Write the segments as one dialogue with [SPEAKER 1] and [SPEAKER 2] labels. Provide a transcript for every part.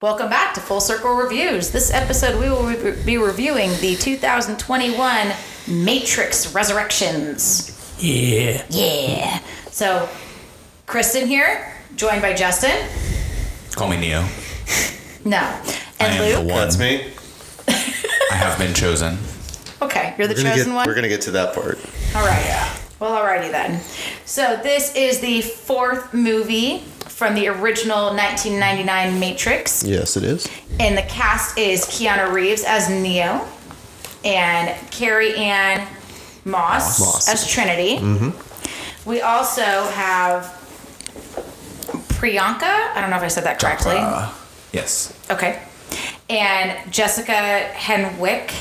[SPEAKER 1] Welcome back to Full Circle Reviews. This episode, we will re- be reviewing the 2021 Matrix Resurrections.
[SPEAKER 2] Yeah.
[SPEAKER 1] Yeah. So, Kristen here, joined by Justin.
[SPEAKER 3] Call me Neo.
[SPEAKER 1] No.
[SPEAKER 3] I am
[SPEAKER 1] And
[SPEAKER 3] the
[SPEAKER 1] Luke.
[SPEAKER 3] one.
[SPEAKER 4] That's me.
[SPEAKER 3] I have been chosen.
[SPEAKER 1] Okay, you're the
[SPEAKER 4] We're gonna,
[SPEAKER 1] chosen
[SPEAKER 4] get,
[SPEAKER 1] one.
[SPEAKER 4] we're gonna get to that part.
[SPEAKER 1] All right. Well, alrighty then. So this is the fourth movie from the original 1999 Matrix,
[SPEAKER 4] Yes, it is.
[SPEAKER 1] and the cast is Keanu Reeves as Neo, and Carrie Ann Moss,
[SPEAKER 4] Moss.
[SPEAKER 1] as Trinity. We also have Priyanka. I don't know if I said that correctly.
[SPEAKER 3] Uh, yes.
[SPEAKER 1] Okay. And Jessica Henwick,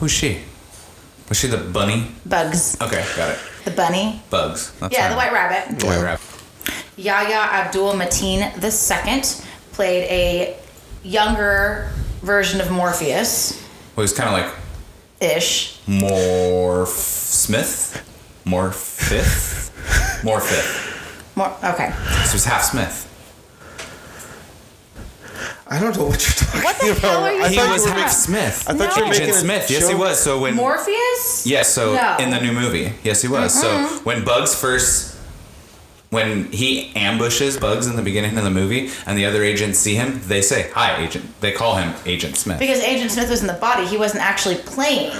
[SPEAKER 3] Who's she? Was she the bunny?
[SPEAKER 1] Bugs,
[SPEAKER 3] Okay, got it.
[SPEAKER 1] the bunny.
[SPEAKER 3] Bugs. That's
[SPEAKER 1] yeah,
[SPEAKER 3] her.
[SPEAKER 1] the White Rabbit.
[SPEAKER 3] White
[SPEAKER 4] Yeah.
[SPEAKER 3] rabbit.
[SPEAKER 1] Yahya Abdul Mateen II played a younger version of Morpheus
[SPEAKER 3] Well, he's kind of like
[SPEAKER 1] ish.
[SPEAKER 3] Morph Smith, Morph Fifth, Morph Fifth.
[SPEAKER 1] Mor- okay.
[SPEAKER 3] So he's half Smith.
[SPEAKER 4] I don't know what you're talking
[SPEAKER 1] What the
[SPEAKER 4] about.
[SPEAKER 1] hell are you
[SPEAKER 4] I
[SPEAKER 3] He
[SPEAKER 4] thought
[SPEAKER 1] talking
[SPEAKER 3] was
[SPEAKER 4] you
[SPEAKER 3] half
[SPEAKER 4] were making,
[SPEAKER 3] Smith.
[SPEAKER 4] I thought you
[SPEAKER 1] No.
[SPEAKER 4] were making
[SPEAKER 3] Agent
[SPEAKER 4] a
[SPEAKER 3] Smith. Yes, he
[SPEAKER 4] joke.
[SPEAKER 3] was. So when
[SPEAKER 1] Morpheus?
[SPEAKER 3] Yes, so
[SPEAKER 1] No. Mm-hmm.
[SPEAKER 3] in the new movie. Yes, he was. So when Bugs first when he ambushes Bugs in the beginning of the movie and the other agents see him, they say, "Hi, agent." They call him Agent Smith.
[SPEAKER 1] Because Agent Smith was in the body, he wasn't actually playing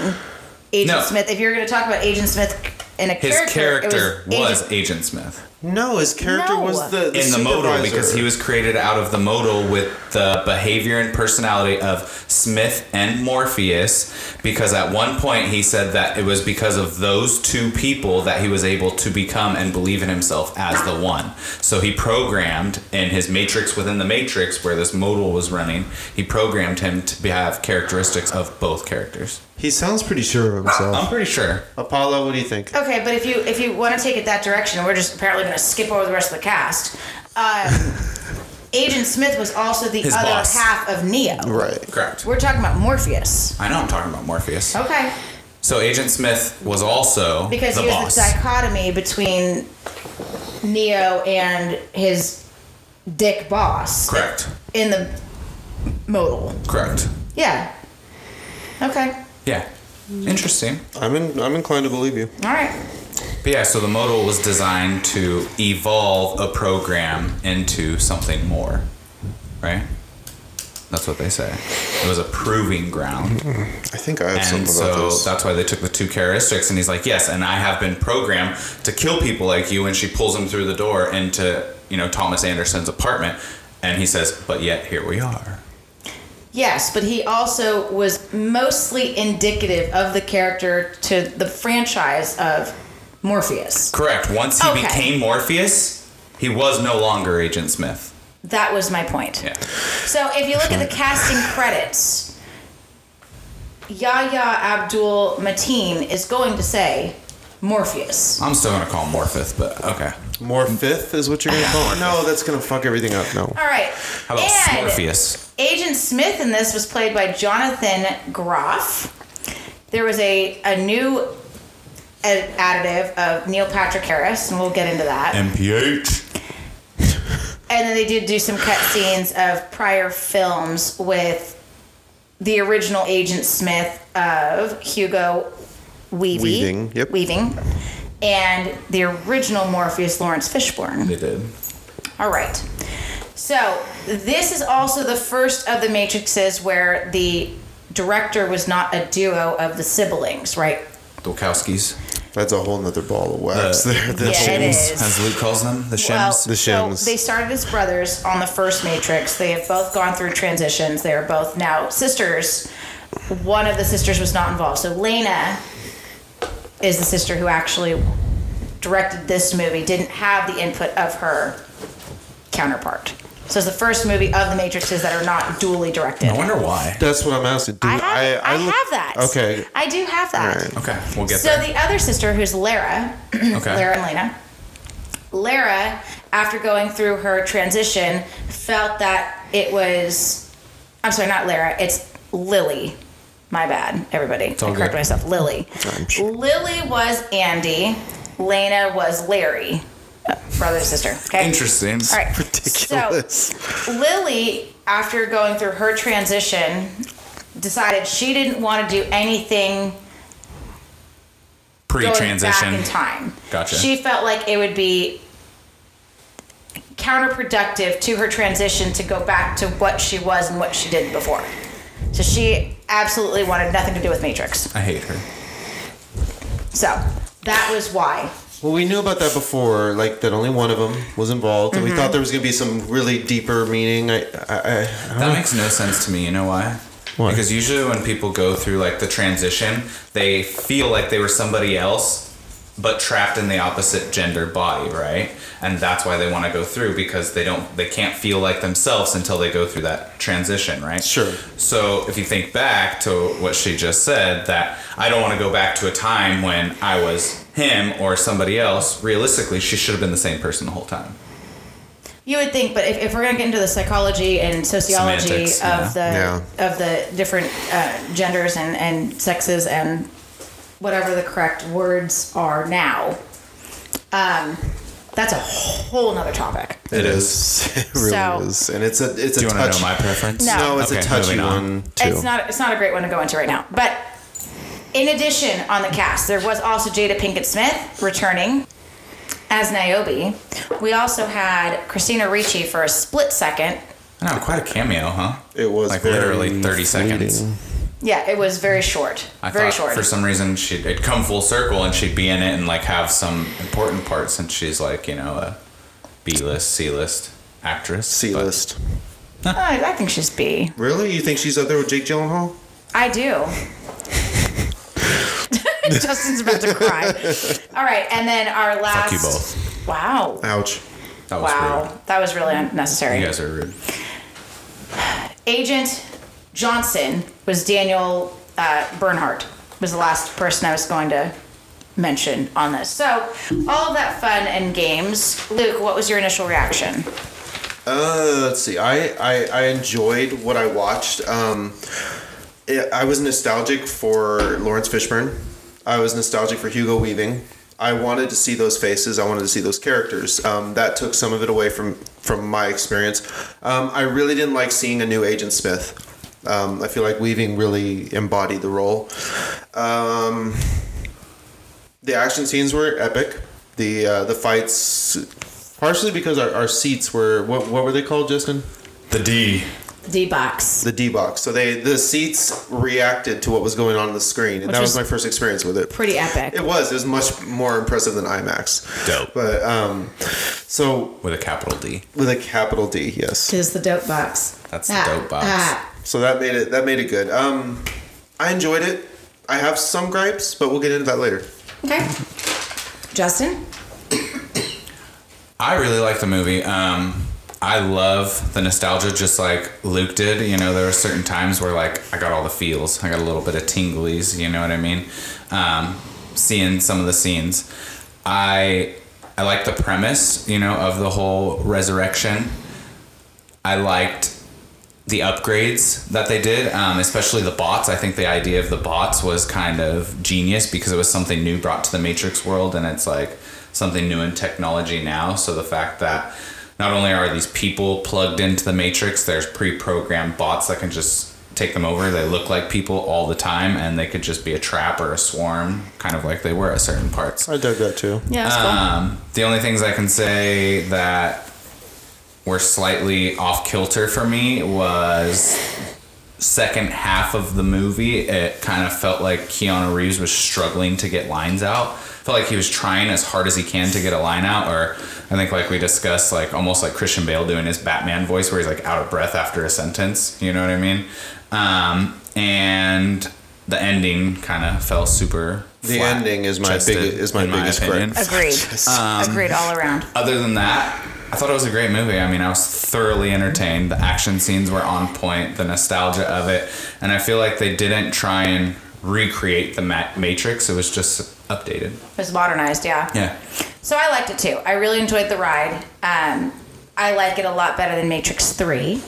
[SPEAKER 1] Agent
[SPEAKER 3] No.
[SPEAKER 1] Smith. If you're going to talk about Agent Smith in a
[SPEAKER 3] his
[SPEAKER 1] character, it
[SPEAKER 3] character was,
[SPEAKER 1] Agent-
[SPEAKER 3] Agent Smith
[SPEAKER 4] No, his character
[SPEAKER 1] No.
[SPEAKER 4] was the, the
[SPEAKER 3] in the modal
[SPEAKER 4] supervisor.
[SPEAKER 3] because he was created out of the modal with the behavior and personality of Smith and Morpheus. Because at one point he said that it was because of those two people that he was able to become and believe in himself as the one. So he programmed in his matrix within the matrix where this modal was running, he programmed him to be- have characteristics of both characters.
[SPEAKER 4] He sounds pretty sure of
[SPEAKER 3] I'm
[SPEAKER 4] himself.
[SPEAKER 3] pretty sure.
[SPEAKER 4] Apollo, what do you think?
[SPEAKER 1] Okay, but if you if you want to take it that direction, we're just apparently going to skip over the rest of the cast. Um, Agent Smith was also the
[SPEAKER 3] His
[SPEAKER 1] other
[SPEAKER 3] boss.
[SPEAKER 1] half of Neo.
[SPEAKER 4] Right.
[SPEAKER 3] Correct.
[SPEAKER 1] We're talking about Morpheus.
[SPEAKER 3] I know I'm talking about Morpheus.
[SPEAKER 1] Okay.
[SPEAKER 3] So Agent Smith was also
[SPEAKER 1] Because
[SPEAKER 3] the
[SPEAKER 1] he was
[SPEAKER 3] boss.
[SPEAKER 1] the dichotomy between Neo and his dick boss
[SPEAKER 3] Correct.
[SPEAKER 1] in the modal.
[SPEAKER 3] Correct.
[SPEAKER 1] Yeah. Okay.
[SPEAKER 3] Yeah. Interesting.
[SPEAKER 4] I'm in, I'm inclined to believe you.
[SPEAKER 1] All right.
[SPEAKER 3] But yeah, so the modal was designed to evolve a program into something more, right? That's what they say. It was a proving ground.
[SPEAKER 4] I think I have
[SPEAKER 3] And
[SPEAKER 4] something about
[SPEAKER 3] so
[SPEAKER 4] this.
[SPEAKER 3] that's why they took the two characteristics. And he's like, Yes, and I have been programmed to kill people like you. And she pulls him through the door into, you know, Thomas Anderson's apartment. And he says, But yet here we are.
[SPEAKER 1] Yes, but he also was mostly indicative of the character to the franchise of Morpheus.
[SPEAKER 3] Correct. Once he
[SPEAKER 1] Okay.
[SPEAKER 3] became Morpheus, he was no longer Agent Smith.
[SPEAKER 1] That was my point.
[SPEAKER 3] Yeah.
[SPEAKER 1] So if you look at the casting credits, Yahya Abdul Mateen is going to say Morpheus.
[SPEAKER 3] I'm still gonna call him Morpheus, but okay.
[SPEAKER 4] More fifth is what you're gonna call it? No, that's gonna fuck everything up. No.
[SPEAKER 1] All right.
[SPEAKER 3] How about
[SPEAKER 1] and
[SPEAKER 3] Morpheus?
[SPEAKER 1] Agent Smith in this was played by Jonathan Groff. There was a, a new ad- additive of Neil Patrick Harris, and we'll get into that.
[SPEAKER 3] MPH.
[SPEAKER 1] And then they did do some cut scenes of prior films with the original Agent Smith of Hugo Weavy,
[SPEAKER 4] Weaving, yep.
[SPEAKER 1] Weaving, and the original Morpheus Lawrence Fishburne.
[SPEAKER 3] They did.
[SPEAKER 1] All right. So this is also the first of the Matrixes where the director was not a duo of the siblings, right?
[SPEAKER 3] Dolkowskis.
[SPEAKER 4] That's a whole nother ball of wax
[SPEAKER 3] The-
[SPEAKER 4] there. That's
[SPEAKER 1] Yeah, it
[SPEAKER 4] James.
[SPEAKER 1] is.
[SPEAKER 3] As Luke calls them, the
[SPEAKER 1] Well,
[SPEAKER 3] shims.
[SPEAKER 4] The Shims.
[SPEAKER 1] So they started as brothers on the first Matrix. They have both gone through transitions. They are both now sisters. One of the sisters was not involved. So Lena is the sister who actually directed this movie, didn't have the input of her counterpart. So it's the first movie of the Matrixes that are not dually directed.
[SPEAKER 3] I wonder why.
[SPEAKER 4] That's what I'm asking. Dude,
[SPEAKER 1] I have, I,
[SPEAKER 4] Mm, look-
[SPEAKER 1] have that.
[SPEAKER 4] Okay.
[SPEAKER 1] I do have that.
[SPEAKER 4] All right.
[SPEAKER 3] Okay, we'll get
[SPEAKER 1] So
[SPEAKER 3] there.
[SPEAKER 1] the other sister, who's Lara,
[SPEAKER 3] okay.
[SPEAKER 1] Lara and Lena. Lara, after going through her transition, felt that it was. I'm sorry, not Lara. It's Lily. My bad, everybody. I
[SPEAKER 3] all
[SPEAKER 1] corrected
[SPEAKER 3] good.
[SPEAKER 1] myself. Lily.
[SPEAKER 4] I'm sure.
[SPEAKER 1] Lily was Andy. Lena was Larry. brother and sister. Okay.
[SPEAKER 3] Interesting.
[SPEAKER 1] All right.
[SPEAKER 4] Ridiculous.
[SPEAKER 1] So Lily, after going through her transition, decided she didn't want to do anything going
[SPEAKER 3] Pre-transition.
[SPEAKER 1] back in time.
[SPEAKER 3] Gotcha.
[SPEAKER 1] She felt like it would be counterproductive to her transition to go back to what she was and what she did before. So she absolutely wanted nothing to do with Matrix.
[SPEAKER 3] I hate her.
[SPEAKER 1] So that was why.
[SPEAKER 4] Well, we knew about that before, like that only one of them was involved, and we
[SPEAKER 1] Mm-hmm.
[SPEAKER 4] thought there was going to be some really deeper meaning. I, I, I,
[SPEAKER 3] That makes no sense to me. You know why?
[SPEAKER 4] Why?
[SPEAKER 3] Because usually when people go through like the transition, they feel like they were somebody else, but trapped in the opposite gender body, right? And that's why they want to go through because they don't, they can't feel like themselves until they go through that transition, right?
[SPEAKER 4] Sure.
[SPEAKER 3] So if you think back to what she just said, that I don't want to go back to a time when I was him or somebody else. Realistically, she should have been the same person the whole time.
[SPEAKER 1] You would think, but if, if we're going to get into the psychology and sociology
[SPEAKER 3] Semantics,
[SPEAKER 1] of
[SPEAKER 3] yeah.
[SPEAKER 1] the of the different uh, genders and, and sexes and whatever the correct words are now, um, that's a whole nother topic.
[SPEAKER 3] It
[SPEAKER 4] it really
[SPEAKER 1] So-
[SPEAKER 4] is, and it's a it's
[SPEAKER 3] Do you
[SPEAKER 4] a touch.
[SPEAKER 3] want to know my preference?
[SPEAKER 1] No.
[SPEAKER 4] No, it's a
[SPEAKER 3] Okay,
[SPEAKER 4] touchy
[SPEAKER 3] moving on.
[SPEAKER 4] one too.
[SPEAKER 1] It's not it's not a great one to go into right now. But in addition, on the cast, there was also Jada Pinkett Smith returning as Niobe. We also had Christina Ricci for a split second.
[SPEAKER 3] No, quite a cameo, huh?
[SPEAKER 4] It was
[SPEAKER 3] like
[SPEAKER 4] very
[SPEAKER 3] literally 30 seconds.
[SPEAKER 4] fleeting.
[SPEAKER 1] Yeah, it was very short.
[SPEAKER 3] I
[SPEAKER 1] very
[SPEAKER 3] thought
[SPEAKER 1] short.
[SPEAKER 3] for some reason she'd it'd come full circle and she'd be in it and like have some important part since she's like, you know, a B list, C list actress. but-
[SPEAKER 4] C list.
[SPEAKER 1] Oh, I, I think she's B.
[SPEAKER 4] Really? You think she's up there with Jake Gyllenhaal?
[SPEAKER 1] I do. Justin's about to cry. All right, and then our last.
[SPEAKER 3] you both.
[SPEAKER 1] Wow.
[SPEAKER 4] Ouch.
[SPEAKER 3] That was
[SPEAKER 1] Wow,
[SPEAKER 3] rude.
[SPEAKER 1] that was really unnecessary.
[SPEAKER 3] You guys are rude.
[SPEAKER 1] Agent Johnson was Daniel uh, Bernhardt. Was the last person I was going to mention on this. So all of that fun and games. Luke, what was your initial reaction?
[SPEAKER 4] Uh, let's see. I, I, I enjoyed what I watched. Um, it, I was nostalgic for Lawrence Fishburne. I was nostalgic for Hugo Weaving. I wanted to see those faces. I wanted to see those characters. Um, that took some of it away from from my experience. Um, I really didn't like seeing a new Agent Smith. Um, I feel like Weaving really embodied the role. Um, the action scenes were epic. The uh, the fights, partially because our, our seats were what what were they called, Justin?
[SPEAKER 3] The D.
[SPEAKER 1] D box.
[SPEAKER 4] The D box. So they the seats reacted to what was going on on the screen, and
[SPEAKER 1] Which
[SPEAKER 4] that was
[SPEAKER 1] was
[SPEAKER 4] my first experience with it.
[SPEAKER 1] Pretty epic.
[SPEAKER 4] It was. It was much more impressive than IMAX.
[SPEAKER 3] Dope.
[SPEAKER 4] But um, so
[SPEAKER 3] With a capital D.
[SPEAKER 4] with a capital D, yes.
[SPEAKER 1] Tis the dope box. Ah,
[SPEAKER 3] That's the dope box.
[SPEAKER 4] So that made it that made it good. Um, I enjoyed it. I have some gripes, but we'll get into that later.
[SPEAKER 1] Okay. Justin?
[SPEAKER 3] I really like the movie. Um, I love the nostalgia, just like Luke did. You know, there were certain times where like I got all the feels. I got a little bit of tinglies. You know what I mean? Um, seeing some of the scenes, I I like the premise. You know, of the whole resurrection. I liked the upgrades that they did, um, especially the bots. I think the idea of the bots was kind of genius because it was something new brought to the Matrix world, and it's like something new in technology now. So the fact that not only are these people plugged into the Matrix, there's pre-programmed bots that can just take them over. They look like people all the time, and they could just be a trap or a swarm, kind of like they were at certain parts.
[SPEAKER 4] I dug that too.
[SPEAKER 1] Yeah, that's
[SPEAKER 3] Um, the only things I can say that were slightly off kilter for me was second half of the movie. It kind of felt like Keanu Reeves was struggling to get lines out. Felt like he was trying as hard as he can to get a line out, or I think like we discussed, like almost like Christian Bale doing his Batman voice, where he's like out of breath after a sentence. You know what I mean? Um, and the ending kind of fell super.
[SPEAKER 4] The
[SPEAKER 3] flat
[SPEAKER 4] ending is my
[SPEAKER 3] chested,
[SPEAKER 4] big- is my
[SPEAKER 3] in
[SPEAKER 4] biggest
[SPEAKER 3] opinion
[SPEAKER 4] gripe.
[SPEAKER 1] cool. Agreed. Um, Agreed all around.
[SPEAKER 3] other than that, I thought it was a great movie. I mean, I was thoroughly entertained. The action scenes were on point, the nostalgia of it, and I feel like they didn't try and recreate the Ma- Matrix. It was just updated.
[SPEAKER 1] It was modernized, yeah.
[SPEAKER 3] Yeah.
[SPEAKER 1] So I liked it too. I really enjoyed the ride. Um, I like it a lot better than Matrix 3.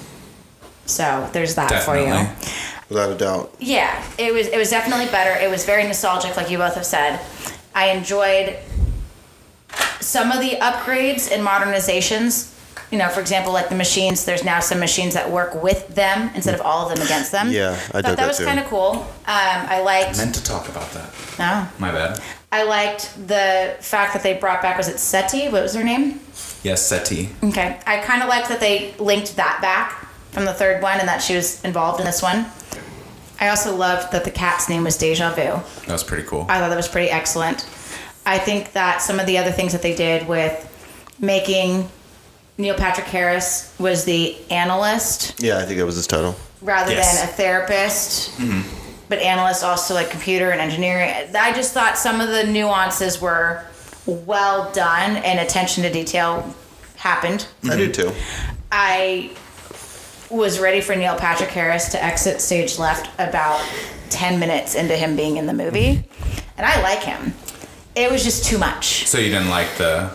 [SPEAKER 1] So there's that for you.
[SPEAKER 3] Definitely.
[SPEAKER 4] Without a doubt.
[SPEAKER 1] Yeah, it was it was definitely better. It was very nostalgic, like you both have said. I enjoyed some of the upgrades and modernizations, you know, for example, like the machines, there's now some machines that work with them instead of all of them against them.
[SPEAKER 4] Yeah, I
[SPEAKER 1] thought
[SPEAKER 4] did that
[SPEAKER 1] was
[SPEAKER 4] too.
[SPEAKER 1] kind of cool. Um, I liked.
[SPEAKER 3] meant to talk about that.
[SPEAKER 1] No.
[SPEAKER 3] My bad.
[SPEAKER 1] I liked the fact that they brought back was it Seti? What was her name?
[SPEAKER 3] Yes, SETI.
[SPEAKER 1] Okay. I kind of liked that they linked that back from the third one and that she was involved in this one. I also loved that the cat's name was Deja Vu.
[SPEAKER 3] That was pretty cool.
[SPEAKER 1] I thought that was pretty excellent. I think that some of the other things that they did with making Neil Patrick Harris was the analyst
[SPEAKER 4] Yeah, I think that was his title.
[SPEAKER 1] rather
[SPEAKER 3] Yes.
[SPEAKER 1] than a therapist. But analysts also like computer and engineering. I just thought some of the nuances were well done and attention to detail happened.
[SPEAKER 4] I do
[SPEAKER 1] Mm-hmm.
[SPEAKER 4] too.
[SPEAKER 1] I was ready for Neil Patrick Harris to exit stage left about 10 minutes into him being in the movie. And I like him. It was just too much.
[SPEAKER 3] So you didn't like the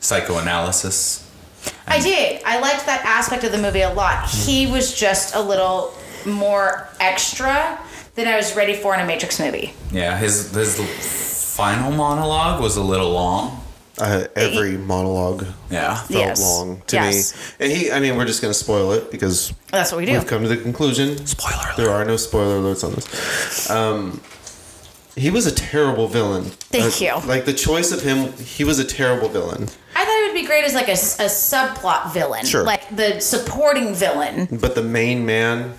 [SPEAKER 3] psychoanalysis?
[SPEAKER 1] I did. I liked that aspect of the movie a lot. He was just a little more extra than I was ready for in a Matrix movie.
[SPEAKER 3] Yeah, his his final monologue was a little long.
[SPEAKER 4] Uh, every monologue
[SPEAKER 3] Yeah.
[SPEAKER 4] felt
[SPEAKER 1] Yes.
[SPEAKER 4] long to
[SPEAKER 1] Yes.
[SPEAKER 4] me. And he, I mean, we're just going to spoil it because
[SPEAKER 1] That's what we do.
[SPEAKER 4] we've come to the conclusion.
[SPEAKER 3] Spoiler
[SPEAKER 4] There are no spoiler alerts on this. Um, he was a terrible villain.
[SPEAKER 1] Thank
[SPEAKER 4] Uh,
[SPEAKER 1] you.
[SPEAKER 4] Like the choice of him, he was a terrible villain.
[SPEAKER 1] I thought it would be great as like a, s- a subplot villain,
[SPEAKER 4] Sure.
[SPEAKER 1] like the supporting villain.
[SPEAKER 4] But the main man,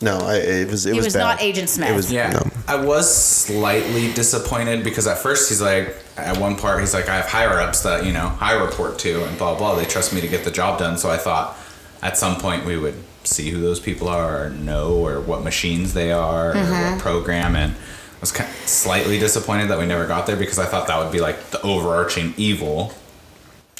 [SPEAKER 4] no, I, it was it
[SPEAKER 1] He
[SPEAKER 4] was,
[SPEAKER 1] was
[SPEAKER 4] bad.
[SPEAKER 1] not Agent Smith.
[SPEAKER 4] It was
[SPEAKER 3] Yeah.
[SPEAKER 4] no.
[SPEAKER 3] I was slightly disappointed because at first he's like, at one part, he's like, I have higher ups that, you know, I report to and blah, blah. They trust me to get the job done. So I thought at some point we would see who those people are or know or what machines they are or
[SPEAKER 1] Mm-hmm.
[SPEAKER 3] what program. And I was kind of slightly disappointed that we never got there because I thought that would be like the overarching evil.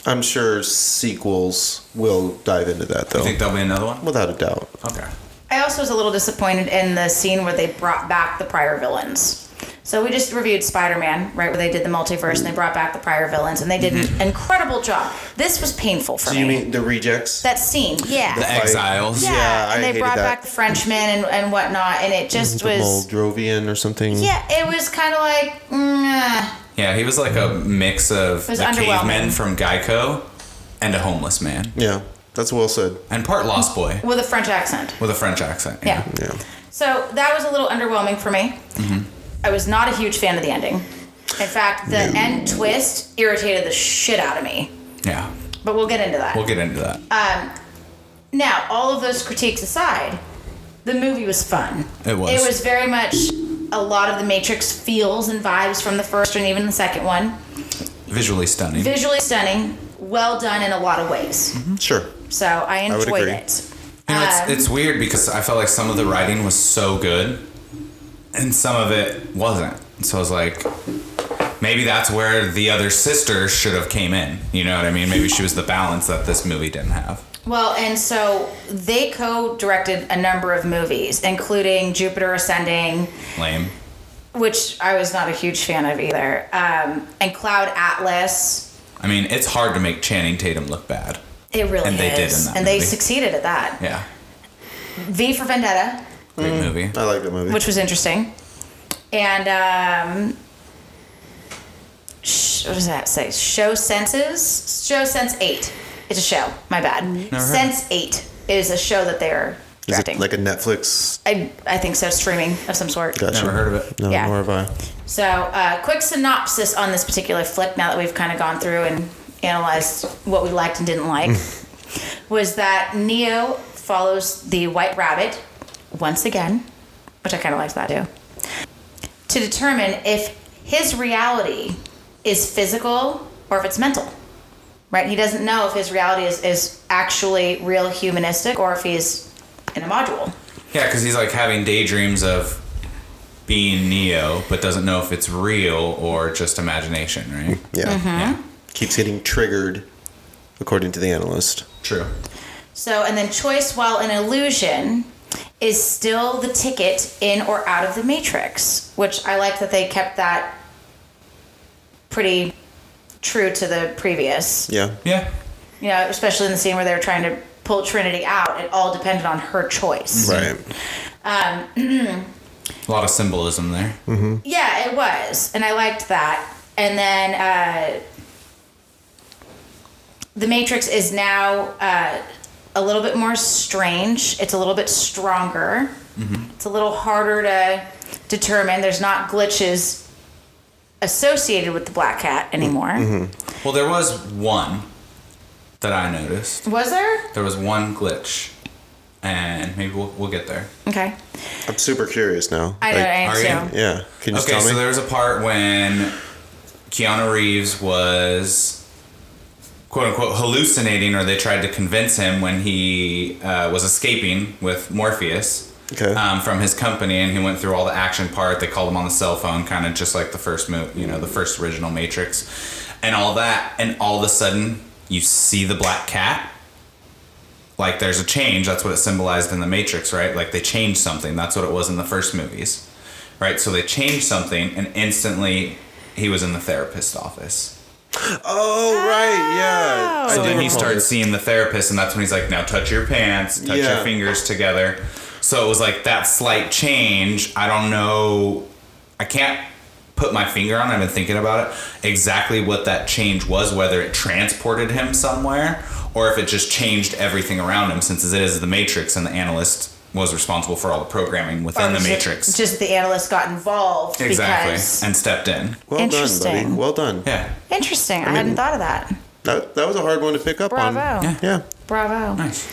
[SPEAKER 4] I'm sure sequels will dive into that
[SPEAKER 3] You
[SPEAKER 4] though,
[SPEAKER 3] think there'll be another one?
[SPEAKER 4] without a doubt.
[SPEAKER 3] Okay.
[SPEAKER 1] I also was a little disappointed in the scene where they brought back the prior villains. So we just reviewed Spider-Man, right, where they did the multiverse and they brought back the prior villains, and they did
[SPEAKER 4] Mm-hmm.
[SPEAKER 1] an incredible job. This was painful for
[SPEAKER 4] Do
[SPEAKER 1] me.
[SPEAKER 4] you mean the rejects?
[SPEAKER 1] that scene? Yeah.
[SPEAKER 3] The exiles.
[SPEAKER 1] yeah,
[SPEAKER 4] yeah, I
[SPEAKER 1] and they
[SPEAKER 4] hated
[SPEAKER 1] brought
[SPEAKER 4] that.
[SPEAKER 1] back the Frenchmen and, and whatnot, and it just
[SPEAKER 4] the
[SPEAKER 1] was.
[SPEAKER 4] Moldrovian or something?
[SPEAKER 1] Yeah, it was kind of like, mm,
[SPEAKER 3] Yeah, he was like a mix of
[SPEAKER 1] was
[SPEAKER 3] the caveman
[SPEAKER 1] underwhelming.
[SPEAKER 3] from Geico and a homeless man.
[SPEAKER 4] Yeah, that's well said.
[SPEAKER 3] And part Lost Boy.
[SPEAKER 1] with a French accent.
[SPEAKER 3] With a French accent.
[SPEAKER 1] Yeah.
[SPEAKER 4] Yeah.
[SPEAKER 1] So that was a little underwhelming for me. I was not a huge fan of the ending. In fact, the end twist irritated the shit out of me.
[SPEAKER 3] Yeah.
[SPEAKER 1] But we'll get into that.
[SPEAKER 3] We'll get into that.
[SPEAKER 1] Now, all of those critiques aside, the movie was fun.
[SPEAKER 3] It was.
[SPEAKER 1] It was very much a lot of the Matrix feels and vibes from the first and even the second one.
[SPEAKER 3] Visually stunning.
[SPEAKER 1] Visually stunning, well done in a lot of ways.
[SPEAKER 4] Sure.
[SPEAKER 1] So I
[SPEAKER 4] Mm-hmm. would
[SPEAKER 1] enjoyed
[SPEAKER 4] agree.
[SPEAKER 1] it.
[SPEAKER 3] you know, it's,
[SPEAKER 1] um,
[SPEAKER 3] it's weird because I felt like some of the writing was so good and some of it wasn't. So I was like, maybe that's where the other sister should have came in. You know what I mean? Maybe she was the balance that this movie didn't have.
[SPEAKER 1] Well, and so they co-directed a number of movies, including Jupiter Ascending,
[SPEAKER 3] Lame.
[SPEAKER 1] which I was not a huge fan of either, um, and Cloud Atlas.
[SPEAKER 3] I mean, it's hard to make Channing Tatum look bad.
[SPEAKER 1] It really
[SPEAKER 3] And they
[SPEAKER 1] is,
[SPEAKER 3] did in that
[SPEAKER 1] and they
[SPEAKER 3] movie.
[SPEAKER 1] succeeded at that.
[SPEAKER 3] Yeah.
[SPEAKER 1] V for Vendetta,
[SPEAKER 3] Great movie.
[SPEAKER 4] I like that movie.
[SPEAKER 1] which was interesting. And um, sh- what does that say? Show senses. Show sense eight. It's a show. My bad.
[SPEAKER 3] heard.
[SPEAKER 1] sense eight is a show that they're
[SPEAKER 4] Is it
[SPEAKER 1] directing.
[SPEAKER 4] like a Netflix?
[SPEAKER 1] I I think so. Streaming of some sort.
[SPEAKER 4] Gotcha.
[SPEAKER 3] Never heard of it.
[SPEAKER 4] No,
[SPEAKER 1] Yeah.
[SPEAKER 4] nor have I.
[SPEAKER 1] So, uh, quick synopsis on this particular flick. Now that we've kind of gone through and analyzed what we liked and didn't like, was that Neo follows the White Rabbit once again, which I kind of liked that too, to determine if his reality is physical or if it's mental. Right? He doesn't know if his reality is, is actually real humanistic or if he's in a module.
[SPEAKER 3] Yeah, because he's like having daydreams of being Neo, but doesn't know if it's real or just imagination, right?
[SPEAKER 4] Yeah.
[SPEAKER 1] Mm-hmm.
[SPEAKER 3] Yeah.
[SPEAKER 4] Keeps getting triggered, according to the analyst.
[SPEAKER 3] True.
[SPEAKER 1] So, and then choice while an illusion is still the ticket in or out of the matrix, which I like that they kept that pretty true to the previous.
[SPEAKER 4] Yeah.
[SPEAKER 3] Yeah.
[SPEAKER 1] You know, especially in the scene where they were trying to pull Trinity out, it all depended on her choice.
[SPEAKER 4] Right.
[SPEAKER 3] A lot of symbolism there.
[SPEAKER 1] Yeah, it was. And I liked that. And then uh, the Matrix is now uh, a little bit more strange. It's a little bit stronger.
[SPEAKER 3] Mm-hmm.
[SPEAKER 1] It's a little harder to determine. There's not glitches associated with the black cat anymore.
[SPEAKER 3] Mm-hmm. Well, there was one that I noticed.
[SPEAKER 1] Was there?
[SPEAKER 3] There was one glitch, and maybe we'll, we'll get there.
[SPEAKER 1] Okay.
[SPEAKER 4] I'm super curious now.
[SPEAKER 1] I know. I
[SPEAKER 3] are
[SPEAKER 1] am
[SPEAKER 3] you?
[SPEAKER 1] too.
[SPEAKER 4] Yeah. Can you just
[SPEAKER 3] okay,
[SPEAKER 4] tell
[SPEAKER 3] so
[SPEAKER 4] me?
[SPEAKER 3] there was a part when Keanu Reeves was quote unquote hallucinating, or they tried to convince him when he uh, was escaping with Morpheus
[SPEAKER 4] okay.
[SPEAKER 3] um, from his company, and he went through all the action part. They called him on the cell phone, kind of just like the first movie, you know, the first original Matrix, and all that. And all of a sudden, you see the black cat. Like there's a change. That's what it symbolized in the Matrix, right? Like they changed something. That's what it was in the first movies, right? So they changed something, and instantly he was in the therapist's office.
[SPEAKER 4] oh right, yeah. I
[SPEAKER 1] So
[SPEAKER 3] So
[SPEAKER 4] do
[SPEAKER 3] then he
[SPEAKER 4] recall
[SPEAKER 3] started
[SPEAKER 4] this.
[SPEAKER 3] seeing the therapist, and that's when he's like, "Now touch your pants, touch
[SPEAKER 4] Yeah.
[SPEAKER 3] your fingers together." So it was like that slight change. I don't know. I can't put my finger on. it. I've been thinking about it. Exactly what that change was, whether it transported him somewhere or if it just changed everything around him. Since it is the Matrix, and the analyst was responsible for all the programming
[SPEAKER 1] Or
[SPEAKER 3] within the
[SPEAKER 1] Oh, just-
[SPEAKER 3] Matrix.
[SPEAKER 1] Just the analyst got involved.
[SPEAKER 3] exactly,
[SPEAKER 1] Because,
[SPEAKER 3] and stepped in.
[SPEAKER 4] Well done, buddy.
[SPEAKER 1] Interesting.
[SPEAKER 4] Well done.
[SPEAKER 3] Yeah,
[SPEAKER 1] interesting. I, hadn't thought of that.
[SPEAKER 4] That, that was a hard one to pick up on.
[SPEAKER 1] Bravo.
[SPEAKER 3] Yeah.
[SPEAKER 4] Yeah.
[SPEAKER 1] Bravo.
[SPEAKER 3] nice.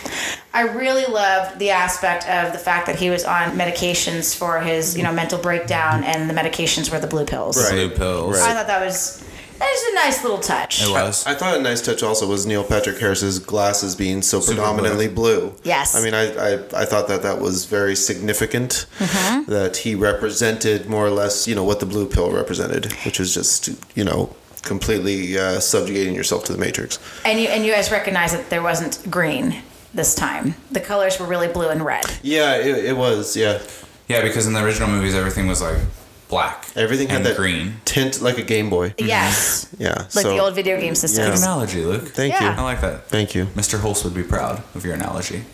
[SPEAKER 1] I really loved the aspect of the fact that he was on medications for his, you know, mental breakdown, and the medications were the blue pills.
[SPEAKER 4] Right.
[SPEAKER 3] Blue pills.
[SPEAKER 1] I thought that was that was a nice little touch.
[SPEAKER 3] It was.
[SPEAKER 4] I thought a nice touch also was Neil Patrick Harris's glasses being so
[SPEAKER 3] Super
[SPEAKER 4] predominantly blue.
[SPEAKER 1] Yes.
[SPEAKER 4] I mean, I, I, I thought that that was very significant
[SPEAKER 1] Mm-hmm.
[SPEAKER 4] that he represented more or less, you know, what the blue pill represented, which is just, you know, completely uh, subjugating yourself to the matrix.
[SPEAKER 1] And you and you guys recognize that there wasn't green this time. The colors were really blue and red.
[SPEAKER 4] Yeah, it, it was. Yeah.
[SPEAKER 3] Yeah, because in the original movies, everything was like black.
[SPEAKER 4] Everything had
[SPEAKER 3] and
[SPEAKER 4] that
[SPEAKER 3] green.
[SPEAKER 4] tint like a Game Boy. Mm-hmm.
[SPEAKER 1] Yes.
[SPEAKER 4] Yeah.
[SPEAKER 1] Like
[SPEAKER 4] so,
[SPEAKER 1] the old video game systems.
[SPEAKER 3] Good analogy, Luke.
[SPEAKER 4] Thank
[SPEAKER 1] Yeah.
[SPEAKER 3] I
[SPEAKER 4] you.
[SPEAKER 3] like that.
[SPEAKER 4] Thank you.
[SPEAKER 3] Mr. Hulse would be proud of your analogy.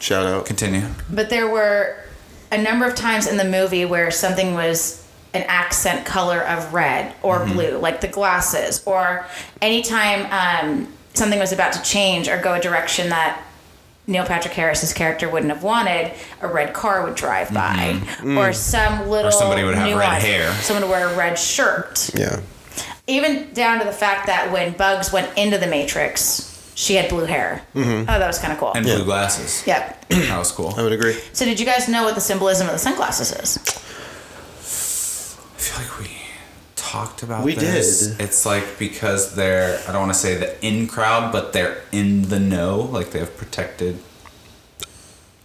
[SPEAKER 4] Shout out.
[SPEAKER 3] Continue.
[SPEAKER 1] But there were a number of times in the movie where something was an accent color of red or
[SPEAKER 3] Mm-hmm.
[SPEAKER 1] blue, like the glasses, or anytime um, something was about to change or go a direction that Neil Patrick Harris's character wouldn't have wanted, a red car would drive by, or some little
[SPEAKER 3] Mm-hmm. Mm. somebody would have red
[SPEAKER 1] nuance.
[SPEAKER 3] hair.
[SPEAKER 1] someone would wear a red shirt,
[SPEAKER 4] Yeah.
[SPEAKER 1] even down to the fact that when Bugs went into the Matrix, she had blue hair. Oh, that was kind of cool.
[SPEAKER 3] Mm-hmm. And
[SPEAKER 4] Yeah.
[SPEAKER 3] blue glasses.
[SPEAKER 1] yep.
[SPEAKER 3] That was cool.
[SPEAKER 4] I would agree.
[SPEAKER 1] So, did you guys know what the symbolism of the sunglasses is?
[SPEAKER 3] I feel like we talked about
[SPEAKER 4] We
[SPEAKER 3] this.
[SPEAKER 4] did.
[SPEAKER 3] It's like because they're, I don't want to say the in crowd, but they're in the know. Like they have protected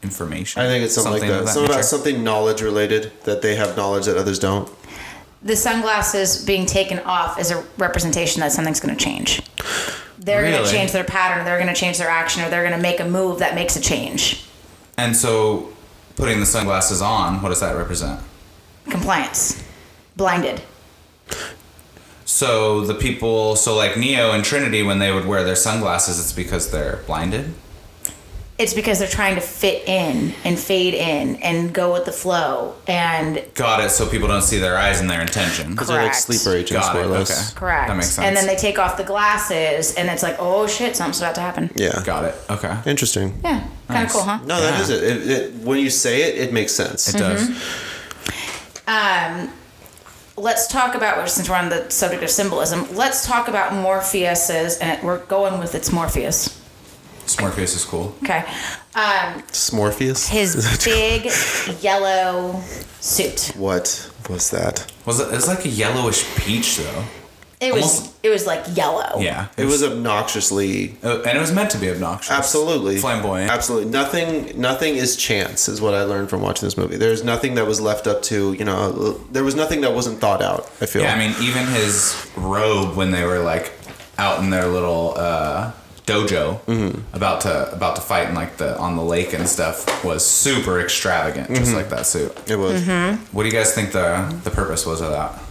[SPEAKER 3] information.
[SPEAKER 4] I think it's something, like
[SPEAKER 3] of
[SPEAKER 4] that. Something about
[SPEAKER 3] nature.
[SPEAKER 4] something knowledge related that they have knowledge that others don't.
[SPEAKER 1] the sunglasses being taken off is a representation that something's going to change. They're going
[SPEAKER 3] Really?
[SPEAKER 1] to change their pattern, they're going to change their action, or they're going to make a move that makes a change.
[SPEAKER 3] And so putting the sunglasses on, what does that represent?
[SPEAKER 1] Compliance. Blinded.
[SPEAKER 3] So the people, so like Neo and Trinity, when they would wear their sunglasses, it's because they're blinded.
[SPEAKER 1] It's because they're trying to fit in and fade in and go with the flow. And
[SPEAKER 3] Got it. So people don't see their eyes and their intention.
[SPEAKER 4] They're like
[SPEAKER 1] Correct.
[SPEAKER 4] sleeper agents,
[SPEAKER 3] Got
[SPEAKER 4] more
[SPEAKER 3] it,
[SPEAKER 4] or less.
[SPEAKER 3] okay.
[SPEAKER 1] correct.
[SPEAKER 3] That makes
[SPEAKER 1] And then they
[SPEAKER 3] sense.
[SPEAKER 1] take off the glasses, and it's like, oh shit, something's about to happen.
[SPEAKER 4] Yeah.
[SPEAKER 3] Got it. Okay. It
[SPEAKER 4] Interesting.
[SPEAKER 1] Yeah. Kind of
[SPEAKER 3] Nice.
[SPEAKER 1] cool, huh?
[SPEAKER 4] No, that
[SPEAKER 3] Yeah.
[SPEAKER 4] is it. It, it. When you say it, it makes sense.
[SPEAKER 3] does.
[SPEAKER 1] let's talk about since we're on the subject of symbolism let's talk about morpheus's and we're going with it's morpheus
[SPEAKER 3] Smorpheus is cool.
[SPEAKER 1] okay
[SPEAKER 4] It's Morpheus.
[SPEAKER 1] his big yellow suit
[SPEAKER 4] what was that?
[SPEAKER 3] Was it, it was like a yellowish peach though.
[SPEAKER 1] it was
[SPEAKER 3] Almost-
[SPEAKER 1] it was like yellow
[SPEAKER 3] Yeah.
[SPEAKER 4] It was obnoxiously.
[SPEAKER 3] Uh, and it was meant to be obnoxious.
[SPEAKER 4] Absolutely.
[SPEAKER 3] Flamboyant.
[SPEAKER 4] Absolutely. Nothing nothing is chance is what I learned from watching this movie. There's nothing that was left up to, you know, there was nothing that wasn't thought out, I feel.
[SPEAKER 3] Yeah. I mean, even his robe when they were like out in their little uh, dojo,
[SPEAKER 4] Mm-hmm.
[SPEAKER 3] about to about to fight and like the on the lake and stuff was super extravagant,
[SPEAKER 4] Mm-hmm.
[SPEAKER 3] just like that suit.
[SPEAKER 4] it was.
[SPEAKER 3] What do you guys think the the purpose was of that?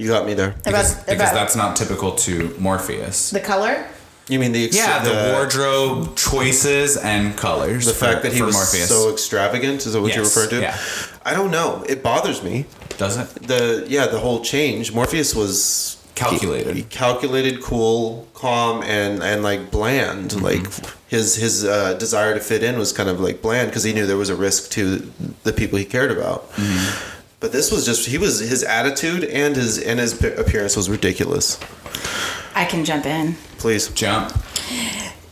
[SPEAKER 4] You got me there.
[SPEAKER 1] about,
[SPEAKER 3] Because, because
[SPEAKER 1] about
[SPEAKER 3] that's not typical to Morpheus.
[SPEAKER 1] the color
[SPEAKER 4] You mean the ex-
[SPEAKER 3] Yeah, the, wardrobe choices and colors.
[SPEAKER 4] the
[SPEAKER 3] for-
[SPEAKER 4] fact that he
[SPEAKER 3] for
[SPEAKER 4] was
[SPEAKER 3] Morpheus.
[SPEAKER 4] so extravagant is that what you're
[SPEAKER 3] Yes,
[SPEAKER 4] referring to?
[SPEAKER 3] yeah.
[SPEAKER 4] I don't know. It bothers me.
[SPEAKER 3] does it?
[SPEAKER 4] The yeah, the whole change. Morpheus was
[SPEAKER 3] calculated.
[SPEAKER 4] calculated, cool, calm, and and like bland.
[SPEAKER 3] Mm-hmm.
[SPEAKER 4] Like his his uh, desire to fit in was kind of like bland because he knew there was a risk to the people he cared about.
[SPEAKER 3] Mm-hmm.
[SPEAKER 4] But this was just he was his attitude and his and his p- appearance was ridiculous.
[SPEAKER 1] I can jump in.
[SPEAKER 4] Please,
[SPEAKER 3] Jump.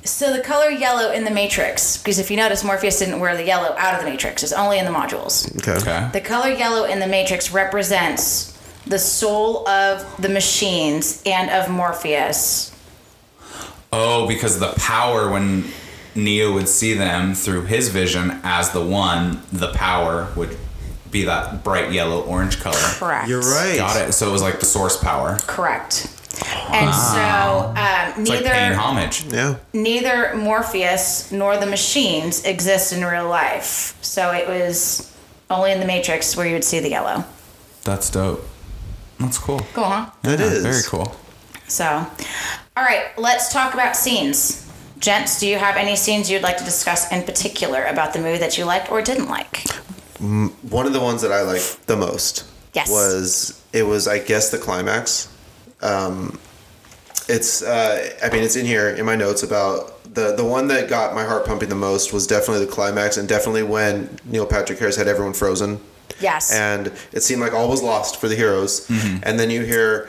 [SPEAKER 1] So the color yellow in the Matrix, because if you notice, Morpheus didn't wear the yellow out of the Matrix. It's only in the modules.
[SPEAKER 4] okay.
[SPEAKER 3] Okay.
[SPEAKER 1] The color yellow in the Matrix represents the soul of the machines and of Morpheus.
[SPEAKER 3] Oh, because the power when Neo would see them through his vision as the one, the power would be that bright yellow orange color.
[SPEAKER 1] Correct.
[SPEAKER 4] You're right.
[SPEAKER 3] Got it. So it was like the source power.
[SPEAKER 1] Correct. And so um,
[SPEAKER 3] It's like paying
[SPEAKER 1] neither
[SPEAKER 3] homage.
[SPEAKER 4] Yeah.
[SPEAKER 1] neither Morpheus nor the machines exist in real life. So it was only in the Matrix where you would see the yellow.
[SPEAKER 3] That's dope. That's cool.
[SPEAKER 1] Cool, huh?
[SPEAKER 4] That is
[SPEAKER 3] Very cool.
[SPEAKER 1] So, all right, let's talk about scenes. Gents, do you have any scenes you'd like to discuss in particular about the movie that you liked or didn't like?
[SPEAKER 4] one of the ones that I liked the most
[SPEAKER 1] Yes.
[SPEAKER 4] was it was I guess the climax. Um, it's uh, I mean it's in here in my notes about the the one that got my heart pumping the most was definitely the climax and definitely when Neil Patrick Harris had everyone frozen
[SPEAKER 1] Yes. Mm-hmm.
[SPEAKER 4] and it seemed like all was lost for the heroes and then you hear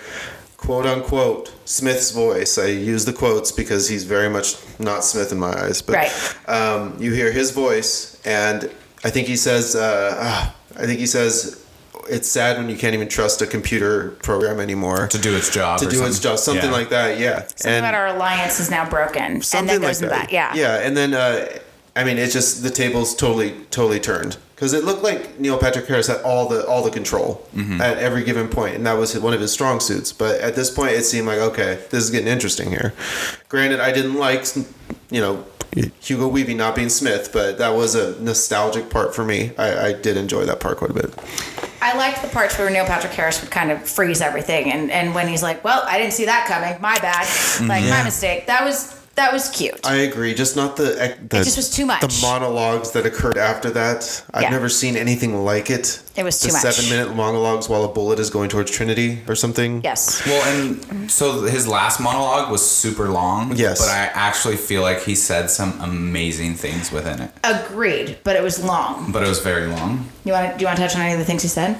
[SPEAKER 4] quote unquote Smith's voice I use the quotes because he's very much not Smith in my eyes but
[SPEAKER 1] Right.
[SPEAKER 4] um, you hear his voice, and I think he says, uh, ah, I think he says, it's sad when you can't even trust a computer program anymore
[SPEAKER 3] To do its job.
[SPEAKER 4] to
[SPEAKER 3] or
[SPEAKER 4] do its job, something
[SPEAKER 3] Yeah.
[SPEAKER 4] like that. Yeah,
[SPEAKER 1] Something about our alliance is now broken. and that goes into that. Yeah.
[SPEAKER 4] yeah, and then uh, I mean, it's just the tables totally, totally turned because it looked like Neil Patrick Harris had all the all the control at every given point, and that was one of his strong suits. But at this point, it seemed like okay, this is getting interesting here. Granted, I didn't like you know Hugo Weaving not being Smith, but that was a nostalgic part for me. I, I did enjoy that part quite a bit.
[SPEAKER 1] I liked the parts where Neil Patrick Harris would kind of freeze everything, and, and when he's like, "Well, I didn't see that coming. My bad. Like my mistake." That was that was cute.
[SPEAKER 4] I agree, just not the, the
[SPEAKER 1] it just was too much.
[SPEAKER 4] the monologues that occurred after that. I've
[SPEAKER 1] Yeah.
[SPEAKER 4] never seen anything like it.
[SPEAKER 1] It was too
[SPEAKER 4] the
[SPEAKER 1] much.
[SPEAKER 4] Seven minute monologues while a bullet is going towards Trinity or something.
[SPEAKER 1] yes.
[SPEAKER 3] Well, and so his last monologue was super long.
[SPEAKER 4] Yes.
[SPEAKER 3] But I actually feel like he said some amazing things within it.
[SPEAKER 1] Agreed, but it was long.
[SPEAKER 3] But it was very long. Uh,
[SPEAKER 1] You want to do you want to touch on any of the things he said?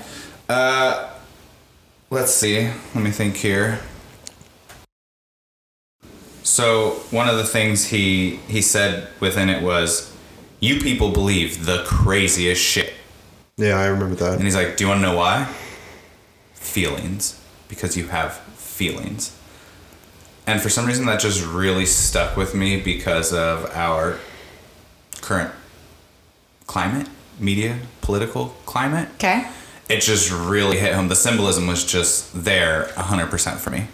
[SPEAKER 3] Let's see. Let me think here. So one of the things he he said within it was, "You people believe the craziest shit."
[SPEAKER 4] Yeah, I remember that.
[SPEAKER 3] And he's like, "Do you want to know why? Feelings, because you have feelings." And for some reason, that just really stuck with me because of our current climate, media, political climate.
[SPEAKER 1] Okay.
[SPEAKER 3] It just really hit home. The symbolism was just there, hundred percent for me.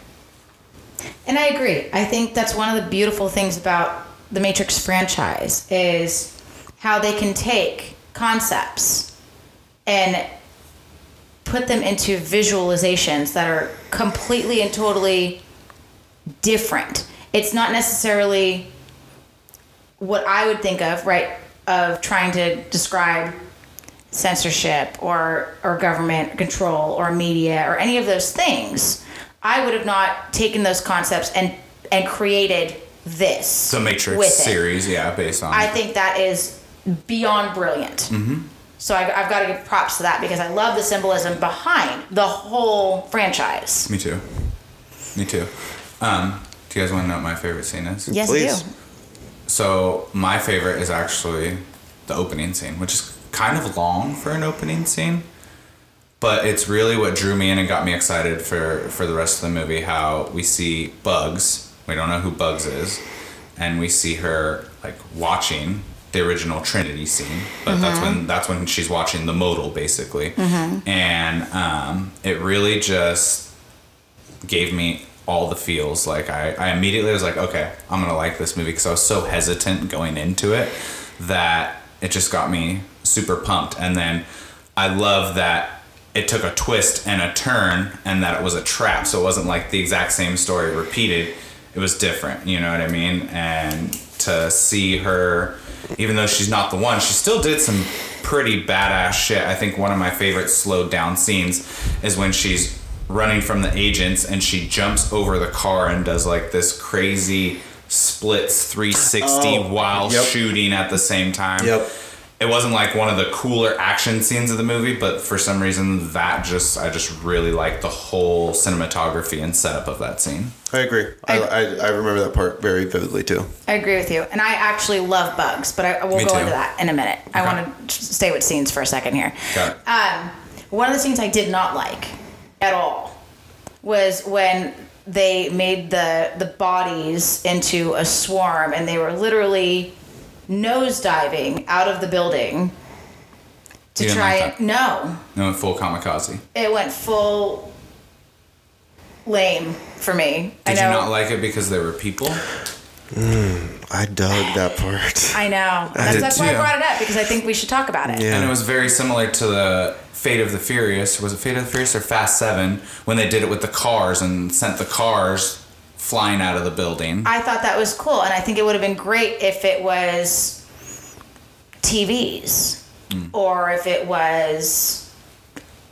[SPEAKER 1] And I agree. I think that's one of the beautiful things about the Matrix franchise is how they can take concepts and put them into visualizations that are completely and totally different. It's not necessarily what I would think of, right, of trying to describe censorship or or government control or media or any of those things. I would have not taken those concepts and and created this.
[SPEAKER 3] The Matrix
[SPEAKER 1] with it.
[SPEAKER 3] series, yeah, based on.
[SPEAKER 1] I think that is beyond brilliant. So I, I've got to give props to that because I love the symbolism behind the whole franchise.
[SPEAKER 3] me too. Me too. Um, do you guys want to know what my favorite scene is?
[SPEAKER 1] Yes,
[SPEAKER 4] Please.
[SPEAKER 1] I do.
[SPEAKER 3] So my favorite is actually the opening scene, which is kind of long for an opening scene, but it's really what drew me in and got me excited for for the rest of the movie. How we see Bugs, we don't know who Bugs is, and we see her like watching the original Trinity scene, but that's when that's when she's watching the modal basically, and um, it really just gave me all the feels. Like I, I immediately was like, okay, I'm gonna like this movie because I was so hesitant going into it that it just got me super pumped. And then I love that it took a twist and a turn and that it was a trap. So it wasn't like the exact same story repeated. It was different, you know what I mean? And to see her even though she's not the one, she still did some pretty badass shit. I think one of my favorite slowed down scenes is when she's running from the agents and she jumps over the car and does like this crazy splits 360
[SPEAKER 4] Oh,
[SPEAKER 3] while
[SPEAKER 4] yep.
[SPEAKER 3] shooting at the same time.
[SPEAKER 4] Yep.
[SPEAKER 3] It wasn't like one of the cooler action scenes of the movie, but for some reason that just I just really liked the whole cinematography and setup of that scene.
[SPEAKER 4] I agree. I, I, I remember that part very vividly too.
[SPEAKER 1] I agree with you. And I actually love bugs, but I, I will
[SPEAKER 3] Me
[SPEAKER 1] go
[SPEAKER 3] too.
[SPEAKER 1] into that in a minute. I
[SPEAKER 3] Okay.
[SPEAKER 1] want to stay with scenes for a second here. Um,
[SPEAKER 3] Got it.
[SPEAKER 1] One of the scenes I did not like at all was when they made the the bodies into a swarm and they were literally nosediving out of the building to
[SPEAKER 3] You didn't
[SPEAKER 1] try
[SPEAKER 3] like
[SPEAKER 1] and
[SPEAKER 3] that?
[SPEAKER 1] no.
[SPEAKER 3] no, full kamikaze.
[SPEAKER 1] It went full lame for me. I
[SPEAKER 3] Did
[SPEAKER 1] know.
[SPEAKER 3] you not like it because there were people?
[SPEAKER 4] I dug that part.
[SPEAKER 1] I know. That's,
[SPEAKER 4] did
[SPEAKER 1] that's why I
[SPEAKER 3] too.
[SPEAKER 1] brought it up because I think we should talk about it.
[SPEAKER 4] Yeah.
[SPEAKER 3] And it was very similar to the Fate of the Furious. Was it Fate of the Furious or Fast Seven when they did it with the cars and sent the cars flying out of the building?
[SPEAKER 1] I thought that was cool, and I think it would have been great if it was TVs
[SPEAKER 3] Mm.
[SPEAKER 1] or if it was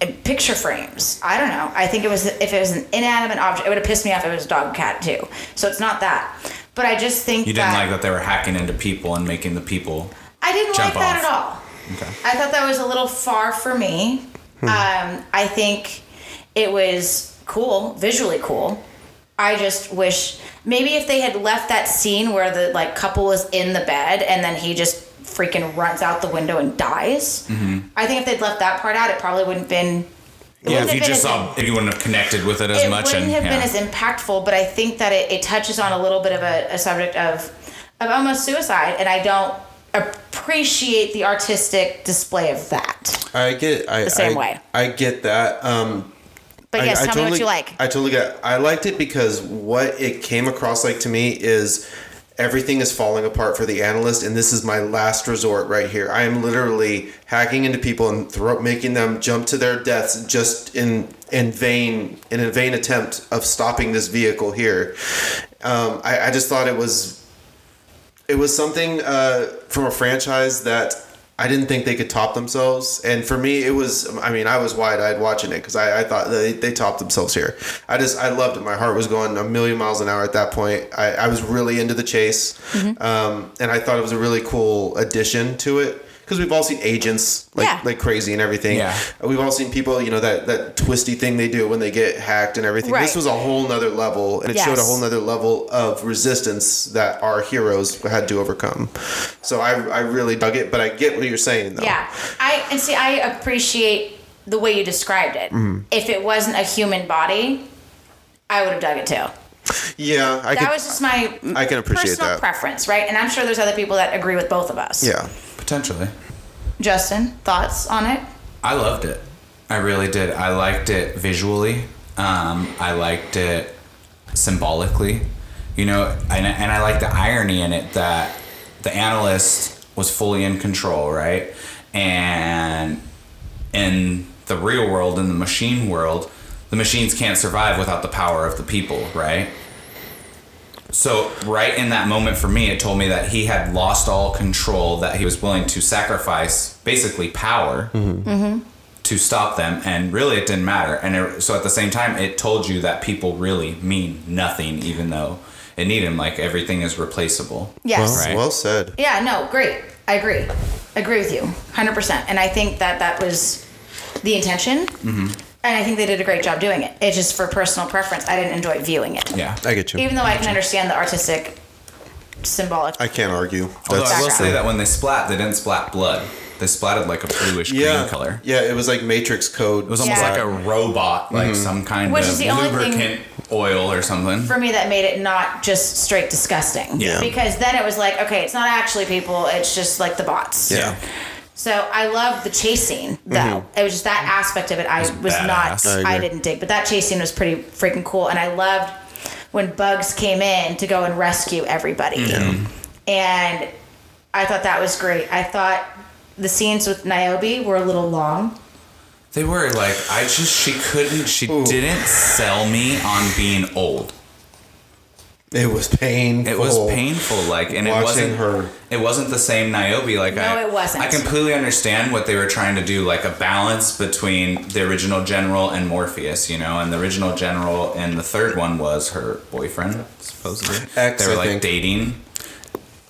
[SPEAKER 1] uh, picture frames. I don't know. I think it was if it was an inanimate object, it would have pissed me off if it was a dog and cat too. So it's not that. But I just think
[SPEAKER 3] you didn't
[SPEAKER 1] that
[SPEAKER 3] like that they were hacking into people and making the people.
[SPEAKER 1] I didn't like
[SPEAKER 3] Jump
[SPEAKER 1] that at all.
[SPEAKER 3] Okay. Hmm.
[SPEAKER 1] I thought that was a little far for me. Um, I think it was cool, visually cool. I just wish maybe if they had left that scene where the like couple was in the bed and then he just freaking runs out the window and dies. I think if they'd left that part out, it probably wouldn't have been. it
[SPEAKER 3] Mm-hmm. Yeah,
[SPEAKER 1] wouldn't
[SPEAKER 3] if
[SPEAKER 1] have
[SPEAKER 3] you
[SPEAKER 1] been
[SPEAKER 3] just
[SPEAKER 1] as-
[SPEAKER 3] saw, if you wouldn't have connected with it as
[SPEAKER 1] it
[SPEAKER 3] much,
[SPEAKER 1] wouldn't
[SPEAKER 3] and
[SPEAKER 1] have
[SPEAKER 3] yeah.
[SPEAKER 1] been as impactful but i think that it, it touches on a little bit of a, a subject of of almost suicide and i don't appreciate the artistic display of that
[SPEAKER 4] I get I, the
[SPEAKER 1] same
[SPEAKER 4] I,
[SPEAKER 1] way.
[SPEAKER 4] I get that. Um,
[SPEAKER 1] but
[SPEAKER 4] I-
[SPEAKER 1] yes
[SPEAKER 4] I
[SPEAKER 1] tell me
[SPEAKER 4] totally-
[SPEAKER 1] what you like
[SPEAKER 4] I totally got. I liked it because what it came across like to me is everything is falling apart for the analyst, and this is my last resort right here. I am literally hacking into people and throw, making them jump to their deaths just in in vain in a vain attempt of stopping this vehicle here. Um, I, I just thought it was it was something uh, from a franchise that I didn't think they could top themselves. And for me, it was, I mean, I was wide eyed watching it because I, I thought they, they topped themselves here. I just, I loved it. My heart was going a million miles an hour at that point. I, I was really into the chase.
[SPEAKER 1] Mm-hmm.
[SPEAKER 4] Um, and I thought it was a really cool addition to it. Because we've all seen agents like
[SPEAKER 1] Yeah.
[SPEAKER 4] like crazy and everything.
[SPEAKER 3] Yeah.
[SPEAKER 4] We've all seen people, you know, that, that twisty thing they do when they get hacked and everything.
[SPEAKER 1] Right.
[SPEAKER 4] This was a whole nother level, and it showed a
[SPEAKER 1] Yes.
[SPEAKER 4] whole nother level of resistance that our heroes had to overcome. So I, I really dug it, but I get what you're saying though.
[SPEAKER 1] yeah i and see i appreciate the way you described it
[SPEAKER 4] Mm-hmm.
[SPEAKER 1] if it wasn't a human body i would have dug it too
[SPEAKER 4] yeah, I
[SPEAKER 1] that
[SPEAKER 4] could,
[SPEAKER 1] was just my
[SPEAKER 4] I can appreciate
[SPEAKER 1] personal
[SPEAKER 4] that.
[SPEAKER 1] preference right and i'm sure there's other people that agree with both of us
[SPEAKER 4] yeah.
[SPEAKER 3] potentially.
[SPEAKER 1] justin thoughts on it
[SPEAKER 3] I loved it. I really did. I liked it visually. Um, I liked it symbolically. You know, and, and I like the irony in it that the analyst was fully in control, right? And in the real world, in the machine world, the machines can't survive without the power of the people, right? So, right in that moment for me, it told me that he had lost all control, that he was willing to sacrifice basically power
[SPEAKER 4] Mm-hmm.
[SPEAKER 3] to stop them. And really, it didn't matter. And it, so, at the same time, it told you that people really mean nothing, even though it needed him. Like, everything is replaceable.
[SPEAKER 1] yes
[SPEAKER 4] Well,
[SPEAKER 3] Right.
[SPEAKER 4] well said.
[SPEAKER 1] Yeah, no, great. I agree. Agree with you 100%. And I think that that was the intention. Mm-hmm. And I think they did a great job doing it. It's just for personal preference. I didn't enjoy viewing it.
[SPEAKER 3] Yeah.
[SPEAKER 4] I get you.
[SPEAKER 1] Even though I can understand the artistic symbolic.
[SPEAKER 4] I can't argue.
[SPEAKER 3] Although, I
[SPEAKER 1] That's-
[SPEAKER 3] will say that when they splat, they didn't splat blood, they splatted like a bluish
[SPEAKER 4] yeah,
[SPEAKER 3] green color.
[SPEAKER 4] yeah, it was like Matrix code.
[SPEAKER 3] It was almost
[SPEAKER 1] Yeah.
[SPEAKER 3] like a robot, like
[SPEAKER 4] Mm-hmm.
[SPEAKER 3] some kind
[SPEAKER 1] Which
[SPEAKER 3] of
[SPEAKER 1] is the only thing-
[SPEAKER 3] lubricant oil or something.
[SPEAKER 1] for me, that made it not just straight disgusting.
[SPEAKER 3] Yeah.
[SPEAKER 1] Because then it was like, okay, it's not actually people, it's just like the bots.
[SPEAKER 4] yeah.
[SPEAKER 1] So I love the chase scene, though. It was just that aspect of it I was, not,
[SPEAKER 3] badass.
[SPEAKER 4] Mm-hmm. I
[SPEAKER 1] I,
[SPEAKER 4] agree.
[SPEAKER 1] didn't dig. But that chase scene was pretty freaking cool. And I loved when Bugs came in to go and rescue everybody. And I thought that was great. I thought the scenes with Niobe were a little long.
[SPEAKER 3] They were like, I just, she couldn't, she
[SPEAKER 4] Ooh.
[SPEAKER 3] didn't sell me on being old.
[SPEAKER 4] It was painful.
[SPEAKER 3] It was painful, like, and it
[SPEAKER 4] Watching
[SPEAKER 3] wasn't
[SPEAKER 4] her.
[SPEAKER 3] It wasn't the same Niobe, like
[SPEAKER 1] No,
[SPEAKER 3] I.
[SPEAKER 1] it wasn't.
[SPEAKER 3] I completely understand what they were trying to do, like a balance between the original General and Morpheus, you know, and the original General and the third one was her boyfriend, supposedly.
[SPEAKER 4] Ex,
[SPEAKER 3] they were
[SPEAKER 4] I
[SPEAKER 3] like
[SPEAKER 4] think.
[SPEAKER 3] dating,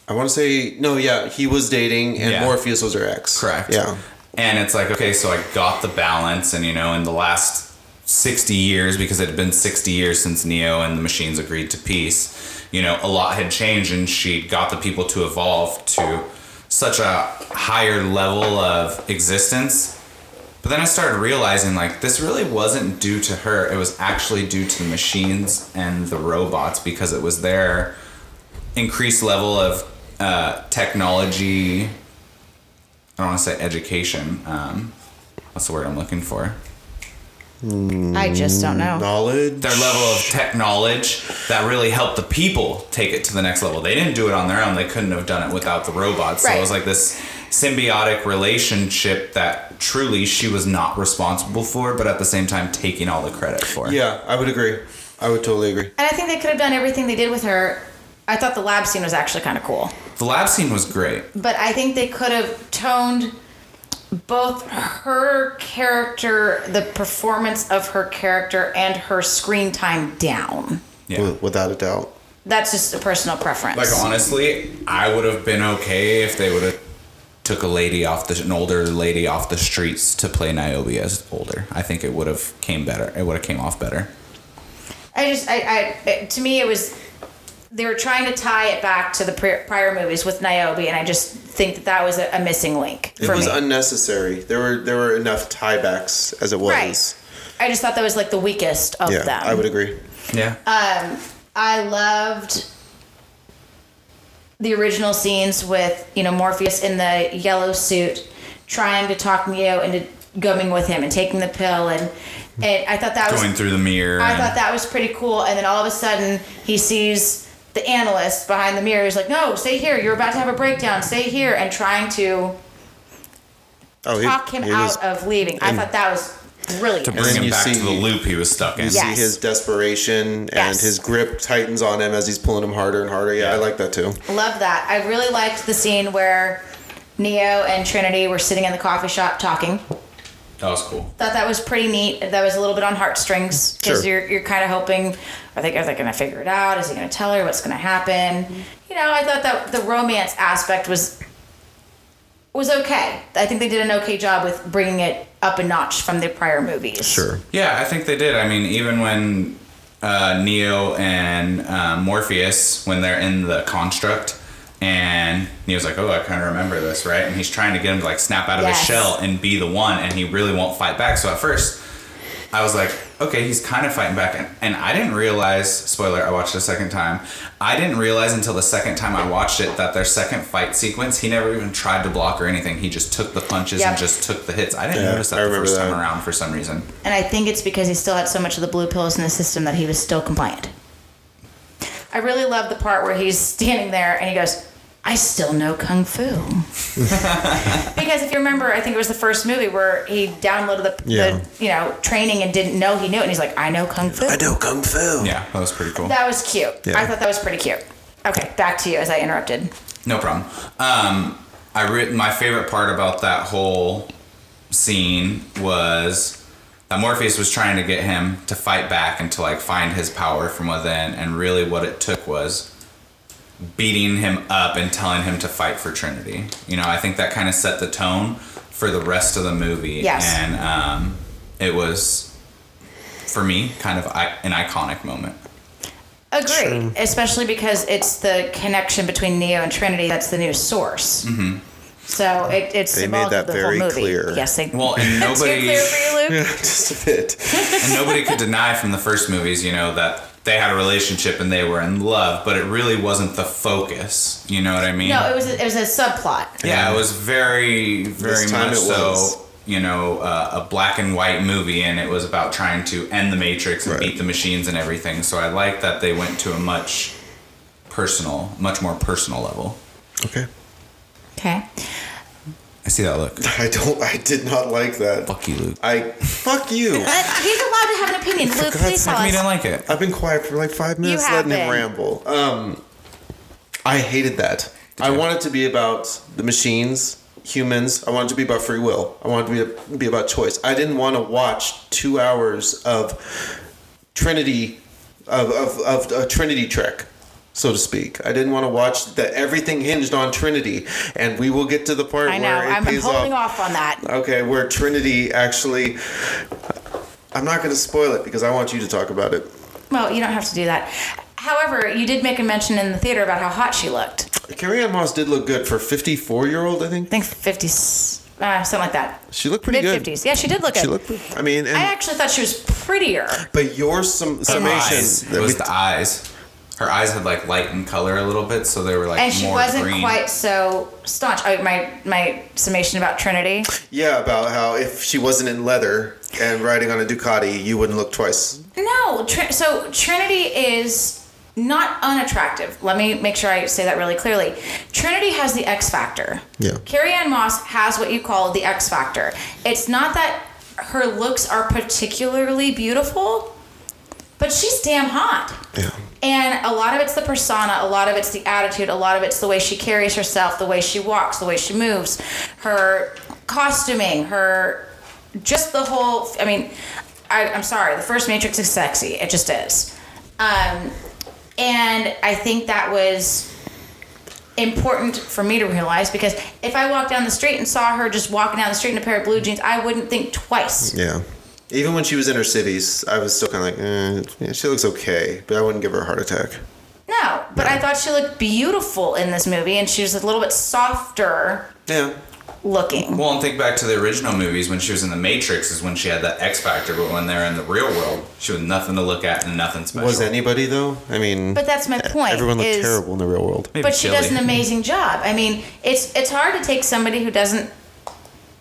[SPEAKER 4] I want to say no. Yeah, he was dating, and
[SPEAKER 3] Yeah.
[SPEAKER 4] Morpheus was her ex.
[SPEAKER 3] correct?
[SPEAKER 4] Yeah.
[SPEAKER 3] And it's like okay, so I got the balance, and you know, in the last. 60 years because it had been 60 years since Neo and the machines agreed to peace. You know, a lot had changed and she got the people to evolve to such a higher level of existence. But then I started realizing like this really wasn't due to her. It was actually due to the machines and the robots because it was their increased level of uh, technology. I don't want to say education. Um, what's the word I'm looking for?
[SPEAKER 1] I just don't know.
[SPEAKER 4] Mm. Knowledge.
[SPEAKER 3] their level of tech knowledge that really helped the people take it to the next level. They didn't do it on their own. They couldn't have done it without the robots. So it was
[SPEAKER 1] Right.
[SPEAKER 3] like this symbiotic relationship that truly she was not responsible for, but at the same time taking all the credit for.
[SPEAKER 4] Yeah, I would agree. I would totally agree.
[SPEAKER 1] And I think they could have done everything they did with her. I thought the lab scene was actually kind of cool.
[SPEAKER 3] The lab scene was great.
[SPEAKER 1] But I think they could have toned both her character, the performance of her character, and her screen time down.
[SPEAKER 3] Yeah.
[SPEAKER 4] Wi- Without a doubt.
[SPEAKER 1] That's just a personal preference.
[SPEAKER 3] Like honestly, I would have been okay if they would have took a lady off the an older lady off the streets to play Niobe as older. I think it would have came better. It would have came off better.
[SPEAKER 1] I just, I, I, it- to me, it was they were trying to tie it back to the pri- prior movies with Niobe, and I just think that that was a, a missing link
[SPEAKER 4] It
[SPEAKER 1] for
[SPEAKER 4] was
[SPEAKER 1] me.
[SPEAKER 4] unnecessary. There were there were enough tiebacks as it was.
[SPEAKER 1] right. I just thought that was like the weakest of
[SPEAKER 4] Yeah,
[SPEAKER 1] them.
[SPEAKER 4] I would agree.
[SPEAKER 3] Yeah.
[SPEAKER 1] Uh, I loved the original scenes with you know Morpheus in the yellow suit trying to talk Neo into going with him and taking the pill and and I thought that was
[SPEAKER 3] Going through the mirror.
[SPEAKER 1] I
[SPEAKER 3] and-
[SPEAKER 1] thought that was pretty cool and then all of a sudden he sees the analyst behind the mirror he's like no stay here you're about to have a breakdown stay here and trying to
[SPEAKER 4] Oh, he-
[SPEAKER 1] talk him
[SPEAKER 4] he
[SPEAKER 1] out
[SPEAKER 4] was-
[SPEAKER 1] of leaving I thought that was brilliant
[SPEAKER 3] to bring
[SPEAKER 4] then
[SPEAKER 3] him
[SPEAKER 4] you
[SPEAKER 3] back
[SPEAKER 4] see-
[SPEAKER 3] to the loop he was stuck in.
[SPEAKER 4] you
[SPEAKER 1] Yes.
[SPEAKER 4] see his desperation and
[SPEAKER 1] Yes.
[SPEAKER 4] his grip tightens on him as he's pulling him harder and harder. Yeah, I like that too.
[SPEAKER 1] Love that. I really liked the scene where Neo and Trinity were sitting in the coffee shop talking.
[SPEAKER 3] That was cool.
[SPEAKER 1] Thought that was pretty neat. That was a little bit on heartstrings because
[SPEAKER 4] Sure.
[SPEAKER 1] you're you're kind of hoping are they are they going to figure it out? Is he going to tell her what's going to happen? You know, I thought that the romance aspect was was okay. I think they did an okay job with bringing it up a notch from the prior movies.
[SPEAKER 3] Yeah, I think they did. I mean, even when uh, Neo and uh, Morpheus, when they're in the construct, and Neo's like, "Oh, I kind of remember this, right?" And he's trying to get him to like snap out of
[SPEAKER 1] Yes.
[SPEAKER 3] his shell and be the one, and he really won't fight back. So at first, I was like, okay, he's kind of fighting back. And, and I didn't realize, spoiler, I watched it a second time. I didn't realize until the second time I watched it that their second fight sequence, he never even tried to block or anything. He just took the punches
[SPEAKER 1] Yep.
[SPEAKER 3] and just took the hits. I didn't
[SPEAKER 4] Yeah,
[SPEAKER 3] notice that
[SPEAKER 4] I
[SPEAKER 3] the
[SPEAKER 4] remember
[SPEAKER 3] first
[SPEAKER 4] that.
[SPEAKER 3] time around for some reason.
[SPEAKER 1] And I think it's because he still had so much of the blue pills in the system that he was still compliant. I really love the part where he's standing there and he goes, I still know Kung Fu. because if you remember, I think it was the first movie where he downloaded the,
[SPEAKER 4] Yeah.
[SPEAKER 1] the you know, training and didn't know he knew it. And he's like, I know Kung Fu.
[SPEAKER 4] know kung fu.
[SPEAKER 3] Yeah, that was pretty cool.
[SPEAKER 1] That was cute.
[SPEAKER 4] Yeah.
[SPEAKER 1] I thought that was pretty cute. Okay, back to you as I interrupted.
[SPEAKER 3] No problem. Um, I re- my favorite part about that whole scene was that Morpheus was trying to get him to fight back and to like find his power from within, and really what it took was beating him up and telling him to fight for Trinity. You know, I think that kind of set the tone for the rest of the movie,
[SPEAKER 1] Yes.
[SPEAKER 3] and um, it was for me kind of I- an iconic moment.
[SPEAKER 1] Agreed. Especially because it's the connection between Neo and Trinity that's the new source. Mm-hmm. So it, it's
[SPEAKER 4] They
[SPEAKER 1] symbolic
[SPEAKER 4] made that
[SPEAKER 1] of the
[SPEAKER 4] very
[SPEAKER 1] whole movie.
[SPEAKER 4] clear.
[SPEAKER 1] Yes, they
[SPEAKER 3] Well, and nobody.
[SPEAKER 1] Too clear for you, Luke?
[SPEAKER 4] Just a bit.
[SPEAKER 3] and nobody could deny from the first movies, you know, that they had a relationship and they were in love, but it really wasn't the focus. You know what I mean?
[SPEAKER 1] No, it was a, it was a subplot.
[SPEAKER 3] yeah, it was very, very
[SPEAKER 4] This time
[SPEAKER 3] much
[SPEAKER 4] it was.
[SPEAKER 3] so. You know, uh, a black and white movie, and it was about trying to end the Matrix and
[SPEAKER 4] Right.
[SPEAKER 3] beat the machines and everything. So I like that they went to a much personal, much more personal level.
[SPEAKER 4] Okay.
[SPEAKER 1] Okay.
[SPEAKER 3] I see that look.
[SPEAKER 4] I don't. I did not like that.
[SPEAKER 3] Fuck you, Luke.
[SPEAKER 4] I fuck you.
[SPEAKER 1] But he's allowed to have an opinion. Luke, please tell
[SPEAKER 3] How come you
[SPEAKER 1] us.
[SPEAKER 3] didn't like it?
[SPEAKER 4] I've been quiet for like five minutes,
[SPEAKER 1] have
[SPEAKER 4] letting
[SPEAKER 1] been.
[SPEAKER 4] him ramble. Um, I hated that. I
[SPEAKER 3] you?
[SPEAKER 4] want it to be about the machines, humans. I want it to be about free will. I want it to be, be about choice. I didn't want to watch two hours of Trinity, of of, of a Trinity trek. So to speak, I didn't want to watch that. Everything hinged on Trinity, and we will get to the part
[SPEAKER 1] I know.
[SPEAKER 4] where it
[SPEAKER 1] I'm, I'm
[SPEAKER 4] pays off.
[SPEAKER 1] holding off on that.
[SPEAKER 4] Okay, where Trinity actually. I'm not going to spoil it because I want you to talk about it.
[SPEAKER 1] Well, you don't have to do that. However, you did make a mention in the theater about how hot she looked.
[SPEAKER 4] Carrie Ann Moss did look good for 54 year old, I
[SPEAKER 1] I
[SPEAKER 4] think.
[SPEAKER 1] think 50s, uh, something like that.
[SPEAKER 4] She looked pretty
[SPEAKER 1] Mid
[SPEAKER 4] good.
[SPEAKER 1] 50s. Yeah, she did look
[SPEAKER 4] She
[SPEAKER 1] good.
[SPEAKER 4] looked. I mean, and,
[SPEAKER 1] I actually thought she was prettier.
[SPEAKER 4] but your sum,
[SPEAKER 3] Eyes.
[SPEAKER 4] summation.
[SPEAKER 3] It
[SPEAKER 4] that we-
[SPEAKER 3] was the eyes. Her eyes had like light in color a little bit, so they were like
[SPEAKER 1] And she
[SPEAKER 3] more
[SPEAKER 1] wasn't
[SPEAKER 3] green.
[SPEAKER 1] quite so staunch. Oh, my, my summation about Trinity.
[SPEAKER 4] yeah, about how if she wasn't in leather and riding on a Ducati, you wouldn't look twice.
[SPEAKER 1] No, tr- so Trinity is not unattractive. Let me make sure I say that really clearly. Trinity has the X factor.
[SPEAKER 4] Yeah.
[SPEAKER 1] Carrie Ann Moss has what you call the X factor. It's not that her looks are particularly beautiful, but she's damn hot.
[SPEAKER 4] Yeah.
[SPEAKER 1] And a lot of it's the persona, a lot of it's the attitude, a lot of it's the way she carries herself, the way she walks, the way she moves, her costuming, her just the whole. I mean, I, I'm sorry, the first Matrix is sexy. It just is. Um, and I think that was important for me to realize because if I walked down the street and saw her just walking down the street in a pair of blue jeans, I wouldn't think twice.
[SPEAKER 4] Yeah. Even when she was in her cities, I was still kind of like, eh, yeah, she looks okay, but I wouldn't give her a heart attack.
[SPEAKER 1] No, but I thought she looked beautiful in this movie and she was a little bit softer
[SPEAKER 4] Yeah.
[SPEAKER 1] looking.
[SPEAKER 3] Well, and think back to the original movies when she was in The Matrix is when she had that X factor, but when they're in the real world, she was nothing to look at and nothing special.
[SPEAKER 4] Was anybody, though? I mean,
[SPEAKER 1] But that's my point.
[SPEAKER 4] everyone looked
[SPEAKER 1] is-
[SPEAKER 4] terrible in the real world.
[SPEAKER 3] Maybe
[SPEAKER 1] But she does an
[SPEAKER 3] Chili.
[SPEAKER 1] amazing job. I mean, it's it's hard to take somebody who doesn't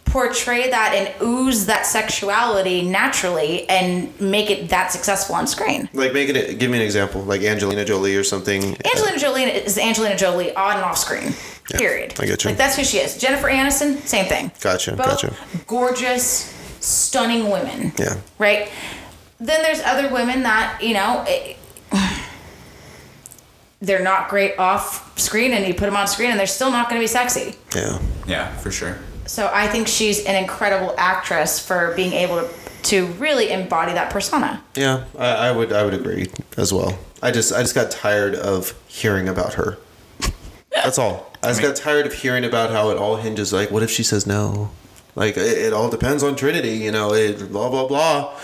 [SPEAKER 1] portray that and ooze that sexuality naturally and make it that successful on screen.
[SPEAKER 4] Like, make it. Give me an example, like Angelina Jolie or something.
[SPEAKER 1] Angelina Jolie is Angelina Jolie on and off screen. Period.
[SPEAKER 4] I get you.
[SPEAKER 1] Like that's who she is. Jennifer Aniston, same thing.
[SPEAKER 4] Gotcha,
[SPEAKER 1] Both
[SPEAKER 4] gotcha.
[SPEAKER 1] Gorgeous, stunning women.
[SPEAKER 4] Yeah.
[SPEAKER 1] Right. Then there's other women that you know. It, they're not great off screen, and you put them on screen, and they're still not going to be sexy.
[SPEAKER 4] Yeah.
[SPEAKER 3] Yeah, for sure.
[SPEAKER 1] So I think she's an incredible actress for being able to to really embody that persona.
[SPEAKER 4] Yeah, I, I would I would agree as well. I just I just got tired of hearing about her. That's all. I just got tired of hearing about how it all hinges. Like, what if she says no? Like, it, it all depends on Trinity. You know, it blah blah blah.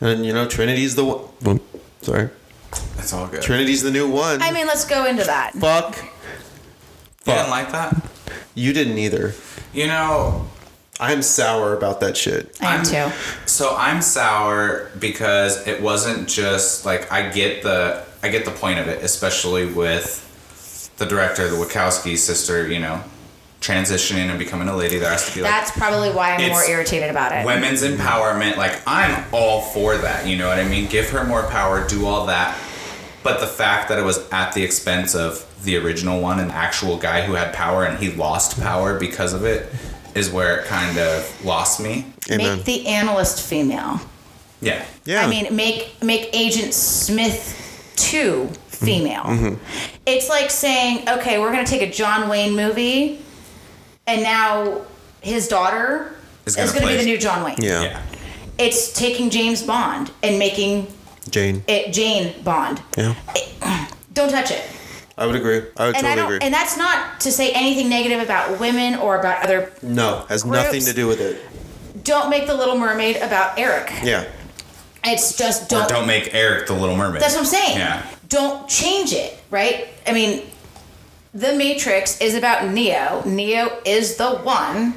[SPEAKER 4] And you know, Trinity's the one. Oop, Sorry,
[SPEAKER 3] That's all good.
[SPEAKER 4] Trinity's the new one.
[SPEAKER 1] I mean, let's go into that.
[SPEAKER 4] fuck.
[SPEAKER 3] You didn't like that?
[SPEAKER 4] You didn't either.
[SPEAKER 3] You know,
[SPEAKER 4] I'm sour about that shit.
[SPEAKER 1] I am
[SPEAKER 3] I'm-
[SPEAKER 1] too.
[SPEAKER 3] So I'm sour because it wasn't just like I get the I get the point of it, especially with the director, the Wachowski sister, you know, transitioning and becoming a lady. There has to be like
[SPEAKER 1] That's probably why I'm
[SPEAKER 3] It's
[SPEAKER 1] more irritated about it.
[SPEAKER 3] women's empowerment. Like I'm all for that. You know what I mean? Give her more power. Do all that. But the fact that it was at the expense of the original one, an actual guy who had power and he lost power because of it, is where it kind of lost me.
[SPEAKER 4] Amen.
[SPEAKER 1] Make the analyst female.
[SPEAKER 3] Yeah.
[SPEAKER 4] yeah.
[SPEAKER 1] I mean, make make Agent Smith two female.
[SPEAKER 4] Mm-hmm.
[SPEAKER 1] It's like saying, okay, we're gonna take a John Wayne movie, and now his daughter is
[SPEAKER 3] Is gonna
[SPEAKER 1] gonna, be
[SPEAKER 3] play-
[SPEAKER 1] the new John Wayne.
[SPEAKER 4] yeah.
[SPEAKER 3] Yeah.
[SPEAKER 1] It's taking James Bond and making
[SPEAKER 4] Jane.
[SPEAKER 1] it Jane Bond.
[SPEAKER 4] Yeah.
[SPEAKER 1] Don't touch it.
[SPEAKER 4] I would agree. I would
[SPEAKER 1] And
[SPEAKER 4] totally
[SPEAKER 1] I don't.
[SPEAKER 4] agree.
[SPEAKER 1] And that's not to say anything negative about women or about other.
[SPEAKER 4] no, has
[SPEAKER 1] Groups.
[SPEAKER 4] nothing to do with it.
[SPEAKER 1] Don't make the Little Mermaid about Eric.
[SPEAKER 4] Yeah.
[SPEAKER 1] It's just
[SPEAKER 3] Or don't make Eric the Little Mermaid.
[SPEAKER 1] That's what I'm saying.
[SPEAKER 3] Yeah.
[SPEAKER 1] Don't change it, right? I mean, The Matrix is about Neo. Neo is the one.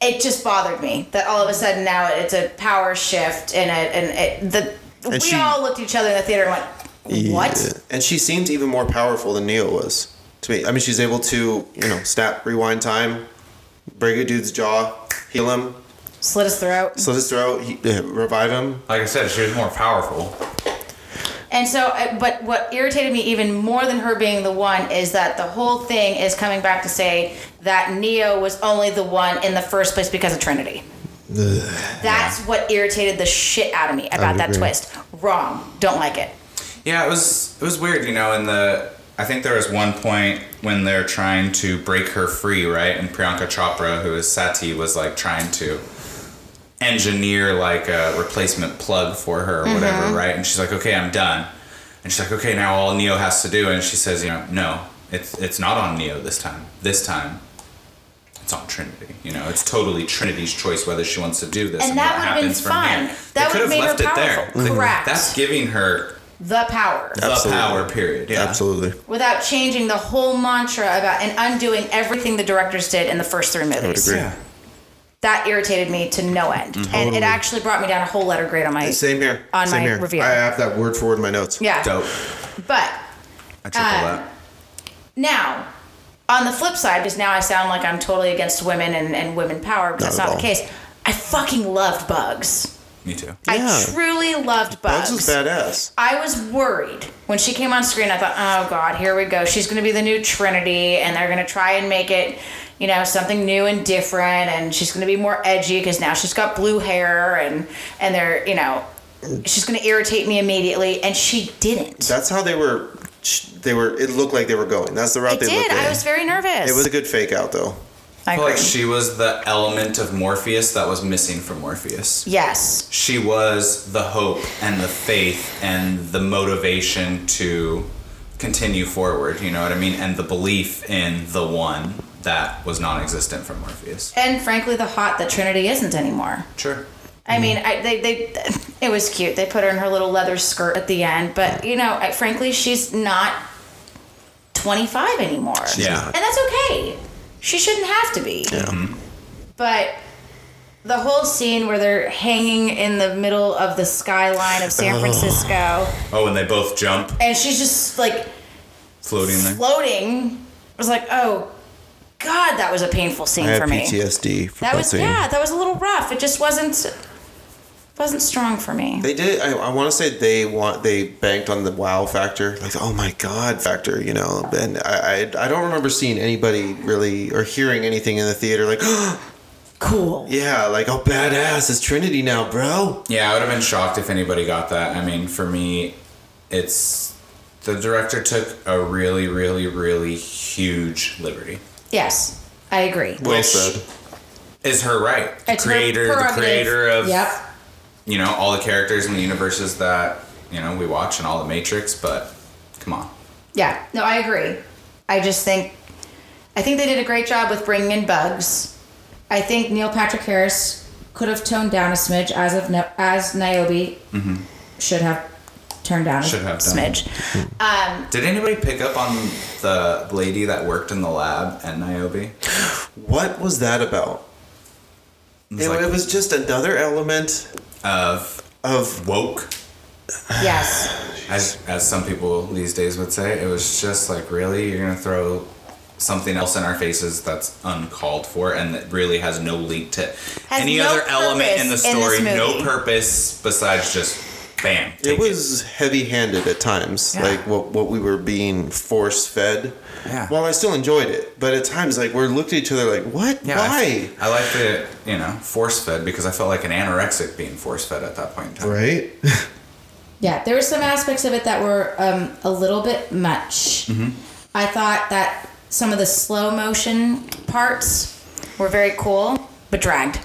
[SPEAKER 1] It just bothered me that all of a sudden now it's a power shift and it, and it, the we
[SPEAKER 4] she-
[SPEAKER 1] all looked at each other in the theater and went, "What?"
[SPEAKER 4] Yeah. And she seemed even more powerful than Neo was to me. I mean, she's able to, you know, snap, rewind time, break a dude's jaw, heal him,
[SPEAKER 1] Slit his throat.
[SPEAKER 4] slit his throat, he, uh, revive him.
[SPEAKER 3] Like I said, she was more powerful.
[SPEAKER 1] And so, I- but what irritated me even more than her being the one is that the whole thing is coming back to say that Neo was only the one in the first place because of Trinity. That's what irritated the shit out of me about that
[SPEAKER 2] agree.
[SPEAKER 1] twist. Wrong. Don't like it.
[SPEAKER 3] Yeah, it was it was weird, you know. In the I think there was one point when they're trying to break her free, right? And Priyanka Chopra, who is Sati, was like trying to engineer like a replacement plug for her or
[SPEAKER 1] Mm-hmm.
[SPEAKER 3] whatever, right? And she's like, "Okay, I'm done." And she's like, "Okay, now all Neo has to do," and she says, "You know, no, it's it's not on Neo this time. This time." It's on Trinity, you know. It's totally Trinity's choice whether she wants to do this,
[SPEAKER 1] And
[SPEAKER 3] and,
[SPEAKER 1] that
[SPEAKER 3] what
[SPEAKER 1] would've been
[SPEAKER 3] happens from
[SPEAKER 1] fine.
[SPEAKER 3] here.
[SPEAKER 1] That
[SPEAKER 3] they could
[SPEAKER 1] would've
[SPEAKER 3] have
[SPEAKER 1] made her
[SPEAKER 3] left it there.
[SPEAKER 1] powerful. Correct.
[SPEAKER 3] That's giving her
[SPEAKER 1] The power.
[SPEAKER 3] the
[SPEAKER 2] Absolutely.
[SPEAKER 3] power period. Yeah.
[SPEAKER 2] Absolutely.
[SPEAKER 1] Without changing the whole mantra about and undoing everything the directors did in the first three movies.
[SPEAKER 2] agree. Mm-hmm.
[SPEAKER 3] Yeah.
[SPEAKER 1] That irritated me to no end. And it actually brought me down a whole letter grade on my
[SPEAKER 4] Same here.
[SPEAKER 1] On
[SPEAKER 4] Same
[SPEAKER 1] my
[SPEAKER 4] here.
[SPEAKER 1] review.
[SPEAKER 4] I have that word for word in my notes.
[SPEAKER 1] Yeah.
[SPEAKER 3] Dope.
[SPEAKER 1] But
[SPEAKER 3] I triple
[SPEAKER 1] Uh,
[SPEAKER 3] that.
[SPEAKER 1] Now, on the flip side, because now I sound like I'm totally against women and, and women power,
[SPEAKER 2] Not
[SPEAKER 1] but that's
[SPEAKER 2] at
[SPEAKER 1] not
[SPEAKER 2] all.
[SPEAKER 1] the case. I fucking loved Bugs.
[SPEAKER 3] Me too.
[SPEAKER 2] Yeah.
[SPEAKER 1] I truly loved Bugs.
[SPEAKER 4] Bugs was badass.
[SPEAKER 1] I was worried when she came on screen. I thought, oh God, here we go. She's going to be the new Trinity, and they're going to try and make it, you know, something new and different. And she's going to be more edgy because now she's got blue hair, and and they're, you know, she's going to irritate me immediately. And she didn't.
[SPEAKER 4] That's how they were. They were. It looked like they were going. That's the route
[SPEAKER 1] I
[SPEAKER 4] they
[SPEAKER 1] did.
[SPEAKER 4] looked.
[SPEAKER 1] I
[SPEAKER 4] at.
[SPEAKER 1] was very nervous.
[SPEAKER 4] It was a good fake out though.
[SPEAKER 1] I
[SPEAKER 3] I feel like
[SPEAKER 1] agree.
[SPEAKER 3] she was the element of Morpheus that was missing from Morpheus.
[SPEAKER 1] yes.
[SPEAKER 3] She was the hope and the faith and the motivation to continue forward, you know what I mean? And the belief in the one that was non existent from Morpheus.
[SPEAKER 1] and frankly the hot that trinity isn't anymore
[SPEAKER 3] Sure.
[SPEAKER 1] i mean I, they, they it was cute they put her in her little leather skirt at the end but you know I, frankly she's not 25 anymore
[SPEAKER 3] Yeah.
[SPEAKER 1] and that's okay she shouldn't have to be but the whole scene where they're hanging in the middle of the skyline of san francisco
[SPEAKER 3] Oh, and they both jump
[SPEAKER 1] and she's just like
[SPEAKER 3] floating there.
[SPEAKER 1] floating i was like oh god that was a painful scene
[SPEAKER 4] I
[SPEAKER 1] for
[SPEAKER 4] have
[SPEAKER 1] me
[SPEAKER 4] PTSD from
[SPEAKER 1] That was
[SPEAKER 4] scene.
[SPEAKER 1] yeah, that was a little rough. It just wasn't wasn't strong for me.
[SPEAKER 4] They did. I, I want to say they want they banked on the wow factor, like the, oh my god factor, you know. And I, I I don't remember seeing anybody really or hearing anything in the theater like,
[SPEAKER 1] Cool.
[SPEAKER 4] yeah, like oh badass, it's Trinity now, bro.
[SPEAKER 3] Yeah, I would have been shocked if anybody got that. I mean, for me, it's the director took a really, really, really huge liberty.
[SPEAKER 1] Yes, I agree.
[SPEAKER 4] Well
[SPEAKER 3] Which-
[SPEAKER 4] said.
[SPEAKER 3] is her right. The
[SPEAKER 1] It's her
[SPEAKER 3] creator, the
[SPEAKER 1] prerogative.
[SPEAKER 3] creator of
[SPEAKER 1] Yep.
[SPEAKER 3] you know all the characters and the universes that you know we watch and all the Matrix. But come on,
[SPEAKER 1] Yeah. No, I agree. I just think I think they did a great job with bringing in bugs. I think Neil Patrick Harris could have toned down a smidge as of no, as Niobe should have turned down
[SPEAKER 3] Mm-hmm. Should
[SPEAKER 1] a
[SPEAKER 3] have done.
[SPEAKER 1] smidge.
[SPEAKER 3] did anybody pick up on the lady that worked in the lab at Niobe?
[SPEAKER 4] What was that about? It,
[SPEAKER 3] like-
[SPEAKER 4] it was just another element
[SPEAKER 3] Of
[SPEAKER 4] of
[SPEAKER 3] woke,
[SPEAKER 1] Yes.
[SPEAKER 3] as as some people these days would say, it was just like really you're gonna throw something else in our faces that's uncalled for and that really has no link to any
[SPEAKER 1] no
[SPEAKER 3] other element in the
[SPEAKER 1] purpose in
[SPEAKER 3] story,
[SPEAKER 1] this
[SPEAKER 3] no
[SPEAKER 1] movie.
[SPEAKER 3] purpose besides just bam.
[SPEAKER 4] it
[SPEAKER 3] take
[SPEAKER 4] was heavy-handed at times
[SPEAKER 3] Yeah.
[SPEAKER 4] like what, what we were being force-fed
[SPEAKER 3] Yeah.
[SPEAKER 4] well i still enjoyed it but at times like we're looked at each other like what
[SPEAKER 3] Yeah,
[SPEAKER 4] why
[SPEAKER 3] I, I like the you know force fed because I felt like an anorexic being force fed at that point in time.
[SPEAKER 4] right
[SPEAKER 1] Yeah, there were some aspects of it that were um, a little bit much.
[SPEAKER 3] Mm-hmm.
[SPEAKER 1] I thought that some of the slow motion parts were very cool, but dragged.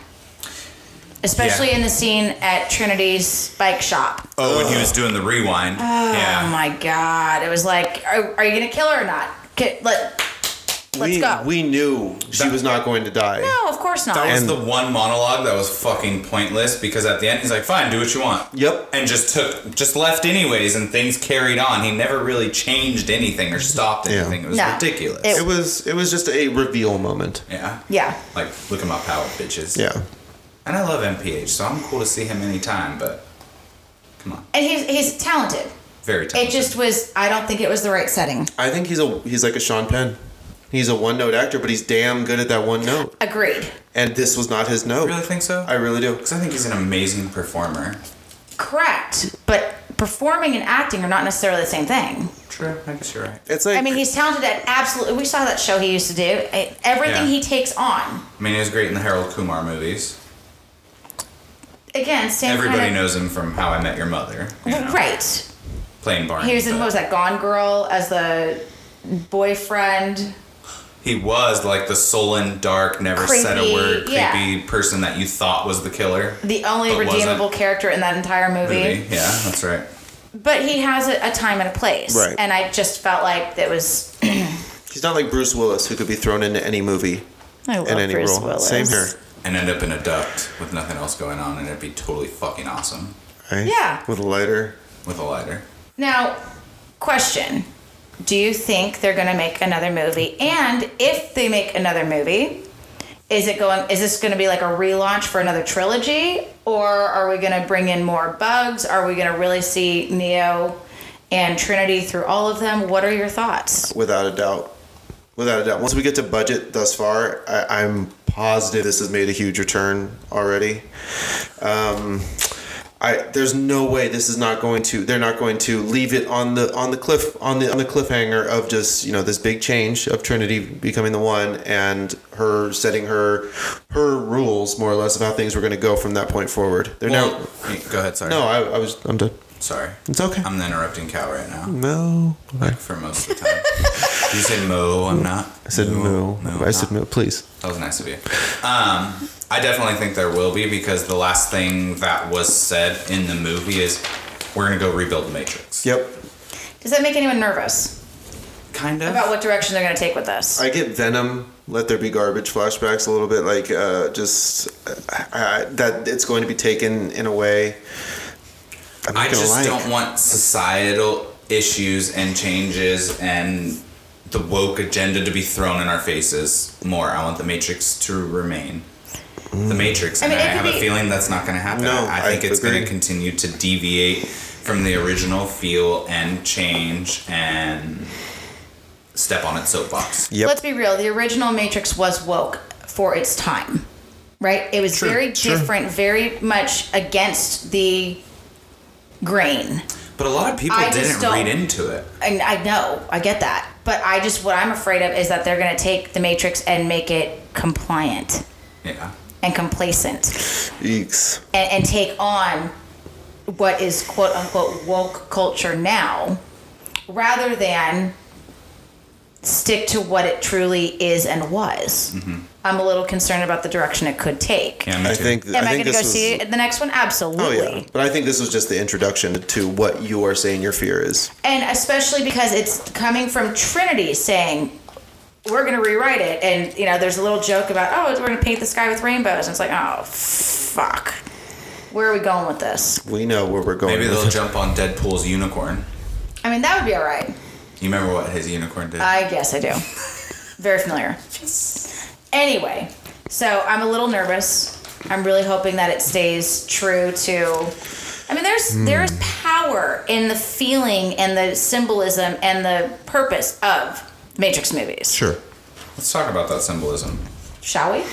[SPEAKER 1] Especially
[SPEAKER 3] Yeah.
[SPEAKER 1] in the scene at Trinity's bike shop.
[SPEAKER 3] Oh, when he was doing the rewind.
[SPEAKER 1] Oh
[SPEAKER 3] yeah.
[SPEAKER 1] my god! It was like, are, are you gonna kill her or not? Ki- let, let's
[SPEAKER 4] we,
[SPEAKER 1] go.
[SPEAKER 4] we knew she
[SPEAKER 3] That-
[SPEAKER 4] was not going to die
[SPEAKER 1] no, of course not.
[SPEAKER 3] That was
[SPEAKER 4] And-
[SPEAKER 3] the one monologue that was fucking pointless because at the end he's like, "Fine, do what you want."
[SPEAKER 4] Yep.
[SPEAKER 3] And just took, just left anyways, and things carried on. He never really changed anything or stopped
[SPEAKER 4] Yeah.
[SPEAKER 3] anything. It was
[SPEAKER 1] No.
[SPEAKER 3] ridiculous.
[SPEAKER 1] It-
[SPEAKER 4] it was it was just a reveal moment
[SPEAKER 3] yeah.
[SPEAKER 1] yeah.
[SPEAKER 3] Like, look at my power, bitches.
[SPEAKER 4] yeah
[SPEAKER 3] And I love MPH, so I'm cool to see him anytime. But come on,
[SPEAKER 1] And he's he's talented.
[SPEAKER 3] very
[SPEAKER 1] It
[SPEAKER 3] talented.
[SPEAKER 1] just was. I don't think it was the right setting.
[SPEAKER 4] i think he's a he's like a sean penn he's a one-note actor but he's damn good at that one note
[SPEAKER 1] Agreed.
[SPEAKER 4] and this was not his note
[SPEAKER 3] really think so?
[SPEAKER 4] i really do
[SPEAKER 3] Because I think he's an amazing performer.
[SPEAKER 1] Correct. But performing and acting are not necessarily the same thing.
[SPEAKER 3] True. I guess you're right.
[SPEAKER 4] It's like
[SPEAKER 1] I mean, he's talented at absolutely. We saw that show he used to do. Eh, Everything
[SPEAKER 3] Yeah.
[SPEAKER 1] he takes on.
[SPEAKER 3] I mean, he was great in the Harold Kumar movies.
[SPEAKER 1] Again, same
[SPEAKER 3] Everybody
[SPEAKER 1] kind of,
[SPEAKER 3] knows him from How I Met Your Mother. you know,
[SPEAKER 1] Right.
[SPEAKER 3] Playing Barney.
[SPEAKER 1] He was in
[SPEAKER 3] but
[SPEAKER 1] what was that Gone Girl as the boyfriend.
[SPEAKER 3] He was like the sullen, dark, never said a
[SPEAKER 1] Creepy,
[SPEAKER 3] word, creepy
[SPEAKER 1] yeah.
[SPEAKER 3] person that you thought was the killer.
[SPEAKER 1] The only
[SPEAKER 3] But wasn't.
[SPEAKER 1] redeemable character in that entire
[SPEAKER 3] Movie. Yeah, that's right.
[SPEAKER 1] But he has a, a time and a place.
[SPEAKER 4] Right.
[SPEAKER 1] And I just felt like that was.
[SPEAKER 4] he's not like Bruce Willis who could be thrown into any movie
[SPEAKER 1] I love
[SPEAKER 4] in any
[SPEAKER 1] Bruce
[SPEAKER 4] role.
[SPEAKER 1] Willis.
[SPEAKER 4] Same here.
[SPEAKER 3] And end up in a duct with nothing else going on, and it'd be totally fucking awesome
[SPEAKER 4] Right?
[SPEAKER 1] Yeah.
[SPEAKER 4] With a lighter.
[SPEAKER 3] with a lighter.
[SPEAKER 1] Now, question. Do you think they're going to make another movie? And if they make another movie, is it going is this going to be like a relaunch for another trilogy or are we going to bring in more bugs? Are we going to really see Neo and Trinity through all of them? What are your thoughts?
[SPEAKER 4] Without a doubt. Without a doubt. Once we get to budget thus far, I, I'm positive this has made a huge return already. Um, I, there's no way this is not going to they're not going to leave it on the on the cliff on the on the cliffhanger of just you know this big change of Trinity becoming the one and her setting her her rules more or less of how things were going to go from that point forward. They're now
[SPEAKER 3] Well, go ahead. Sorry.
[SPEAKER 4] no I, I was I'm done.
[SPEAKER 3] Sorry.
[SPEAKER 4] It's okay.
[SPEAKER 3] I'm interrupting Cal right now
[SPEAKER 4] no, I
[SPEAKER 3] for most of the time. you said mo. I'm not.
[SPEAKER 4] I said no.
[SPEAKER 3] No,
[SPEAKER 4] I said
[SPEAKER 3] not.
[SPEAKER 4] no. Please.
[SPEAKER 3] That was nice of you. Um, I definitely think there will be because the last thing that was said in the movie is we're gonna go rebuild the Matrix.
[SPEAKER 4] Yep.
[SPEAKER 1] Does that make anyone nervous
[SPEAKER 3] Kind of.
[SPEAKER 1] about what direction they're going to take with this?
[SPEAKER 4] I get Venom. Let there be garbage flashbacks a little bit, like uh, just uh, I, I- that it's going to be taken in a way. I'm not
[SPEAKER 3] I
[SPEAKER 4] gonna
[SPEAKER 3] just
[SPEAKER 4] like.
[SPEAKER 3] don't want societal issues and changes and the woke agenda to be thrown in our faces more. I want the Matrix to remain. The Matrix,
[SPEAKER 1] I
[SPEAKER 3] and I,
[SPEAKER 1] mean, it
[SPEAKER 3] have
[SPEAKER 1] could
[SPEAKER 3] a
[SPEAKER 1] be-
[SPEAKER 3] feeling that's not going to happen.
[SPEAKER 4] No,
[SPEAKER 3] I think
[SPEAKER 4] I
[SPEAKER 3] it's going
[SPEAKER 4] agree.
[SPEAKER 3] to continue to deviate from the original feel and change and step on its soapbox.
[SPEAKER 4] Yep.
[SPEAKER 1] Let's be real. The original Matrix was woke for its time, right? It was
[SPEAKER 4] True,
[SPEAKER 1] very
[SPEAKER 4] sure.
[SPEAKER 1] different, very much against the grain.
[SPEAKER 3] But a lot of people
[SPEAKER 1] I just
[SPEAKER 3] didn't
[SPEAKER 1] don't-
[SPEAKER 3] read into it.
[SPEAKER 1] And I know, I get that. But I just, what I'm afraid of is that they're going to take the Matrix and make it compliant
[SPEAKER 3] Yeah.
[SPEAKER 1] and complacent
[SPEAKER 4] Eeks.
[SPEAKER 1] and, and take on what is quote unquote woke culture now rather than stick to what it truly is and was.
[SPEAKER 4] Mm-hmm.
[SPEAKER 1] I'm a little concerned about the direction it could take.
[SPEAKER 3] Yeah, me
[SPEAKER 4] I
[SPEAKER 3] too.
[SPEAKER 4] think.
[SPEAKER 1] Am I,
[SPEAKER 4] think
[SPEAKER 1] going to
[SPEAKER 4] this
[SPEAKER 1] go
[SPEAKER 4] was,
[SPEAKER 1] see the next one?
[SPEAKER 4] Oh
[SPEAKER 1] Absolutely.
[SPEAKER 4] yeah, but I think this was just the introduction to what you are saying your fear is.
[SPEAKER 1] And especially because it's coming from Trinity saying, we're going to rewrite it. And, you know, there's a little joke about, oh, we're going to paint the sky with rainbows. And it's like, oh, fuck. Where are we going with this?
[SPEAKER 4] We know where we're going.
[SPEAKER 3] Maybe
[SPEAKER 4] with
[SPEAKER 3] they'll
[SPEAKER 4] it.
[SPEAKER 3] jump on Deadpool's unicorn.
[SPEAKER 1] I mean, that would be all right.
[SPEAKER 3] You remember what his unicorn did?
[SPEAKER 1] I guess I do. Very familiar. Anyway, so I'm a little nervous. I'm really hoping that it stays true to. I mean, there's there's power in the feeling and the symbolism and the purpose of Matrix movies.
[SPEAKER 4] Sure.
[SPEAKER 3] Let's talk about that symbolism.
[SPEAKER 1] Shall we?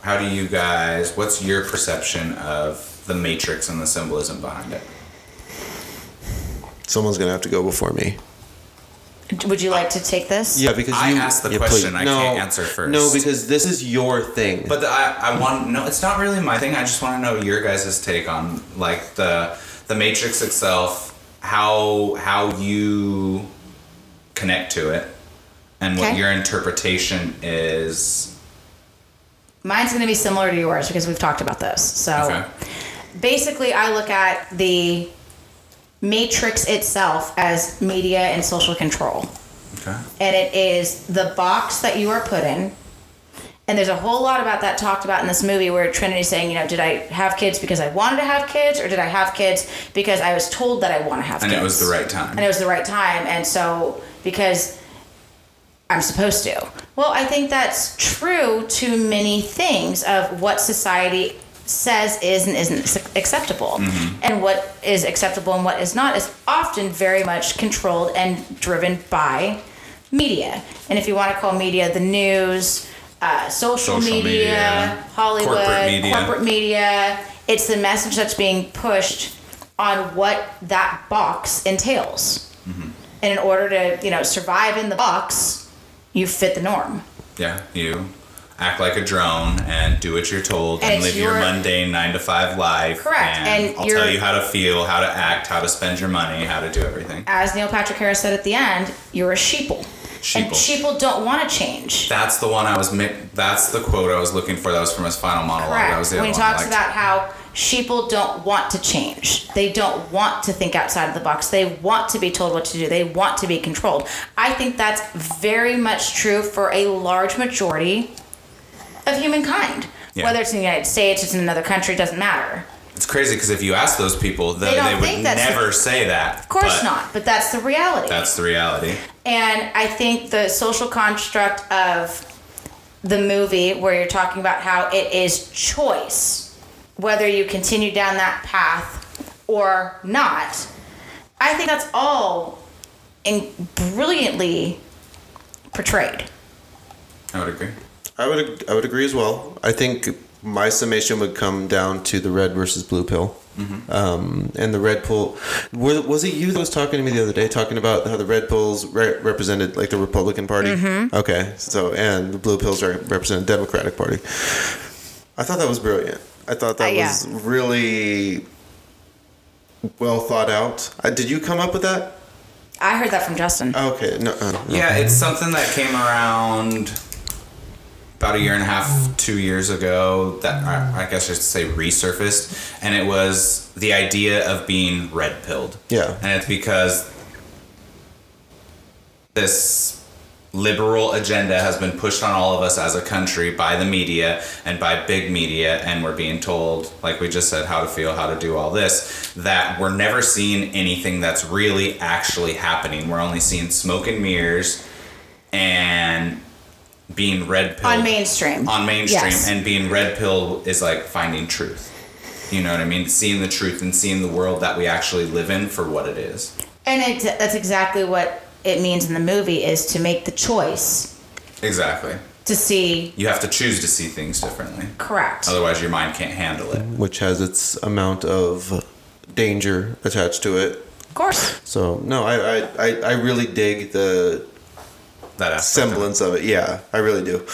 [SPEAKER 3] How do you guys? What's your perception of the Matrix and the symbolism behind it?
[SPEAKER 4] Someone's gonna have to go before me.
[SPEAKER 1] Would you like to take this?
[SPEAKER 4] Yeah, because
[SPEAKER 3] I
[SPEAKER 4] you,
[SPEAKER 3] asked the
[SPEAKER 4] yeah,
[SPEAKER 3] question,
[SPEAKER 4] please.
[SPEAKER 3] I
[SPEAKER 4] no,
[SPEAKER 3] can't answer first.
[SPEAKER 4] No, because this is your thing.
[SPEAKER 3] But the, I, I want no. It's not really my thing. I just want to know your guys' take on like the the Matrix itself, how how you connect to it, and what
[SPEAKER 1] Okay.
[SPEAKER 3] your interpretation is.
[SPEAKER 1] Mine's going to be similar to yours because we've talked about this. So
[SPEAKER 3] Okay.
[SPEAKER 1] basically, I look at the Matrix itself as media and social control.
[SPEAKER 3] Okay.
[SPEAKER 1] and it is the box that you are put in. And there's a whole lot about that talked about in this movie where Trinity's saying, you know, did I have kids because I wanted to have kids or did I have kids because I was told that I want to have
[SPEAKER 3] And
[SPEAKER 1] kids?
[SPEAKER 3] it was the right time.
[SPEAKER 1] And it was the right time. And so, because I'm supposed to. Well, I think that's true to many things of what society says is and isn't acceptable.
[SPEAKER 3] Mm-hmm.
[SPEAKER 1] And what is acceptable and what is not is often very much controlled and driven by media. And if you want to call media the news, uh, social,
[SPEAKER 3] Social
[SPEAKER 1] media,
[SPEAKER 3] media,
[SPEAKER 1] Hollywood,
[SPEAKER 3] corporate
[SPEAKER 1] corporate media.
[SPEAKER 3] media.
[SPEAKER 1] it's the message that's being pushed on what that box entails.
[SPEAKER 3] Mm-hmm.
[SPEAKER 1] And in order to, you know, survive in the box, you fit the norm.
[SPEAKER 3] Yeah, you act like a drone and do what you're told
[SPEAKER 1] And
[SPEAKER 3] and,
[SPEAKER 1] it's
[SPEAKER 3] live your,
[SPEAKER 1] your-
[SPEAKER 3] mundane nine to five life.
[SPEAKER 1] Correct,
[SPEAKER 3] And,
[SPEAKER 1] and
[SPEAKER 3] I'll
[SPEAKER 1] you're-
[SPEAKER 3] tell you how to feel, how to act, how to spend your money, how to do everything.
[SPEAKER 1] As Neil Patrick Harris said at the end, you're a sheeple. And
[SPEAKER 3] Sheeple.
[SPEAKER 1] sheeple don't want to change.
[SPEAKER 3] That's the one I was. Mi- that's the quote I was looking for. That was from his final monologue. That was
[SPEAKER 1] Correct.
[SPEAKER 3] the
[SPEAKER 1] When
[SPEAKER 3] other
[SPEAKER 1] he
[SPEAKER 3] one I
[SPEAKER 1] talks
[SPEAKER 3] liked.
[SPEAKER 1] about how sheeple don't want to change, they don't want to think outside of the box. They want to be told what to do. They want to be controlled. I think that's very much true for a large majority of humankind.
[SPEAKER 3] Yeah.
[SPEAKER 1] Whether it's in the United States, it's in another country, it doesn't matter.
[SPEAKER 3] It's crazy because if you ask those people, they,
[SPEAKER 1] They don't
[SPEAKER 3] they would
[SPEAKER 1] think that's-
[SPEAKER 3] never say that.
[SPEAKER 1] Of course
[SPEAKER 3] but
[SPEAKER 1] not, but that's the reality.
[SPEAKER 3] That's the reality.
[SPEAKER 1] And I think the social construct of the movie, where you're talking about how it is choice whether you continue down that path or not, I think that's all in brilliantly portrayed.
[SPEAKER 3] I would agree.
[SPEAKER 4] I would I would agree as well. I think my summation would come down to the red versus blue pill. Um, and the red pill was, was it you that was talking to me the other day talking about how the red pills re- represented like the Republican Party?
[SPEAKER 1] Mm-hmm.
[SPEAKER 4] Okay, so and the blue pills re- represent the Democratic Party. I thought that was brilliant. I thought that
[SPEAKER 1] Uh, yeah.
[SPEAKER 4] was really well thought out. Uh, did you come up with that?
[SPEAKER 1] I heard that from
[SPEAKER 3] Oh.
[SPEAKER 1] Justin.
[SPEAKER 4] Okay, no, uh, no.
[SPEAKER 3] Yeah, it's something that came around about a year and a half, two years ago. That I, I guess I should say resurfaced, and it was the idea of being red pilled.
[SPEAKER 4] Yeah.
[SPEAKER 3] and it's because this liberal agenda has been pushed on all of us as a country by the media and by big media and we're being told like we just said how to feel how to do all this that we're never seeing anything that's really actually happening we're only seeing smoke and mirrors and being red pill
[SPEAKER 1] On mainstream.
[SPEAKER 3] on mainstream
[SPEAKER 1] Yes.
[SPEAKER 3] and being red pill is like finding truth you know what i mean seeing the truth and seeing the world that we actually live in for what it is
[SPEAKER 1] And it, that's exactly what it means in the movie is to make the choice
[SPEAKER 3] exactly
[SPEAKER 1] to see
[SPEAKER 3] you have to choose to see things differently
[SPEAKER 1] correct.
[SPEAKER 3] Otherwise, your mind can't handle it.
[SPEAKER 4] which has its amount of danger attached to it.
[SPEAKER 1] Of course.
[SPEAKER 4] So no, I I, I, I really dig the
[SPEAKER 3] That aspect of it.
[SPEAKER 4] semblance of it. Yeah, I really do.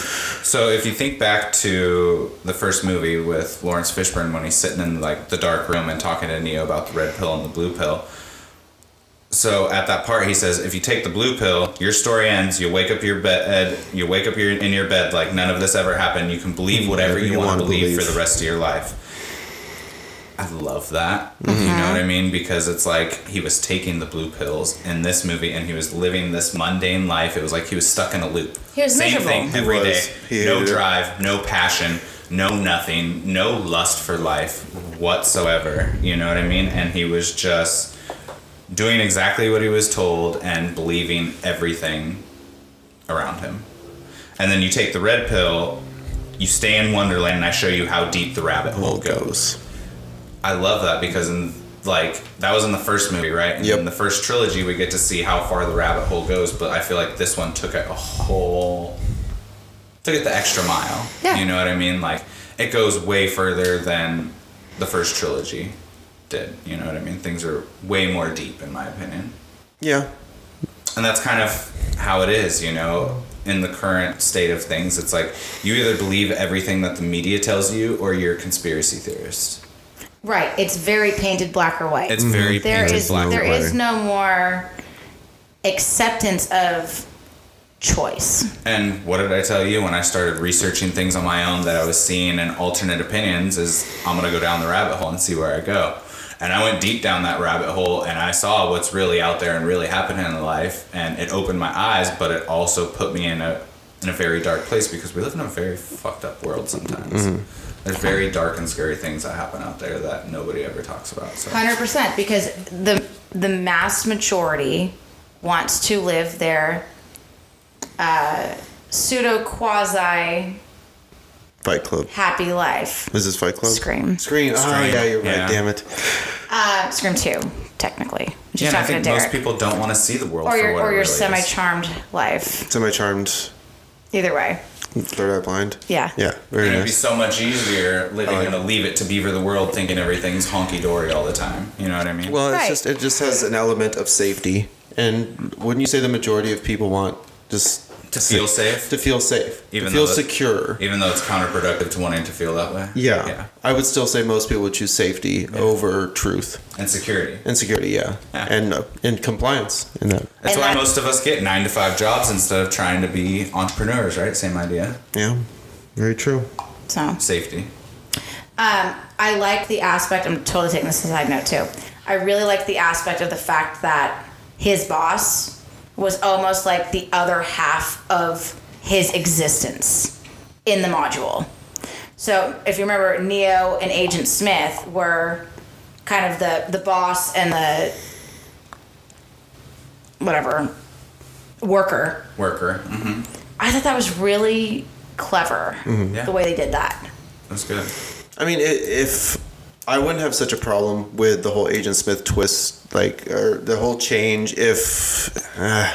[SPEAKER 3] So, if you think back to the first movie with Lawrence Fishburne when he's sitting in like the dark room and talking to Neo about the red pill and the blue pill. So at that part, he says, "If you take the blue pill, your story ends. You wake up your bed. You wake up your in your bed like none of this ever happened. You can believe whatever Mm-hmm. you, want to believe, for the rest of your life." I love that. You know what I mean? Because it's like he was taking the blue pills in this movie, and he was living this mundane life. It was like he was stuck in a loop.
[SPEAKER 1] He was
[SPEAKER 3] Same
[SPEAKER 1] miserable.
[SPEAKER 3] thing
[SPEAKER 1] He
[SPEAKER 3] every
[SPEAKER 4] was.
[SPEAKER 3] day.
[SPEAKER 4] He-
[SPEAKER 3] No drive, no passion, no nothing, no lust for life whatsoever. You know what I mean? And he was just doing exactly what he was told and believing everything around him. And then you take the red pill, you stay in Wonderland, and I show you how deep the rabbit hole goes. I love that because in like that was in the first movie, right? And
[SPEAKER 4] Yep.
[SPEAKER 3] in the first trilogy we get to see how far the rabbit hole goes, but I feel like this one took it a whole took it the extra mile.
[SPEAKER 1] Yeah.
[SPEAKER 3] You know what I mean? Like it goes way further than the first trilogy did. You know what I mean? Things are way more deep in my opinion
[SPEAKER 4] Yeah,
[SPEAKER 3] and that's kind of how it is, you know, in the current state of things. It's like you either believe everything that the media tells you or you're a conspiracy theorist.
[SPEAKER 1] Right. It's very painted black or white.
[SPEAKER 3] It's very
[SPEAKER 1] There
[SPEAKER 3] painted
[SPEAKER 1] is
[SPEAKER 3] black and
[SPEAKER 1] Mm-hmm. there
[SPEAKER 3] white.
[SPEAKER 1] is no more acceptance of choice.
[SPEAKER 3] And what did I tell you when I started researching things on my own that I was seeing and alternate opinions is I'm gonna go down the rabbit hole and see where I go. And I went deep down that rabbit hole and I saw what's really out there and really happening in life and it opened my eyes, but it also put me in a in a very dark place because we live in a very fucked up world sometimes. There's very dark and scary things that happen out there that nobody ever talks about. So
[SPEAKER 1] Hundred percent, because the the mass majority wants to live their uh, pseudo quasi
[SPEAKER 4] Fight Club.
[SPEAKER 1] happy life.
[SPEAKER 4] Is this Fight Club?
[SPEAKER 1] Scream.
[SPEAKER 4] Screen. Oh
[SPEAKER 3] Scream,
[SPEAKER 4] yeah, you're right.
[SPEAKER 3] yeah.
[SPEAKER 4] Damn it.
[SPEAKER 1] Uh, Scream two, technically. Just
[SPEAKER 3] yeah, and I
[SPEAKER 1] talking to
[SPEAKER 3] think most
[SPEAKER 1] Derek.
[SPEAKER 3] people don't want to see the world
[SPEAKER 1] or
[SPEAKER 3] for
[SPEAKER 1] your
[SPEAKER 3] what
[SPEAKER 1] or
[SPEAKER 3] it
[SPEAKER 1] your
[SPEAKER 3] really is.
[SPEAKER 1] semi charmed life.
[SPEAKER 4] Semi charmed.
[SPEAKER 1] Either way.
[SPEAKER 4] Third Eye Blind.
[SPEAKER 1] Yeah.
[SPEAKER 4] Yeah, very
[SPEAKER 3] And it'd be
[SPEAKER 4] nice.
[SPEAKER 3] so much easier living
[SPEAKER 4] like
[SPEAKER 3] in a leave it to beaver the world thinking everything's honky dory all the time. You know what I mean?
[SPEAKER 4] Well, it's
[SPEAKER 1] Right.
[SPEAKER 4] just it just has an element of safety, and wouldn't you say the majority of people want just
[SPEAKER 3] to feel safe,
[SPEAKER 4] to feel safe,
[SPEAKER 3] Even
[SPEAKER 4] to feel
[SPEAKER 3] though it-
[SPEAKER 4] secure?
[SPEAKER 3] even though it's counterproductive to wanting to feel that way.
[SPEAKER 4] Yeah.
[SPEAKER 3] Yeah.
[SPEAKER 4] I would still say most people would choose safety over truth
[SPEAKER 3] And security.
[SPEAKER 4] and security. Yeah,
[SPEAKER 3] Yeah.
[SPEAKER 4] and uh, and compliance in that.
[SPEAKER 3] That's
[SPEAKER 1] And
[SPEAKER 3] why
[SPEAKER 1] that-
[SPEAKER 3] most of us get nine to five jobs instead of trying to be entrepreneurs, right? Same idea.
[SPEAKER 4] Yeah, very true.
[SPEAKER 1] So
[SPEAKER 3] Safety.
[SPEAKER 1] Um, I like the aspect. I'm totally taking this as a side note too. I really like the aspect of the fact that his boss was almost like the other half of his existence in the module. So if you remember, Neo and Agent Smith were kind of the the boss and the whatever worker.
[SPEAKER 3] Worker. hmm
[SPEAKER 1] I thought that was really clever
[SPEAKER 3] Yeah.
[SPEAKER 1] the way they did that.
[SPEAKER 3] That's good.
[SPEAKER 4] I mean, i if I wouldn't have such a problem with the whole Agent Smith twist, like or the whole change, if uh,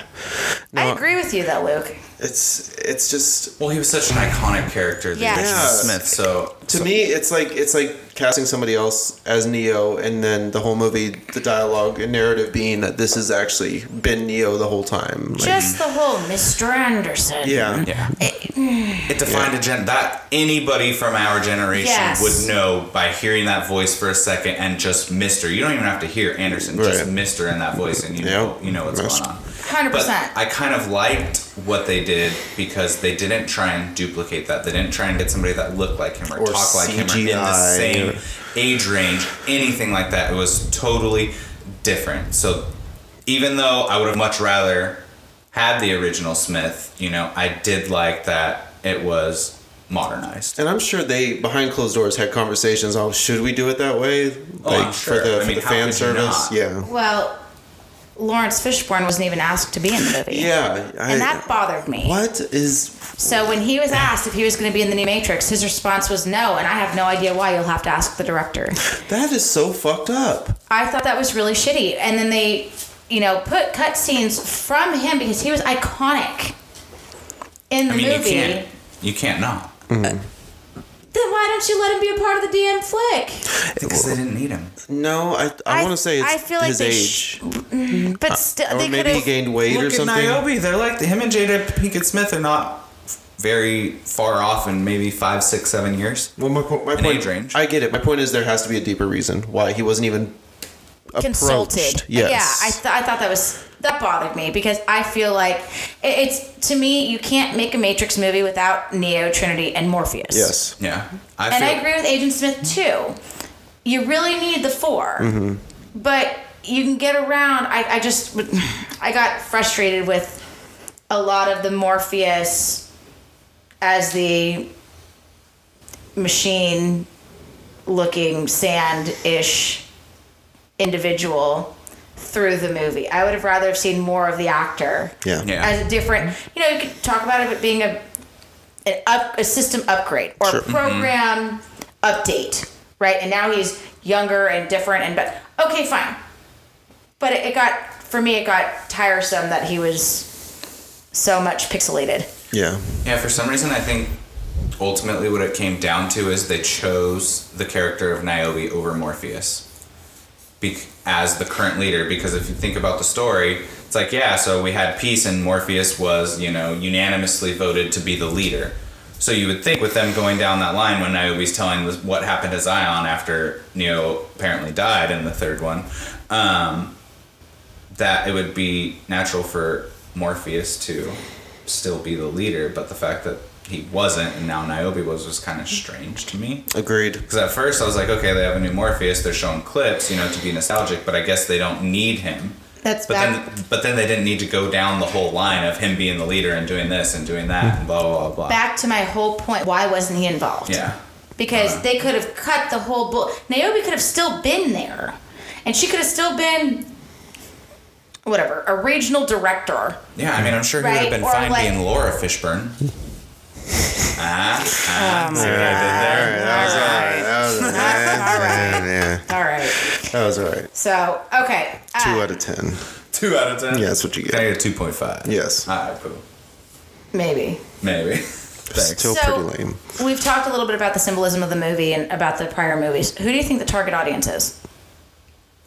[SPEAKER 1] I
[SPEAKER 4] no,
[SPEAKER 1] agree with you though, Luke.
[SPEAKER 4] It's it's just
[SPEAKER 3] Well, he was such an iconic character, the
[SPEAKER 1] Yeah.
[SPEAKER 3] original
[SPEAKER 4] Yeah.
[SPEAKER 3] Smith. So
[SPEAKER 4] to me, it's like it's like casting somebody else as Neo, and then the whole movie, the dialogue and narrative being that this has actually been Neo the whole time. Like,
[SPEAKER 1] Just the whole Mr. Anderson.
[SPEAKER 4] yeah,
[SPEAKER 3] yeah, it, defined a gen that anybody from our generation
[SPEAKER 1] Yes.
[SPEAKER 3] would know by hearing that voice for a second and just Mister. You don't even have to hear Anderson, just
[SPEAKER 4] Right.
[SPEAKER 3] Mister in that voice, and you
[SPEAKER 4] Yeah.
[SPEAKER 3] know you know what's
[SPEAKER 4] Mist.
[SPEAKER 3] going on.
[SPEAKER 1] 100%.
[SPEAKER 3] But I kind of liked what they did because they didn't try and duplicate that. They didn't try and get somebody that looked like him or,
[SPEAKER 4] Or
[SPEAKER 3] talk like him or in the
[SPEAKER 4] CGI.
[SPEAKER 3] same age range, anything like that. It was totally different. So even though I would have much rather had the original Smith, you know, I did like that it was modernized.
[SPEAKER 4] And I'm sure they behind closed doors had conversations on should we do it that way, like
[SPEAKER 3] Oh, I'm sure.
[SPEAKER 4] for the
[SPEAKER 3] I
[SPEAKER 4] for
[SPEAKER 3] mean,
[SPEAKER 4] the
[SPEAKER 3] how
[SPEAKER 4] fan
[SPEAKER 3] could you
[SPEAKER 4] service.
[SPEAKER 3] not?
[SPEAKER 4] Yeah,
[SPEAKER 1] well, Lawrence Fishburne wasn't even asked to be in the movie.
[SPEAKER 4] yeah. I,
[SPEAKER 1] And that bothered me.
[SPEAKER 4] what is
[SPEAKER 1] So when he was asked if he was going to be in the new Matrix, his response was no, and I have no idea why. You'll have to ask the director.
[SPEAKER 4] that is so fucked up.
[SPEAKER 1] I thought that was really shitty. And then they, you know, put cutscenes from him because he was iconic in the
[SPEAKER 3] I mean, you
[SPEAKER 1] movie.
[SPEAKER 3] can't you can't not
[SPEAKER 1] Then why don't you let him be a part of the damn flick?
[SPEAKER 3] because they didn't need him.
[SPEAKER 4] No, I I,
[SPEAKER 1] I-
[SPEAKER 4] want to say it's
[SPEAKER 1] I feel like
[SPEAKER 4] his
[SPEAKER 1] they
[SPEAKER 4] age,
[SPEAKER 1] But still,
[SPEAKER 4] Uh, or
[SPEAKER 1] they could
[SPEAKER 4] maybe he
[SPEAKER 1] have.
[SPEAKER 4] gained weight or
[SPEAKER 3] Look at
[SPEAKER 4] something.
[SPEAKER 3] Niobe. They're like him and Jada Pinkett Smith are not very far off in maybe five, six, seven years.
[SPEAKER 4] Well, my, po- my
[SPEAKER 3] An
[SPEAKER 4] point,
[SPEAKER 3] age range.
[SPEAKER 4] I get it. My point is there has to be a deeper reason why he wasn't even approached.
[SPEAKER 1] consulted. Uh,
[SPEAKER 4] Yes.
[SPEAKER 1] Yeah, I, th- I thought that was that bothered me because I feel like it, it's to me you can't make a Matrix movie without Neo, Trinity, and Morpheus.
[SPEAKER 4] yes.
[SPEAKER 3] Yeah, I
[SPEAKER 1] and I
[SPEAKER 3] feel
[SPEAKER 1] agree with Agent Smith too. You really need the 4
[SPEAKER 3] Mm-hmm.
[SPEAKER 1] but you can get around. I, I just would- I got frustrated with a lot of the Morpheus as the machine looking sand ish individual through the movie. I would have rather have seen more of the actor
[SPEAKER 3] Yeah.
[SPEAKER 4] Yeah.
[SPEAKER 3] Mm-hmm.
[SPEAKER 1] as a different you know you could talk about it but being a an up a system upgrade or
[SPEAKER 4] Sure.
[SPEAKER 3] Mm-hmm.
[SPEAKER 1] a program update right and now he's younger and different and but okay fine but it, it got for me it got tiresome that he was so much pixelated
[SPEAKER 4] Yeah.
[SPEAKER 3] yeah. For some reason, I think ultimately what it came down to is they chose the character of Niobe over Morpheus be- as the current leader because if you think about the story. It's like, yeah, so we had peace and Morpheus was, you know, unanimously voted to be the leader. So you would think with them going down that line when Niobe's telling us what happened to Zion after Neo apparently died in the third one, um, that it would be natural for Morpheus to still be the leader, but the fact that he wasn't and now Niobe was was kind of strange to me.
[SPEAKER 4] Agreed.
[SPEAKER 3] Because at first I was like, okay, they have a new Morpheus, they're showing clips, you know, to be nostalgic, but I guess they don't need him.
[SPEAKER 1] that's
[SPEAKER 3] But
[SPEAKER 1] back
[SPEAKER 3] then, but then they didn't need to go down the whole line of him being the leader and doing this and doing that and blah blah blah. blah.
[SPEAKER 1] back to my whole point why wasn't he involved
[SPEAKER 3] yeah, Uh-huh.
[SPEAKER 1] because they could have cut the whole bull. Naomi could have still been there, and she could have still been whatever a regional director.
[SPEAKER 3] yeah. I mean, I'm sure he would have
[SPEAKER 1] Right,
[SPEAKER 3] been
[SPEAKER 1] or
[SPEAKER 3] fine
[SPEAKER 1] like-
[SPEAKER 3] being Laura Fishburne. ah, ah, see what I did
[SPEAKER 1] All right,
[SPEAKER 3] there?
[SPEAKER 4] That was,
[SPEAKER 1] all right,
[SPEAKER 4] yeah,
[SPEAKER 1] all right.
[SPEAKER 4] that was all right.
[SPEAKER 1] So okay, uh,
[SPEAKER 4] Two out of ten.
[SPEAKER 3] Two out of ten.
[SPEAKER 4] Yeah, that's what you
[SPEAKER 3] Can I
[SPEAKER 4] get.
[SPEAKER 3] get a two point five?
[SPEAKER 4] Yes.
[SPEAKER 3] All right, cool.
[SPEAKER 1] maybe.
[SPEAKER 3] Maybe. Thanks.
[SPEAKER 4] Still pretty lame.
[SPEAKER 1] We've talked a little bit about the symbolism of the movie and about the prior movies. Who do you think the target audience is?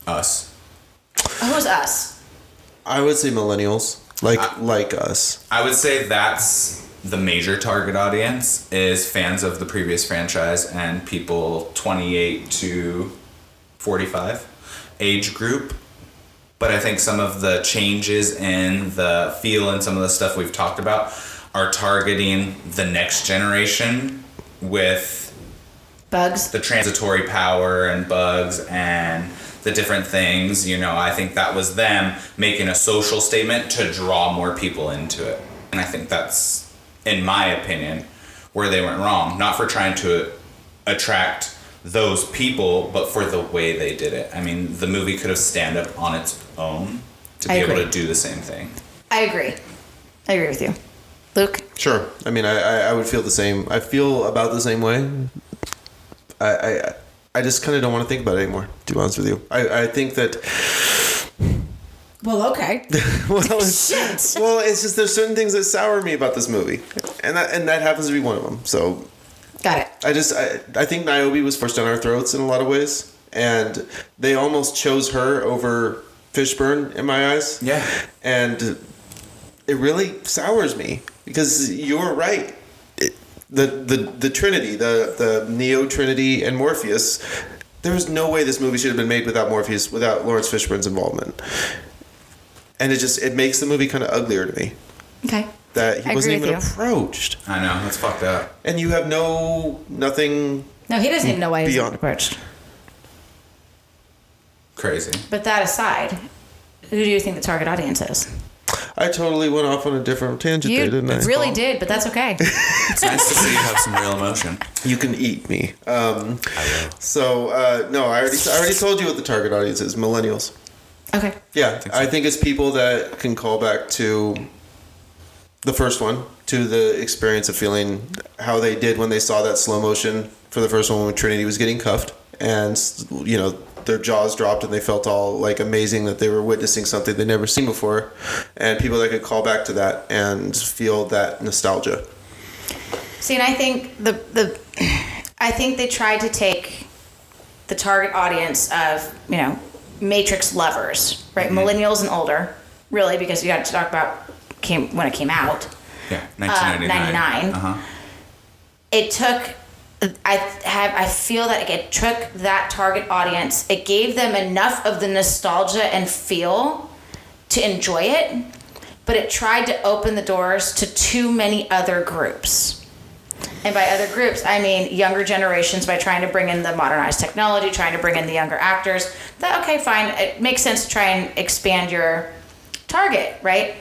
[SPEAKER 3] Us.
[SPEAKER 1] Who's us?
[SPEAKER 4] I would say millennials, like like us.
[SPEAKER 3] I would say that's the major target audience is fans of the previous franchise and people 28 to 45 age group. But I think some of the changes in the feel and some of the stuff we've talked about are targeting the next generation with
[SPEAKER 1] Bugs.
[SPEAKER 3] the transitory power and bugs and the different things, you know, I think that was them making a social statement to draw more people into it. And I think that's, in my opinion, where they went wrong. Not for trying to attract those people, but for the way they did it. I mean, the movie could have stand up on its own to be
[SPEAKER 1] I
[SPEAKER 3] able
[SPEAKER 1] agree.
[SPEAKER 3] to do the same thing.
[SPEAKER 1] I agree. I agree with you, Luke.
[SPEAKER 4] Sure. I mean, I, I, I would feel the same. I feel about the same way. I I, I just kind of don't want to think about it anymore. To be honest with you, I, I think that
[SPEAKER 1] Well, okay.
[SPEAKER 4] well, it's, well, it's just there's certain things that sour me about this movie, and that and that happens to be one of them. So
[SPEAKER 1] Got it.
[SPEAKER 4] I just I, I think Niobe was forced down our throats in a lot of ways, and they almost chose her over Fishburne in my eyes.
[SPEAKER 3] Yeah.
[SPEAKER 4] and it really sours me because you're right. It, the the the Trinity, the the Neo Trinity and Morpheus. There was no way this movie should have been made without Morpheus, without Lawrence Fishburne's involvement. And it just it makes the movie kind of uglier to me
[SPEAKER 1] Okay.
[SPEAKER 4] that he
[SPEAKER 1] I
[SPEAKER 4] wasn't
[SPEAKER 1] agree
[SPEAKER 4] even
[SPEAKER 1] with you.
[SPEAKER 4] approached,
[SPEAKER 3] I know, that's fucked up.
[SPEAKER 4] and you have no nothing
[SPEAKER 1] No, he doesn't even know why he's
[SPEAKER 4] Beyond.
[SPEAKER 1] approached.
[SPEAKER 3] Crazy.
[SPEAKER 1] But that aside, who do you think the target audience is?
[SPEAKER 4] I totally went off on a different tangent
[SPEAKER 1] You
[SPEAKER 4] there, didn't I?
[SPEAKER 1] really did, but that's okay.
[SPEAKER 3] It's nice to see you have some real emotion.
[SPEAKER 4] You can eat me. Um, so uh, no, I already I already told you what the target audience is: millennials.
[SPEAKER 1] okay.
[SPEAKER 4] Yeah, I think it's people that can call back to the first one, to the experience of feeling how they did when they saw that slow motion for the first one when Trinity was getting cuffed, and you know their jaws dropped and they felt all like amazing that they were witnessing something they'd never seen before, and people that could call back to that and feel that nostalgia.
[SPEAKER 1] See, and I think the the I think they tried to take the target audience of you know Matrix lovers, right? Millennials and older, really, because you got to talk about came when it came out.
[SPEAKER 3] Yeah,
[SPEAKER 1] Uh,
[SPEAKER 3] 1999.
[SPEAKER 1] 99.
[SPEAKER 3] Uh-huh.
[SPEAKER 1] It took. I have. I feel that it took that target audience. It gave them enough of the nostalgia and feel to enjoy it, but it tried to open the doors to too many other groups. And by other groups, I mean younger generations by trying to bring in the modernized technology, trying to bring in the younger actors. That okay, fine. It makes sense to try and expand your target, right?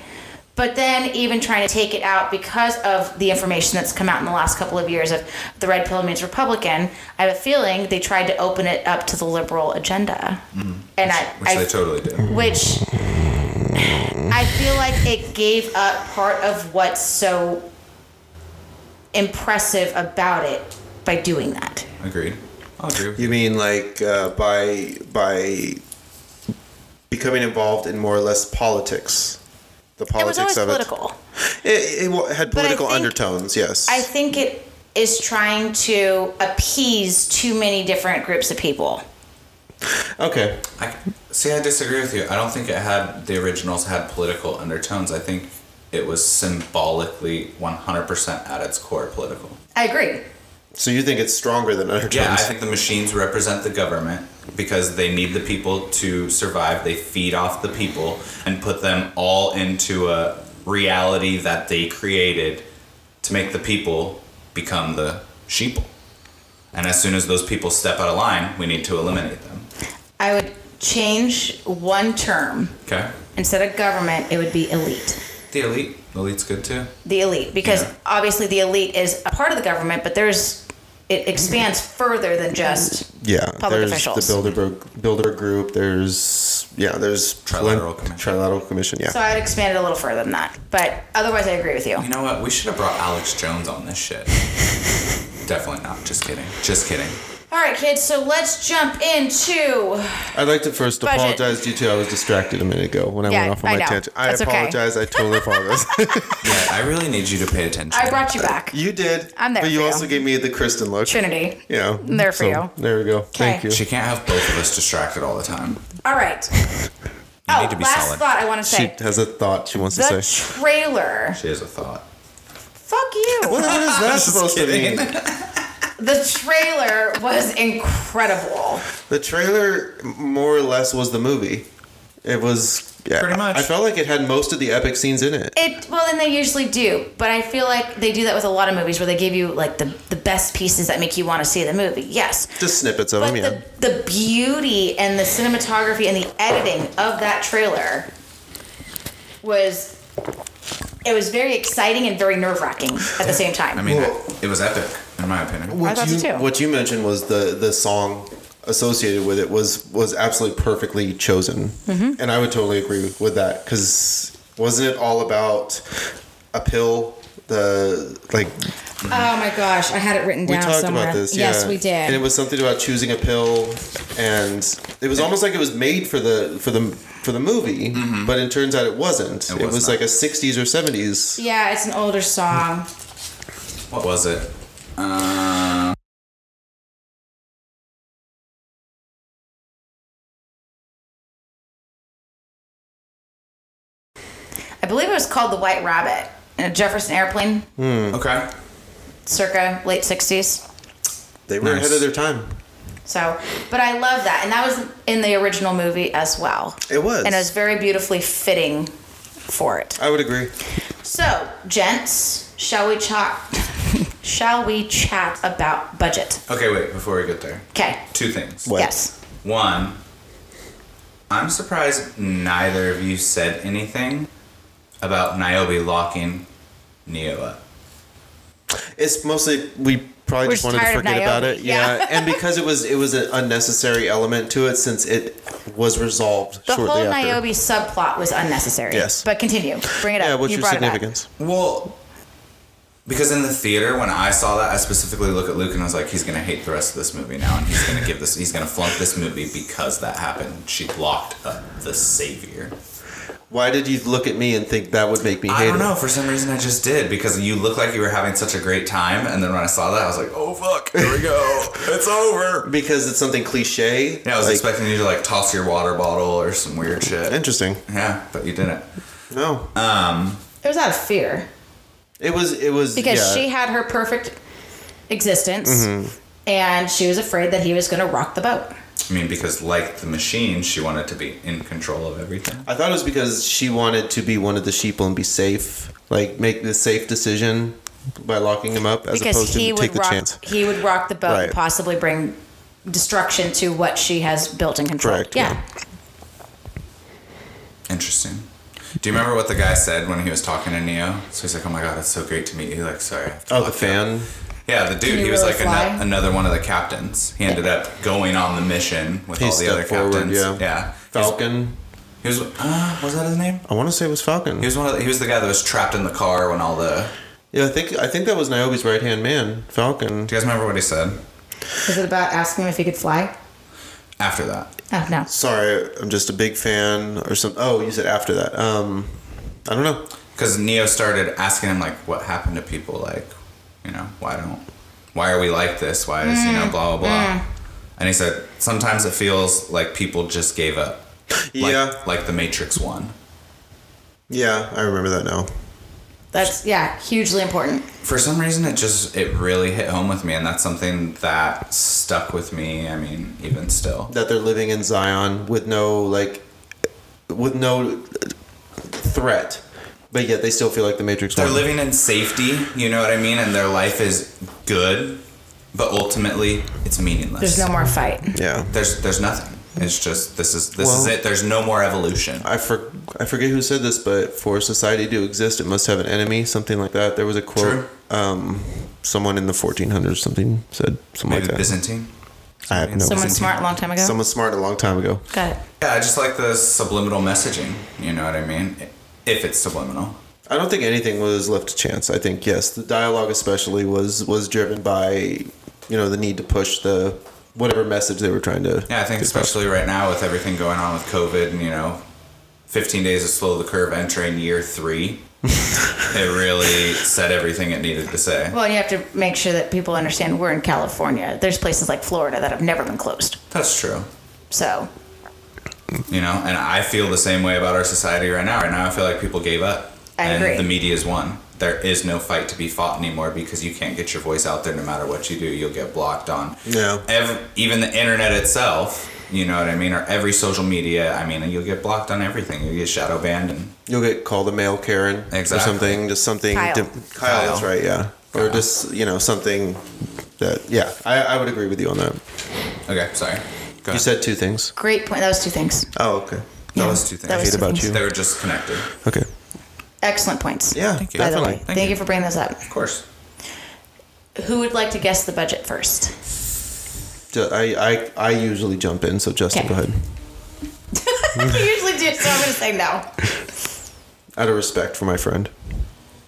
[SPEAKER 1] But then even trying to take it out because of the information that's come out in the last couple of years of the red pill means Republican, I have a feeling they tried to open it up to the liberal agenda. And I,
[SPEAKER 3] Mm-hmm. Which
[SPEAKER 1] I
[SPEAKER 3] they totally did.
[SPEAKER 1] which I feel like it gave up part of what's so impressive about it by doing that.
[SPEAKER 3] Agreed. I'll agree with you.
[SPEAKER 4] You mean like uh, by by becoming involved in more or less politics, the
[SPEAKER 1] It was
[SPEAKER 4] politics
[SPEAKER 1] always
[SPEAKER 4] of
[SPEAKER 1] political.
[SPEAKER 4] it. It, it wa- had
[SPEAKER 1] I
[SPEAKER 4] political
[SPEAKER 1] think-
[SPEAKER 4] undertones. Yes,
[SPEAKER 1] I think it is trying to appease too many different groups of people.
[SPEAKER 4] okay.
[SPEAKER 3] I, see, I disagree with you. I don't think it had the originals had political undertones. I think it was symbolically 100% at its core political.
[SPEAKER 1] I agree.
[SPEAKER 4] So you think it's stronger than undertones?
[SPEAKER 3] Yeah, I think the machines represent the government because they need the people to survive. They feed off the people and put them all into a reality that they created to make the people become the sheeple. And as soon as those people step out of line, we need to eliminate them.
[SPEAKER 1] I would change one term.
[SPEAKER 3] Okay?
[SPEAKER 1] Instead of government, it would be elite.
[SPEAKER 3] The elite. The elite's good too.
[SPEAKER 1] the elite because
[SPEAKER 3] Yeah.
[SPEAKER 1] obviously the elite is a part of the government but there's it expands further than just
[SPEAKER 4] Yeah,
[SPEAKER 1] Public
[SPEAKER 4] there's
[SPEAKER 1] officials.
[SPEAKER 4] the Bilderberg Bilderberg Group. There's yeah, there's
[SPEAKER 3] Trilateral
[SPEAKER 4] plen-
[SPEAKER 3] Commission.
[SPEAKER 4] Trilateral commission. Yeah,
[SPEAKER 1] so i'd expand it a little further than that but otherwise i agree with you
[SPEAKER 3] You know what? We should have brought Alex Jones on this shit. Definitely not. Just kidding. Just kidding.
[SPEAKER 1] All right, kids. So let's jump into.
[SPEAKER 4] I'd like to first
[SPEAKER 1] Budget.
[SPEAKER 4] apologize to you too. I was distracted a minute ago when I
[SPEAKER 1] Yeah,
[SPEAKER 4] went off on
[SPEAKER 1] I
[SPEAKER 4] my
[SPEAKER 1] know.
[SPEAKER 4] tangent. I
[SPEAKER 1] That's okay.
[SPEAKER 4] apologize. I totally apologize.
[SPEAKER 3] Yeah, I really need you to pay attention.
[SPEAKER 1] I brought you back,
[SPEAKER 4] you did.
[SPEAKER 1] I'm there
[SPEAKER 4] But you
[SPEAKER 1] for you.
[SPEAKER 4] also gave me the Kristen look.
[SPEAKER 1] Trinity.
[SPEAKER 4] Yeah.
[SPEAKER 1] there for you.
[SPEAKER 4] There we go. Thank you.
[SPEAKER 3] she can't have both of us distracted all the time. You
[SPEAKER 1] All right. oh,
[SPEAKER 3] need to be
[SPEAKER 1] last
[SPEAKER 3] solid.
[SPEAKER 1] thought I want to
[SPEAKER 4] She
[SPEAKER 1] say.
[SPEAKER 4] has a thought she wants
[SPEAKER 1] the
[SPEAKER 4] to say.
[SPEAKER 1] trailer.
[SPEAKER 3] She has a thought.
[SPEAKER 1] Fuck you.
[SPEAKER 4] What is that supposed
[SPEAKER 3] kidding.
[SPEAKER 4] to mean?
[SPEAKER 1] The trailer was incredible.
[SPEAKER 4] The trailer, more or less, was the movie. It was. Yeah,
[SPEAKER 3] Pretty much.
[SPEAKER 4] I felt like it had most of the epic scenes in it.
[SPEAKER 1] It well, and they usually do, but I feel like they do that with a lot of movies where they give you like the the best pieces that make you want to see the movie. Yes.
[SPEAKER 4] Just snippets of
[SPEAKER 1] But
[SPEAKER 4] them, yeah.
[SPEAKER 1] the, the beauty and the cinematography and the editing of that trailer was it was very exciting and very nerve wracking at the same time.
[SPEAKER 3] I mean,
[SPEAKER 4] Well-
[SPEAKER 3] it was epic, in my opinion.
[SPEAKER 4] what
[SPEAKER 1] thought so
[SPEAKER 4] you,
[SPEAKER 1] too.
[SPEAKER 4] What you mentioned was the the song associated with it was was absolutely perfectly chosen,
[SPEAKER 1] Mm-hmm.
[SPEAKER 4] and I would totally agree with that because wasn't it all about a pill? The like
[SPEAKER 1] oh my gosh, I had it written
[SPEAKER 4] we
[SPEAKER 1] down
[SPEAKER 4] talked
[SPEAKER 1] somewhere.
[SPEAKER 4] about this,
[SPEAKER 1] yes,
[SPEAKER 4] yeah.
[SPEAKER 1] we did.
[SPEAKER 4] and it was something about choosing a pill, and it was almost like it was made for the for the for the movie, but it turns out it wasn't. It,
[SPEAKER 3] Mm-hmm. It was
[SPEAKER 4] was
[SPEAKER 3] not.
[SPEAKER 4] like a '60s or '70s.
[SPEAKER 1] yeah, it's an older song.
[SPEAKER 3] What was it?
[SPEAKER 1] I believe it was called The White Rabbit. A Jefferson Airplane,
[SPEAKER 3] Okay.
[SPEAKER 1] circa late '60s.
[SPEAKER 4] They were
[SPEAKER 3] Nice.
[SPEAKER 4] ahead of their time.
[SPEAKER 1] So, but I love that, and that was in the original movie as well,
[SPEAKER 4] It was.
[SPEAKER 1] and it was very beautifully fitting for it.
[SPEAKER 4] I would agree.
[SPEAKER 1] So, gents, shall we chat? shall we chat about budget?
[SPEAKER 3] Okay, wait, before we get there.
[SPEAKER 1] Okay.
[SPEAKER 3] Two things.
[SPEAKER 4] What?
[SPEAKER 1] Yes.
[SPEAKER 3] One, I'm surprised neither of you said anything about Niobe locking Neo up.
[SPEAKER 4] It's mostly we probably
[SPEAKER 1] We're
[SPEAKER 4] just wanted to
[SPEAKER 1] tired of
[SPEAKER 4] forget about
[SPEAKER 1] Naomi,
[SPEAKER 4] it. Yeah,
[SPEAKER 1] yeah.
[SPEAKER 4] and because it was it was an unnecessary element to it since it was resolved
[SPEAKER 1] The
[SPEAKER 4] shortly
[SPEAKER 1] whole
[SPEAKER 4] after.
[SPEAKER 1] Niobe subplot was unnecessary.
[SPEAKER 4] Yes.
[SPEAKER 1] But continue. Bring it up.
[SPEAKER 4] yeah, what's
[SPEAKER 1] you
[SPEAKER 4] your
[SPEAKER 1] brought it up.
[SPEAKER 4] significance?
[SPEAKER 3] Well, because in the theater, when I saw that, I specifically looked at Luke and I was like, he's gonna hate the rest of this movie now, and he's gonna give this, he's gonna flunk this movie because that happened. She locked up the savior.
[SPEAKER 4] Why did you look at me and think that would make me hate
[SPEAKER 3] I don't
[SPEAKER 4] it?
[SPEAKER 3] know. For some reason, I just did because you looked like you were having such a great time, and then when I saw that, I was like, "Oh fuck, here we go, it's over."
[SPEAKER 4] Because it's something cliche.
[SPEAKER 3] Yeah, I was
[SPEAKER 4] like-
[SPEAKER 3] expecting you to like toss your water bottle or some weird shit.
[SPEAKER 4] Interesting.
[SPEAKER 3] Yeah, but you didn't.
[SPEAKER 4] No,
[SPEAKER 1] It was out of fear
[SPEAKER 4] it was it was
[SPEAKER 1] because
[SPEAKER 4] yeah. Mm-hmm.
[SPEAKER 1] she had her perfect existence, and she was afraid that he was going to rock the boat.
[SPEAKER 3] I mean, because like the machine, she wanted to be in control of everything.
[SPEAKER 4] I thought it was because she wanted to be one of the sheeple and be safe, like make the safe decision by locking him up, as
[SPEAKER 1] because
[SPEAKER 4] opposed to
[SPEAKER 1] he
[SPEAKER 4] take
[SPEAKER 1] would
[SPEAKER 4] the
[SPEAKER 1] rock
[SPEAKER 4] chance.
[SPEAKER 1] he would rock the boat and
[SPEAKER 4] Right.
[SPEAKER 1] possibly bring destruction to what she has built and controlled.
[SPEAKER 4] Correct,
[SPEAKER 1] yeah.
[SPEAKER 3] Interesting. Do you remember what the guy said when he was talking to Neo? So he's like, "Oh my god, that's so great to meet you." Like, sorry. I have to
[SPEAKER 4] Oh, the
[SPEAKER 3] lock you up."
[SPEAKER 4] fan.
[SPEAKER 3] Yeah, the dude.
[SPEAKER 1] Can
[SPEAKER 3] He
[SPEAKER 1] you
[SPEAKER 3] was
[SPEAKER 1] really
[SPEAKER 3] like
[SPEAKER 1] fly?
[SPEAKER 3] ano- another one of the captains. He ended up going on the mission with
[SPEAKER 4] He
[SPEAKER 3] all the
[SPEAKER 4] stepped
[SPEAKER 3] other
[SPEAKER 4] forward,
[SPEAKER 3] captains.
[SPEAKER 4] yeah.
[SPEAKER 3] yeah.
[SPEAKER 4] Falcon.
[SPEAKER 3] He was. Uh, was that his name?
[SPEAKER 4] I want to say it was Falcon.
[SPEAKER 3] He was one of the, he was the guy that was trapped in the car when all the.
[SPEAKER 4] Yeah, I think I think that was Niobe's right hand man, Falcon.
[SPEAKER 3] Do you guys remember what he said
[SPEAKER 1] Was it about asking him if he could fly?
[SPEAKER 3] after that?
[SPEAKER 1] Oh no.
[SPEAKER 4] Sorry, I'm just a big fan or something. Oh, you said after that. Um, I don't know.
[SPEAKER 3] Because Neo started asking him like, "What happened to people? Like, you know, why don't, why are we like this? Why is you
[SPEAKER 1] Mm,
[SPEAKER 3] know, blah blah blah." And he said, "Sometimes it feels like people just gave up. Like,
[SPEAKER 4] Yeah,
[SPEAKER 3] like the Matrix One."
[SPEAKER 4] yeah, I remember that now.
[SPEAKER 1] That's yeah, hugely important.
[SPEAKER 3] for some reason it just it really hit home with me and that's something that stuck with me i mean even still
[SPEAKER 4] That they're living in Zion with no like, with no threat, but yet they still feel like the Matrix.
[SPEAKER 3] they're
[SPEAKER 4] won.
[SPEAKER 3] living in safety you know what i mean and their life is good but ultimately it's meaningless
[SPEAKER 1] There's no more fight.
[SPEAKER 4] Yeah,
[SPEAKER 3] there's there's nothing it's just this is this is
[SPEAKER 4] Well-
[SPEAKER 3] it there's no more evolution
[SPEAKER 4] I for I forget who said this, but for society to exist, it must have an enemy, something like that. There was a quote. Um, someone in the 1400s, something said something
[SPEAKER 3] maybe
[SPEAKER 4] like that.
[SPEAKER 3] byzantine
[SPEAKER 4] I have no.
[SPEAKER 1] Someone
[SPEAKER 3] Byzantine.
[SPEAKER 1] smart a long time ago.
[SPEAKER 4] Someone smart a long time ago.
[SPEAKER 1] Got it.
[SPEAKER 3] yeah i just like the subliminal messaging you know what i mean if it's subliminal
[SPEAKER 4] I don't think anything was left to chance. I think yes, the dialogue especially was was driven by, you know, the need to push the whatever message they were trying to.
[SPEAKER 3] Yeah, I think especially right now with everything going on with COVID and you know, 15 days to slow the curve entering year three, it really said everything it needed to say.
[SPEAKER 1] Well, you have to make sure that people understand we're in California. There's places like Florida that have never been closed.
[SPEAKER 3] That's true.
[SPEAKER 1] So
[SPEAKER 3] You know, and I feel the same way about our society right now. Right now, I feel like people gave up.
[SPEAKER 1] I
[SPEAKER 3] and
[SPEAKER 1] agree.
[SPEAKER 3] the media is one. There is no fight to be fought anymore because you can't get your voice out there no matter what you do. You'll get blocked on.
[SPEAKER 4] Yeah.
[SPEAKER 3] Ev- even the internet itself, you know what I mean? Or every social media, I mean, you'll get blocked on everything. You'll get shadow banned and
[SPEAKER 4] You'll get called a male Karen or
[SPEAKER 3] Exactly.
[SPEAKER 4] something, just something.
[SPEAKER 1] Kyle.
[SPEAKER 4] dim- Kyle, that's
[SPEAKER 3] Kyle.
[SPEAKER 4] right, yeah. Or
[SPEAKER 3] Kyle.
[SPEAKER 4] just you know something that yeah, I, I would agree with you on that.
[SPEAKER 3] Okay, sorry. Go
[SPEAKER 4] You
[SPEAKER 3] ahead.
[SPEAKER 4] said two things.
[SPEAKER 1] great point. That was two things.
[SPEAKER 4] Oh, okay,
[SPEAKER 3] that
[SPEAKER 1] Yeah.
[SPEAKER 3] was two things.
[SPEAKER 1] That was
[SPEAKER 4] Hate
[SPEAKER 1] two
[SPEAKER 4] about
[SPEAKER 1] things.
[SPEAKER 4] you.
[SPEAKER 3] they were just connected. Of
[SPEAKER 4] okay,
[SPEAKER 1] Excellent points.
[SPEAKER 4] yeah,
[SPEAKER 3] Thank you.
[SPEAKER 1] By
[SPEAKER 4] definitely.
[SPEAKER 1] the way,
[SPEAKER 3] Thank
[SPEAKER 1] thank, you
[SPEAKER 3] you.
[SPEAKER 1] for bringing those up.
[SPEAKER 3] course.
[SPEAKER 1] Who would like to guess the budget first?
[SPEAKER 4] Ju- I, I I usually jump in, so Justin,
[SPEAKER 1] Okay.
[SPEAKER 4] go ahead.
[SPEAKER 1] you usually do, so I'm going to say no.
[SPEAKER 4] Out of respect for my friend,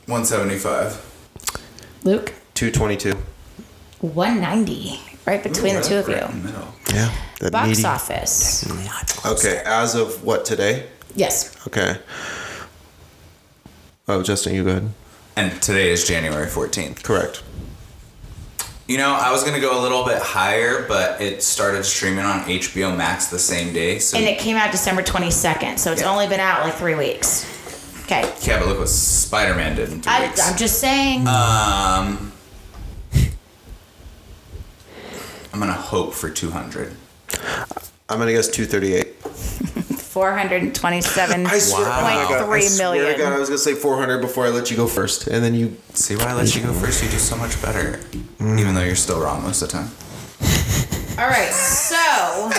[SPEAKER 3] 175.
[SPEAKER 1] Luke,
[SPEAKER 4] two twenty two.
[SPEAKER 1] 190. Right between the two of
[SPEAKER 3] Right in
[SPEAKER 1] you.
[SPEAKER 3] the middle.
[SPEAKER 4] Yeah, that
[SPEAKER 1] Box
[SPEAKER 4] needy-
[SPEAKER 1] office.
[SPEAKER 4] Okay, as of what today?
[SPEAKER 1] Yes.
[SPEAKER 4] Okay. Oh, Justin, you go ahead.
[SPEAKER 3] And today is January 14th.
[SPEAKER 4] Correct.
[SPEAKER 3] You know, I was going to go a little bit higher, but it started streaming on HBO Max the same day. So
[SPEAKER 1] And it came out December 22nd, so it's
[SPEAKER 3] Yeah.
[SPEAKER 1] only been out like three weeks. Okay.
[SPEAKER 3] yeah, but look what Spider Man did in three
[SPEAKER 1] I,
[SPEAKER 3] weeks.
[SPEAKER 1] I'm just saying.
[SPEAKER 4] Uh,
[SPEAKER 3] um, I'm going to hope for 200.
[SPEAKER 4] I'm gonna guess two thirty eight.
[SPEAKER 1] 427.
[SPEAKER 4] I swear,
[SPEAKER 3] Wow.
[SPEAKER 4] oh my God, I
[SPEAKER 1] Three
[SPEAKER 4] swear to
[SPEAKER 1] million.
[SPEAKER 4] God, I was gonna say 400 before I let you go first, and then you.
[SPEAKER 3] See why I let you go first? You do so much better,
[SPEAKER 4] Mm.
[SPEAKER 3] even though you're still wrong most of the time.
[SPEAKER 1] All right, so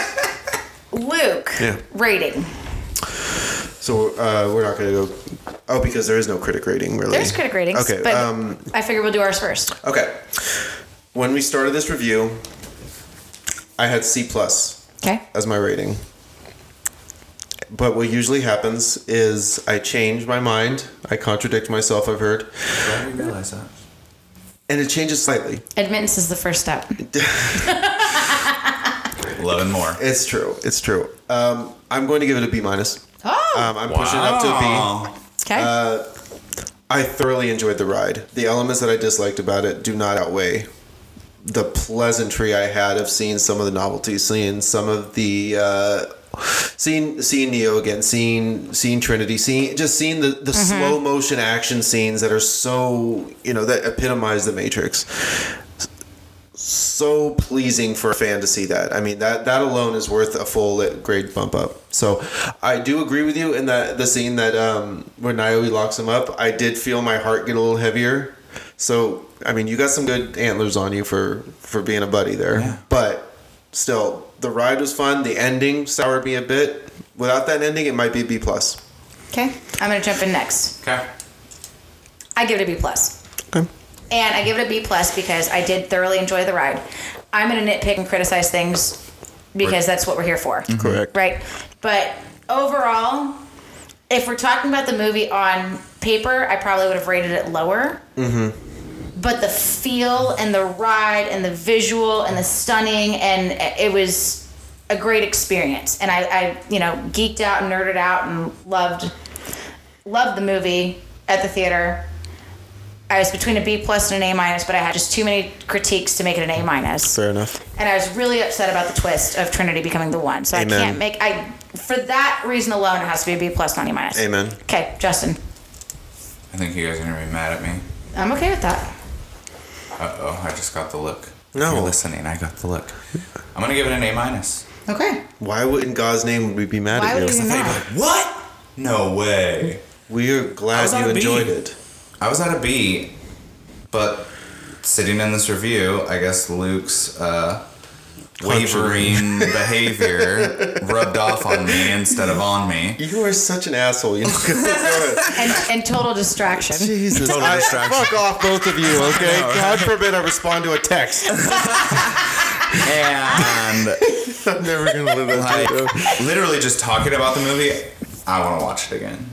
[SPEAKER 1] Luke,
[SPEAKER 4] Yeah.
[SPEAKER 1] rating.
[SPEAKER 4] So uh, we're not gonna go. Oh, because there is no critic rating, really.
[SPEAKER 1] There's critic ratings.
[SPEAKER 4] Okay.
[SPEAKER 1] but
[SPEAKER 4] um,
[SPEAKER 1] I figure we'll do ours first.
[SPEAKER 4] okay. When we started this review, I had C plus
[SPEAKER 1] Okay.
[SPEAKER 4] as my rating. But what usually happens is I change my mind. I contradict myself. I've heard,
[SPEAKER 3] Glad you realize that.
[SPEAKER 4] and it changes slightly.
[SPEAKER 1] Admittance is the first step.
[SPEAKER 3] Eleven more.
[SPEAKER 4] It's true. It's true. Um, I'm going to give it a B minus.
[SPEAKER 1] Oh,
[SPEAKER 4] Um, I'm pushing it up to a B.
[SPEAKER 3] Wow.
[SPEAKER 1] okay.
[SPEAKER 4] uh, I thoroughly enjoyed the ride. The elements that I disliked about it do not outweigh the pleasantry I had of seeing some of the novelties, seeing some of the uh, seeing seeing Neo again, seeing seeing Trinity, seeing just seeing the, the slow motion action scenes that are so you know that epitomize the Matrix. So pleasing for a fan to see that. I mean that that alone is worth a full grade bump up. So I do agree with you in that the scene that um, where Niobe locks him up. I did feel my heart get a little heavier so I mean, you got some good antlers on you for for being a buddy there.
[SPEAKER 3] Yeah.
[SPEAKER 4] But still, the ride was fun. The ending soured me a bit. Without that ending, it might be B plus.
[SPEAKER 1] okay. I'm gonna jump in next.
[SPEAKER 3] Okay.
[SPEAKER 1] I give it a B plus,
[SPEAKER 4] Okay.
[SPEAKER 1] and I give it a B plus because I did thoroughly enjoy the ride. I'm gonna nitpick and criticize things because that's what we're here for.
[SPEAKER 4] Correct.
[SPEAKER 1] Right. But overall, if we're talking about the movie on paper, I probably would have rated it lower. Mm-hmm. But the feel and the ride and the visual and the stunning and it was a great experience. And I, I you know, geeked out and nerded out and loved loved the movie at the theater. I was between a B plus and an A minus, but I had just too many critiques to make it an A minus
[SPEAKER 4] Fair enough.
[SPEAKER 1] and I was really upset about the twist of Trinity becoming the one. So
[SPEAKER 4] Amen.
[SPEAKER 1] I can't make I for that reason alone it has to be a B plus not a minus.
[SPEAKER 4] Amen.
[SPEAKER 1] Okay, Justin.
[SPEAKER 3] I think you guys are gonna be mad at me.
[SPEAKER 1] I'm okay with that.
[SPEAKER 3] Uh oh, I just got the look. If
[SPEAKER 4] No.
[SPEAKER 3] You're listening, I got the look. I'm gonna give it an A minus.
[SPEAKER 1] Okay.
[SPEAKER 4] Why would in God's name would we be mad
[SPEAKER 1] Why
[SPEAKER 4] at
[SPEAKER 1] would
[SPEAKER 4] you?
[SPEAKER 1] we be mad?
[SPEAKER 3] Like, what? No way.
[SPEAKER 4] We are
[SPEAKER 3] I
[SPEAKER 4] glad
[SPEAKER 3] was on
[SPEAKER 4] you
[SPEAKER 3] a B.
[SPEAKER 4] enjoyed it.
[SPEAKER 3] I was at a B, but sitting in this review, I guess Luke's uh, wavering behavior rubbed off on me instead of on me.
[SPEAKER 4] You are such an asshole. You know?
[SPEAKER 1] And and total distraction.
[SPEAKER 4] Jesus.
[SPEAKER 3] Total
[SPEAKER 4] I-
[SPEAKER 3] distraction.
[SPEAKER 4] fuck off, both of you. Okay.
[SPEAKER 3] No.
[SPEAKER 4] God forbid I respond to a text.
[SPEAKER 3] And
[SPEAKER 4] I'm never gonna live that down.
[SPEAKER 3] like, literally just talking about the movie, I want to watch it again.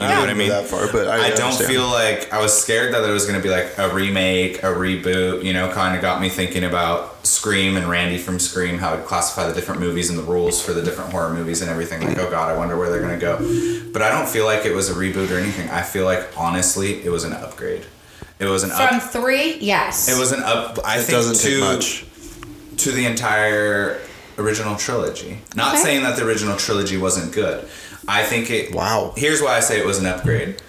[SPEAKER 3] You know what I
[SPEAKER 4] wouldn't go
[SPEAKER 3] mean?
[SPEAKER 4] That far, but I,
[SPEAKER 3] I don't
[SPEAKER 4] understand.
[SPEAKER 3] feel like I was scared that it was going to be like a remake, a reboot. You know, kind of got me thinking about Scream and Randy from Scream, how I'd classify the different movies and the rules for the different horror movies and everything. Like, oh God, I wonder where they're gonna go. But I don't feel like it was a reboot or anything. I feel like honestly, it was an upgrade. It was an
[SPEAKER 1] From
[SPEAKER 3] up.
[SPEAKER 1] three, yes.
[SPEAKER 3] It was an up. I
[SPEAKER 4] It
[SPEAKER 3] think
[SPEAKER 4] doesn't
[SPEAKER 3] to
[SPEAKER 4] take much.
[SPEAKER 3] to the entire original trilogy. Not
[SPEAKER 1] Okay.
[SPEAKER 3] saying that the original trilogy wasn't good. I think it.
[SPEAKER 4] Wow.
[SPEAKER 3] Here's why I say it was an upgrade.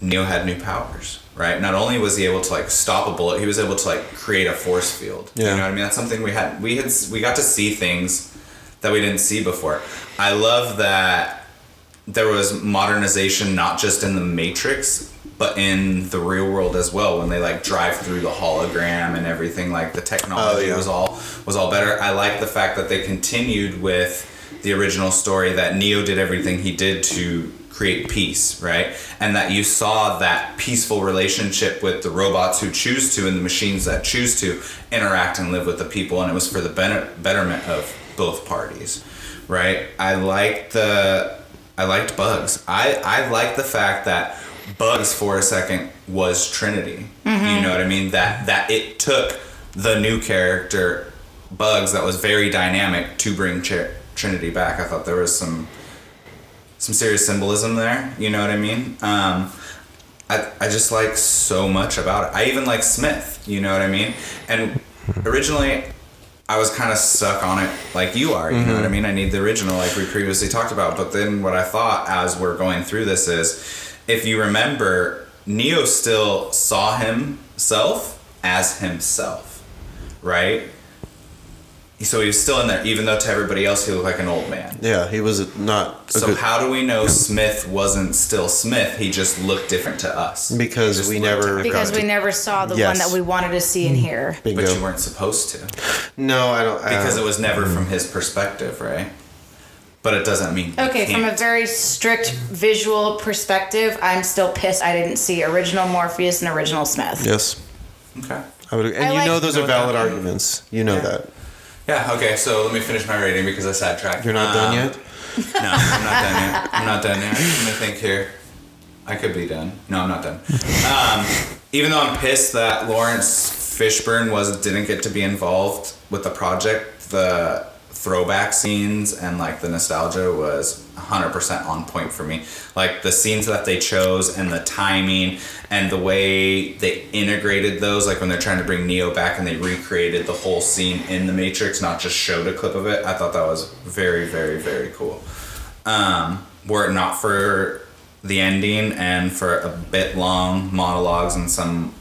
[SPEAKER 3] Neo had new powers, right? Not only was he able to like stop a bullet, he was able to like create a force field.
[SPEAKER 4] Yeah.
[SPEAKER 3] You know what I mean? That's something we had. We had. We got to see things that we didn't see before. I love that there was modernization not just in the Matrix, but in the real world as well. When they like drive through the hologram and everything, like the technology
[SPEAKER 4] Oh, yeah.
[SPEAKER 3] was all was all better. I like the fact that they continued with the original story that Neo did everything he did to create peace, right? And that you saw that peaceful relationship with the robots who choose to and the machines that choose to interact and live with the people, and it was for the better betterment of both parties, right? I like the I liked Bugs. I, I liked the fact that Bugs for a second was Trinity. You know what I mean? That that it took the new character Bugs that was very dynamic to bring Tr- Trinity back. I thought there was some some serious symbolism there. You know what I mean? Um, I, I just like so much about it. I even like Smith. You know what I mean? And originally, I was kind of stuck on it like you are. You know what I mean? I need the original, like we previously talked about. But then what I thought as we're going through this is, if you remember, Neo still saw himself as himself, right? So he was still in there, even though to everybody else he looked like an old man.
[SPEAKER 4] Yeah, he was not a
[SPEAKER 3] So
[SPEAKER 4] good-
[SPEAKER 3] how do we know Smith wasn't still Smith? He just looked different to us. He
[SPEAKER 4] because
[SPEAKER 3] just
[SPEAKER 4] we
[SPEAKER 3] looked
[SPEAKER 4] never
[SPEAKER 1] because
[SPEAKER 4] got
[SPEAKER 1] we
[SPEAKER 4] to-
[SPEAKER 1] never saw the one
[SPEAKER 4] Yes.
[SPEAKER 1] that we wanted to see and hear.
[SPEAKER 3] But
[SPEAKER 4] Bingo.
[SPEAKER 3] you weren't supposed to
[SPEAKER 4] No, I don't. uh,
[SPEAKER 3] because it was never from his perspective, right? But it doesn't mean you
[SPEAKER 1] Okay, from a
[SPEAKER 3] can't.
[SPEAKER 1] very strict visual perspective, I'm still pissed I didn't see original Morpheus and original Smith.
[SPEAKER 4] yes.
[SPEAKER 3] okay.
[SPEAKER 4] I would, and
[SPEAKER 1] I
[SPEAKER 4] you
[SPEAKER 1] like-
[SPEAKER 4] know those are
[SPEAKER 3] Know that.
[SPEAKER 4] valid arguments. You know that.
[SPEAKER 3] Yeah. Okay. So let me finish my rating because I sidetracked.
[SPEAKER 4] You're not done
[SPEAKER 3] Um,
[SPEAKER 4] yet.
[SPEAKER 3] No, I'm not done yet. I'm not done yet. I'm gonna think here. I could be done. No, I'm not done. Um, even though I'm pissed that Lawrence Fishburne was didn't get to be involved with the project, the throwback scenes and like the nostalgia was 100% on point for me. Like the scenes that they chose and the timing and the way they integrated those, like when they're trying to bring Neo back and they recreated the whole scene in the Matrix, not just showed a clip of it. I thought that was very, very, very cool um, were it not for the ending and for a bit long monologues and some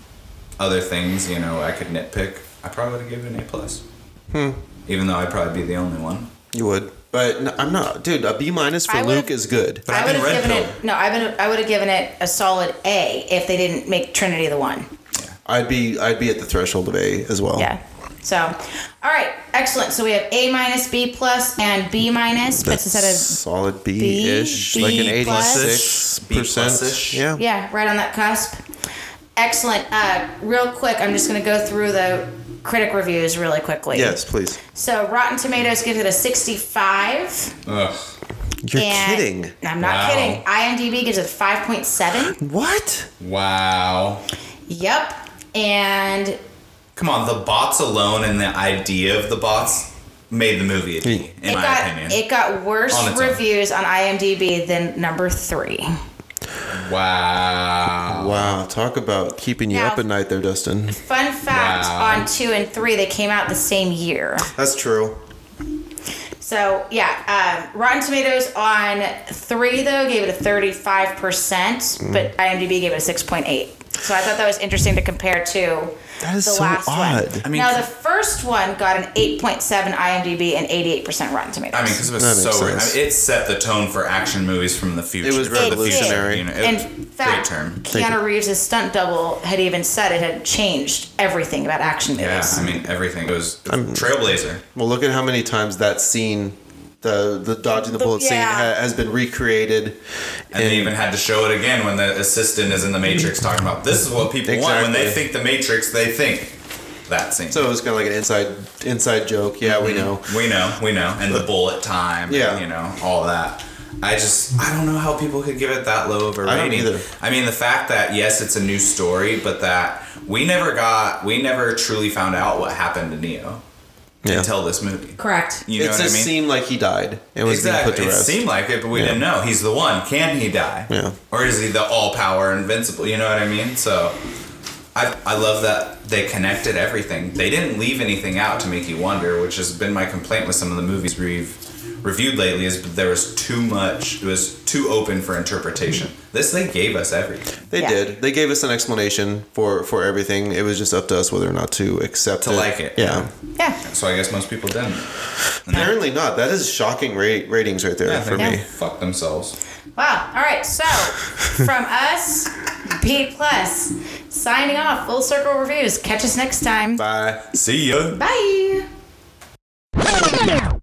[SPEAKER 3] other things, you know, I could nitpick. I probably would have given it an A plus.
[SPEAKER 4] Hmm.
[SPEAKER 3] Even though I'd probably be the only one.
[SPEAKER 4] You would, but no, I'm not, dude. A B minus for
[SPEAKER 1] I would've-
[SPEAKER 4] Luke is good.
[SPEAKER 3] But I've
[SPEAKER 1] I would
[SPEAKER 3] been
[SPEAKER 1] have
[SPEAKER 3] red
[SPEAKER 1] given
[SPEAKER 3] pilled.
[SPEAKER 1] it no, I've been I would have given it a solid A if they didn't make Trinity the one.
[SPEAKER 4] I'd be, I'd be at the threshold of A as
[SPEAKER 3] Oh.
[SPEAKER 4] well.
[SPEAKER 1] Yeah. So, all right, excellent. So we have A minus, B plus, and B minus, but instead of
[SPEAKER 4] solid B ish,
[SPEAKER 1] B-
[SPEAKER 4] like an
[SPEAKER 1] B plus.
[SPEAKER 4] eighty-six
[SPEAKER 3] B plus-ish.
[SPEAKER 4] percent. Yeah.
[SPEAKER 1] yeah, right on that cusp. Excellent. Uh, real quick, I'm just going to go through the critic reviews really quickly.
[SPEAKER 4] Yes, please.
[SPEAKER 1] So Rotten Tomatoes gives it a 65.
[SPEAKER 3] Ugh.
[SPEAKER 4] You're
[SPEAKER 1] and-
[SPEAKER 4] kidding.
[SPEAKER 1] I'm not
[SPEAKER 3] Wow.
[SPEAKER 1] kidding. IMDb gives it 5.7.
[SPEAKER 4] What?
[SPEAKER 3] Wow.
[SPEAKER 1] yep. And
[SPEAKER 3] Come on, the bots alone and the idea of the bots made the movie a D, in
[SPEAKER 1] it
[SPEAKER 3] my
[SPEAKER 1] got
[SPEAKER 3] opinion.
[SPEAKER 1] it got worse
[SPEAKER 3] On its own.
[SPEAKER 1] reviews on IMDb than number 3.
[SPEAKER 3] wow.
[SPEAKER 4] Wow. Talk about keeping you
[SPEAKER 1] Now-
[SPEAKER 4] up at night, there, Dustin.
[SPEAKER 1] Fun fact
[SPEAKER 3] Wow.
[SPEAKER 1] on 2 and 3 they came out the same year.
[SPEAKER 4] That's true.
[SPEAKER 1] So, yeah, um, Rotten Tomatoes on 3 though gave it a 35%, but IMDb gave it a 6.8. So I thought that was interesting to compare to
[SPEAKER 4] That is
[SPEAKER 1] the
[SPEAKER 4] so
[SPEAKER 1] last
[SPEAKER 4] odd.
[SPEAKER 1] one.
[SPEAKER 3] I mean,
[SPEAKER 1] now
[SPEAKER 3] c-
[SPEAKER 1] the first one got an 8.7 IMDb and 88% Rotten Tomatoes.
[SPEAKER 3] I mean, because it was
[SPEAKER 4] That
[SPEAKER 3] so.
[SPEAKER 4] makes
[SPEAKER 3] I mean,
[SPEAKER 4] sense.
[SPEAKER 3] it set the tone for action movies from the future.
[SPEAKER 4] was
[SPEAKER 3] for the future,
[SPEAKER 4] revolutionary.
[SPEAKER 3] you know, it-
[SPEAKER 1] in fact,
[SPEAKER 3] great term.
[SPEAKER 4] Thank
[SPEAKER 1] Keanu Reeves' stunt double had even said it had changed everything about action
[SPEAKER 3] Yeah,
[SPEAKER 1] movies.
[SPEAKER 3] I mean everything. It was it was trailblazer.
[SPEAKER 4] Well, look at how many times that scene, the the dodging the
[SPEAKER 1] The-
[SPEAKER 4] bullet scene,
[SPEAKER 1] yeah.
[SPEAKER 4] ha- has been recreated.
[SPEAKER 3] And they even had to show it again when the assistant is in the Matrix talking about this is what people want when they
[SPEAKER 4] Exactly.
[SPEAKER 3] think the Matrix, they think that scene.
[SPEAKER 4] so it was kind of like an inside inside joke. Yeah,
[SPEAKER 3] Mm-hmm.
[SPEAKER 4] we know.
[SPEAKER 3] we know, we know, and the bullet time,
[SPEAKER 4] Yeah.
[SPEAKER 3] and, you know, all that. I just I don't know how people could give it that low of a rating.
[SPEAKER 4] I don't either.
[SPEAKER 3] I mean, the fact that yes, it's a new story, but that we never got, we never truly found out what happened to Neo.
[SPEAKER 4] Yeah.
[SPEAKER 3] until this movie.
[SPEAKER 1] Correct.
[SPEAKER 3] You know
[SPEAKER 4] it
[SPEAKER 3] what I
[SPEAKER 4] just
[SPEAKER 3] mean?
[SPEAKER 4] seemed like he died. It was
[SPEAKER 3] exactly.
[SPEAKER 4] being put
[SPEAKER 3] it
[SPEAKER 4] to rest.
[SPEAKER 3] seemed like it, but we
[SPEAKER 4] Yeah.
[SPEAKER 3] didn't know. He's the one. Can he die?
[SPEAKER 4] Yeah.
[SPEAKER 3] Or is he the all power invincible? You know what I mean? So I I love that they connected everything. They didn't leave anything out to make you wonder, which has been my complaint with some of the movies we've reviewed lately is there was too much it was too open for interpretation. This they gave us everything.
[SPEAKER 4] they
[SPEAKER 1] Yeah.
[SPEAKER 4] did. They gave us an explanation for for everything. It was just up to us whether or not to accept
[SPEAKER 3] To
[SPEAKER 4] it.
[SPEAKER 3] like it.
[SPEAKER 4] Yeah.
[SPEAKER 1] Yeah.
[SPEAKER 3] So I guess most people didn't.
[SPEAKER 4] Apparently not. That is shocking ra- ratings right there
[SPEAKER 3] Yeah,
[SPEAKER 4] for
[SPEAKER 3] they
[SPEAKER 4] me.
[SPEAKER 3] fuck themselves.
[SPEAKER 1] Wow. All right. So from us, B plus, signing off. Full circle reviews. Catch us next time.
[SPEAKER 4] Bye.
[SPEAKER 3] See ya.
[SPEAKER 1] Bye.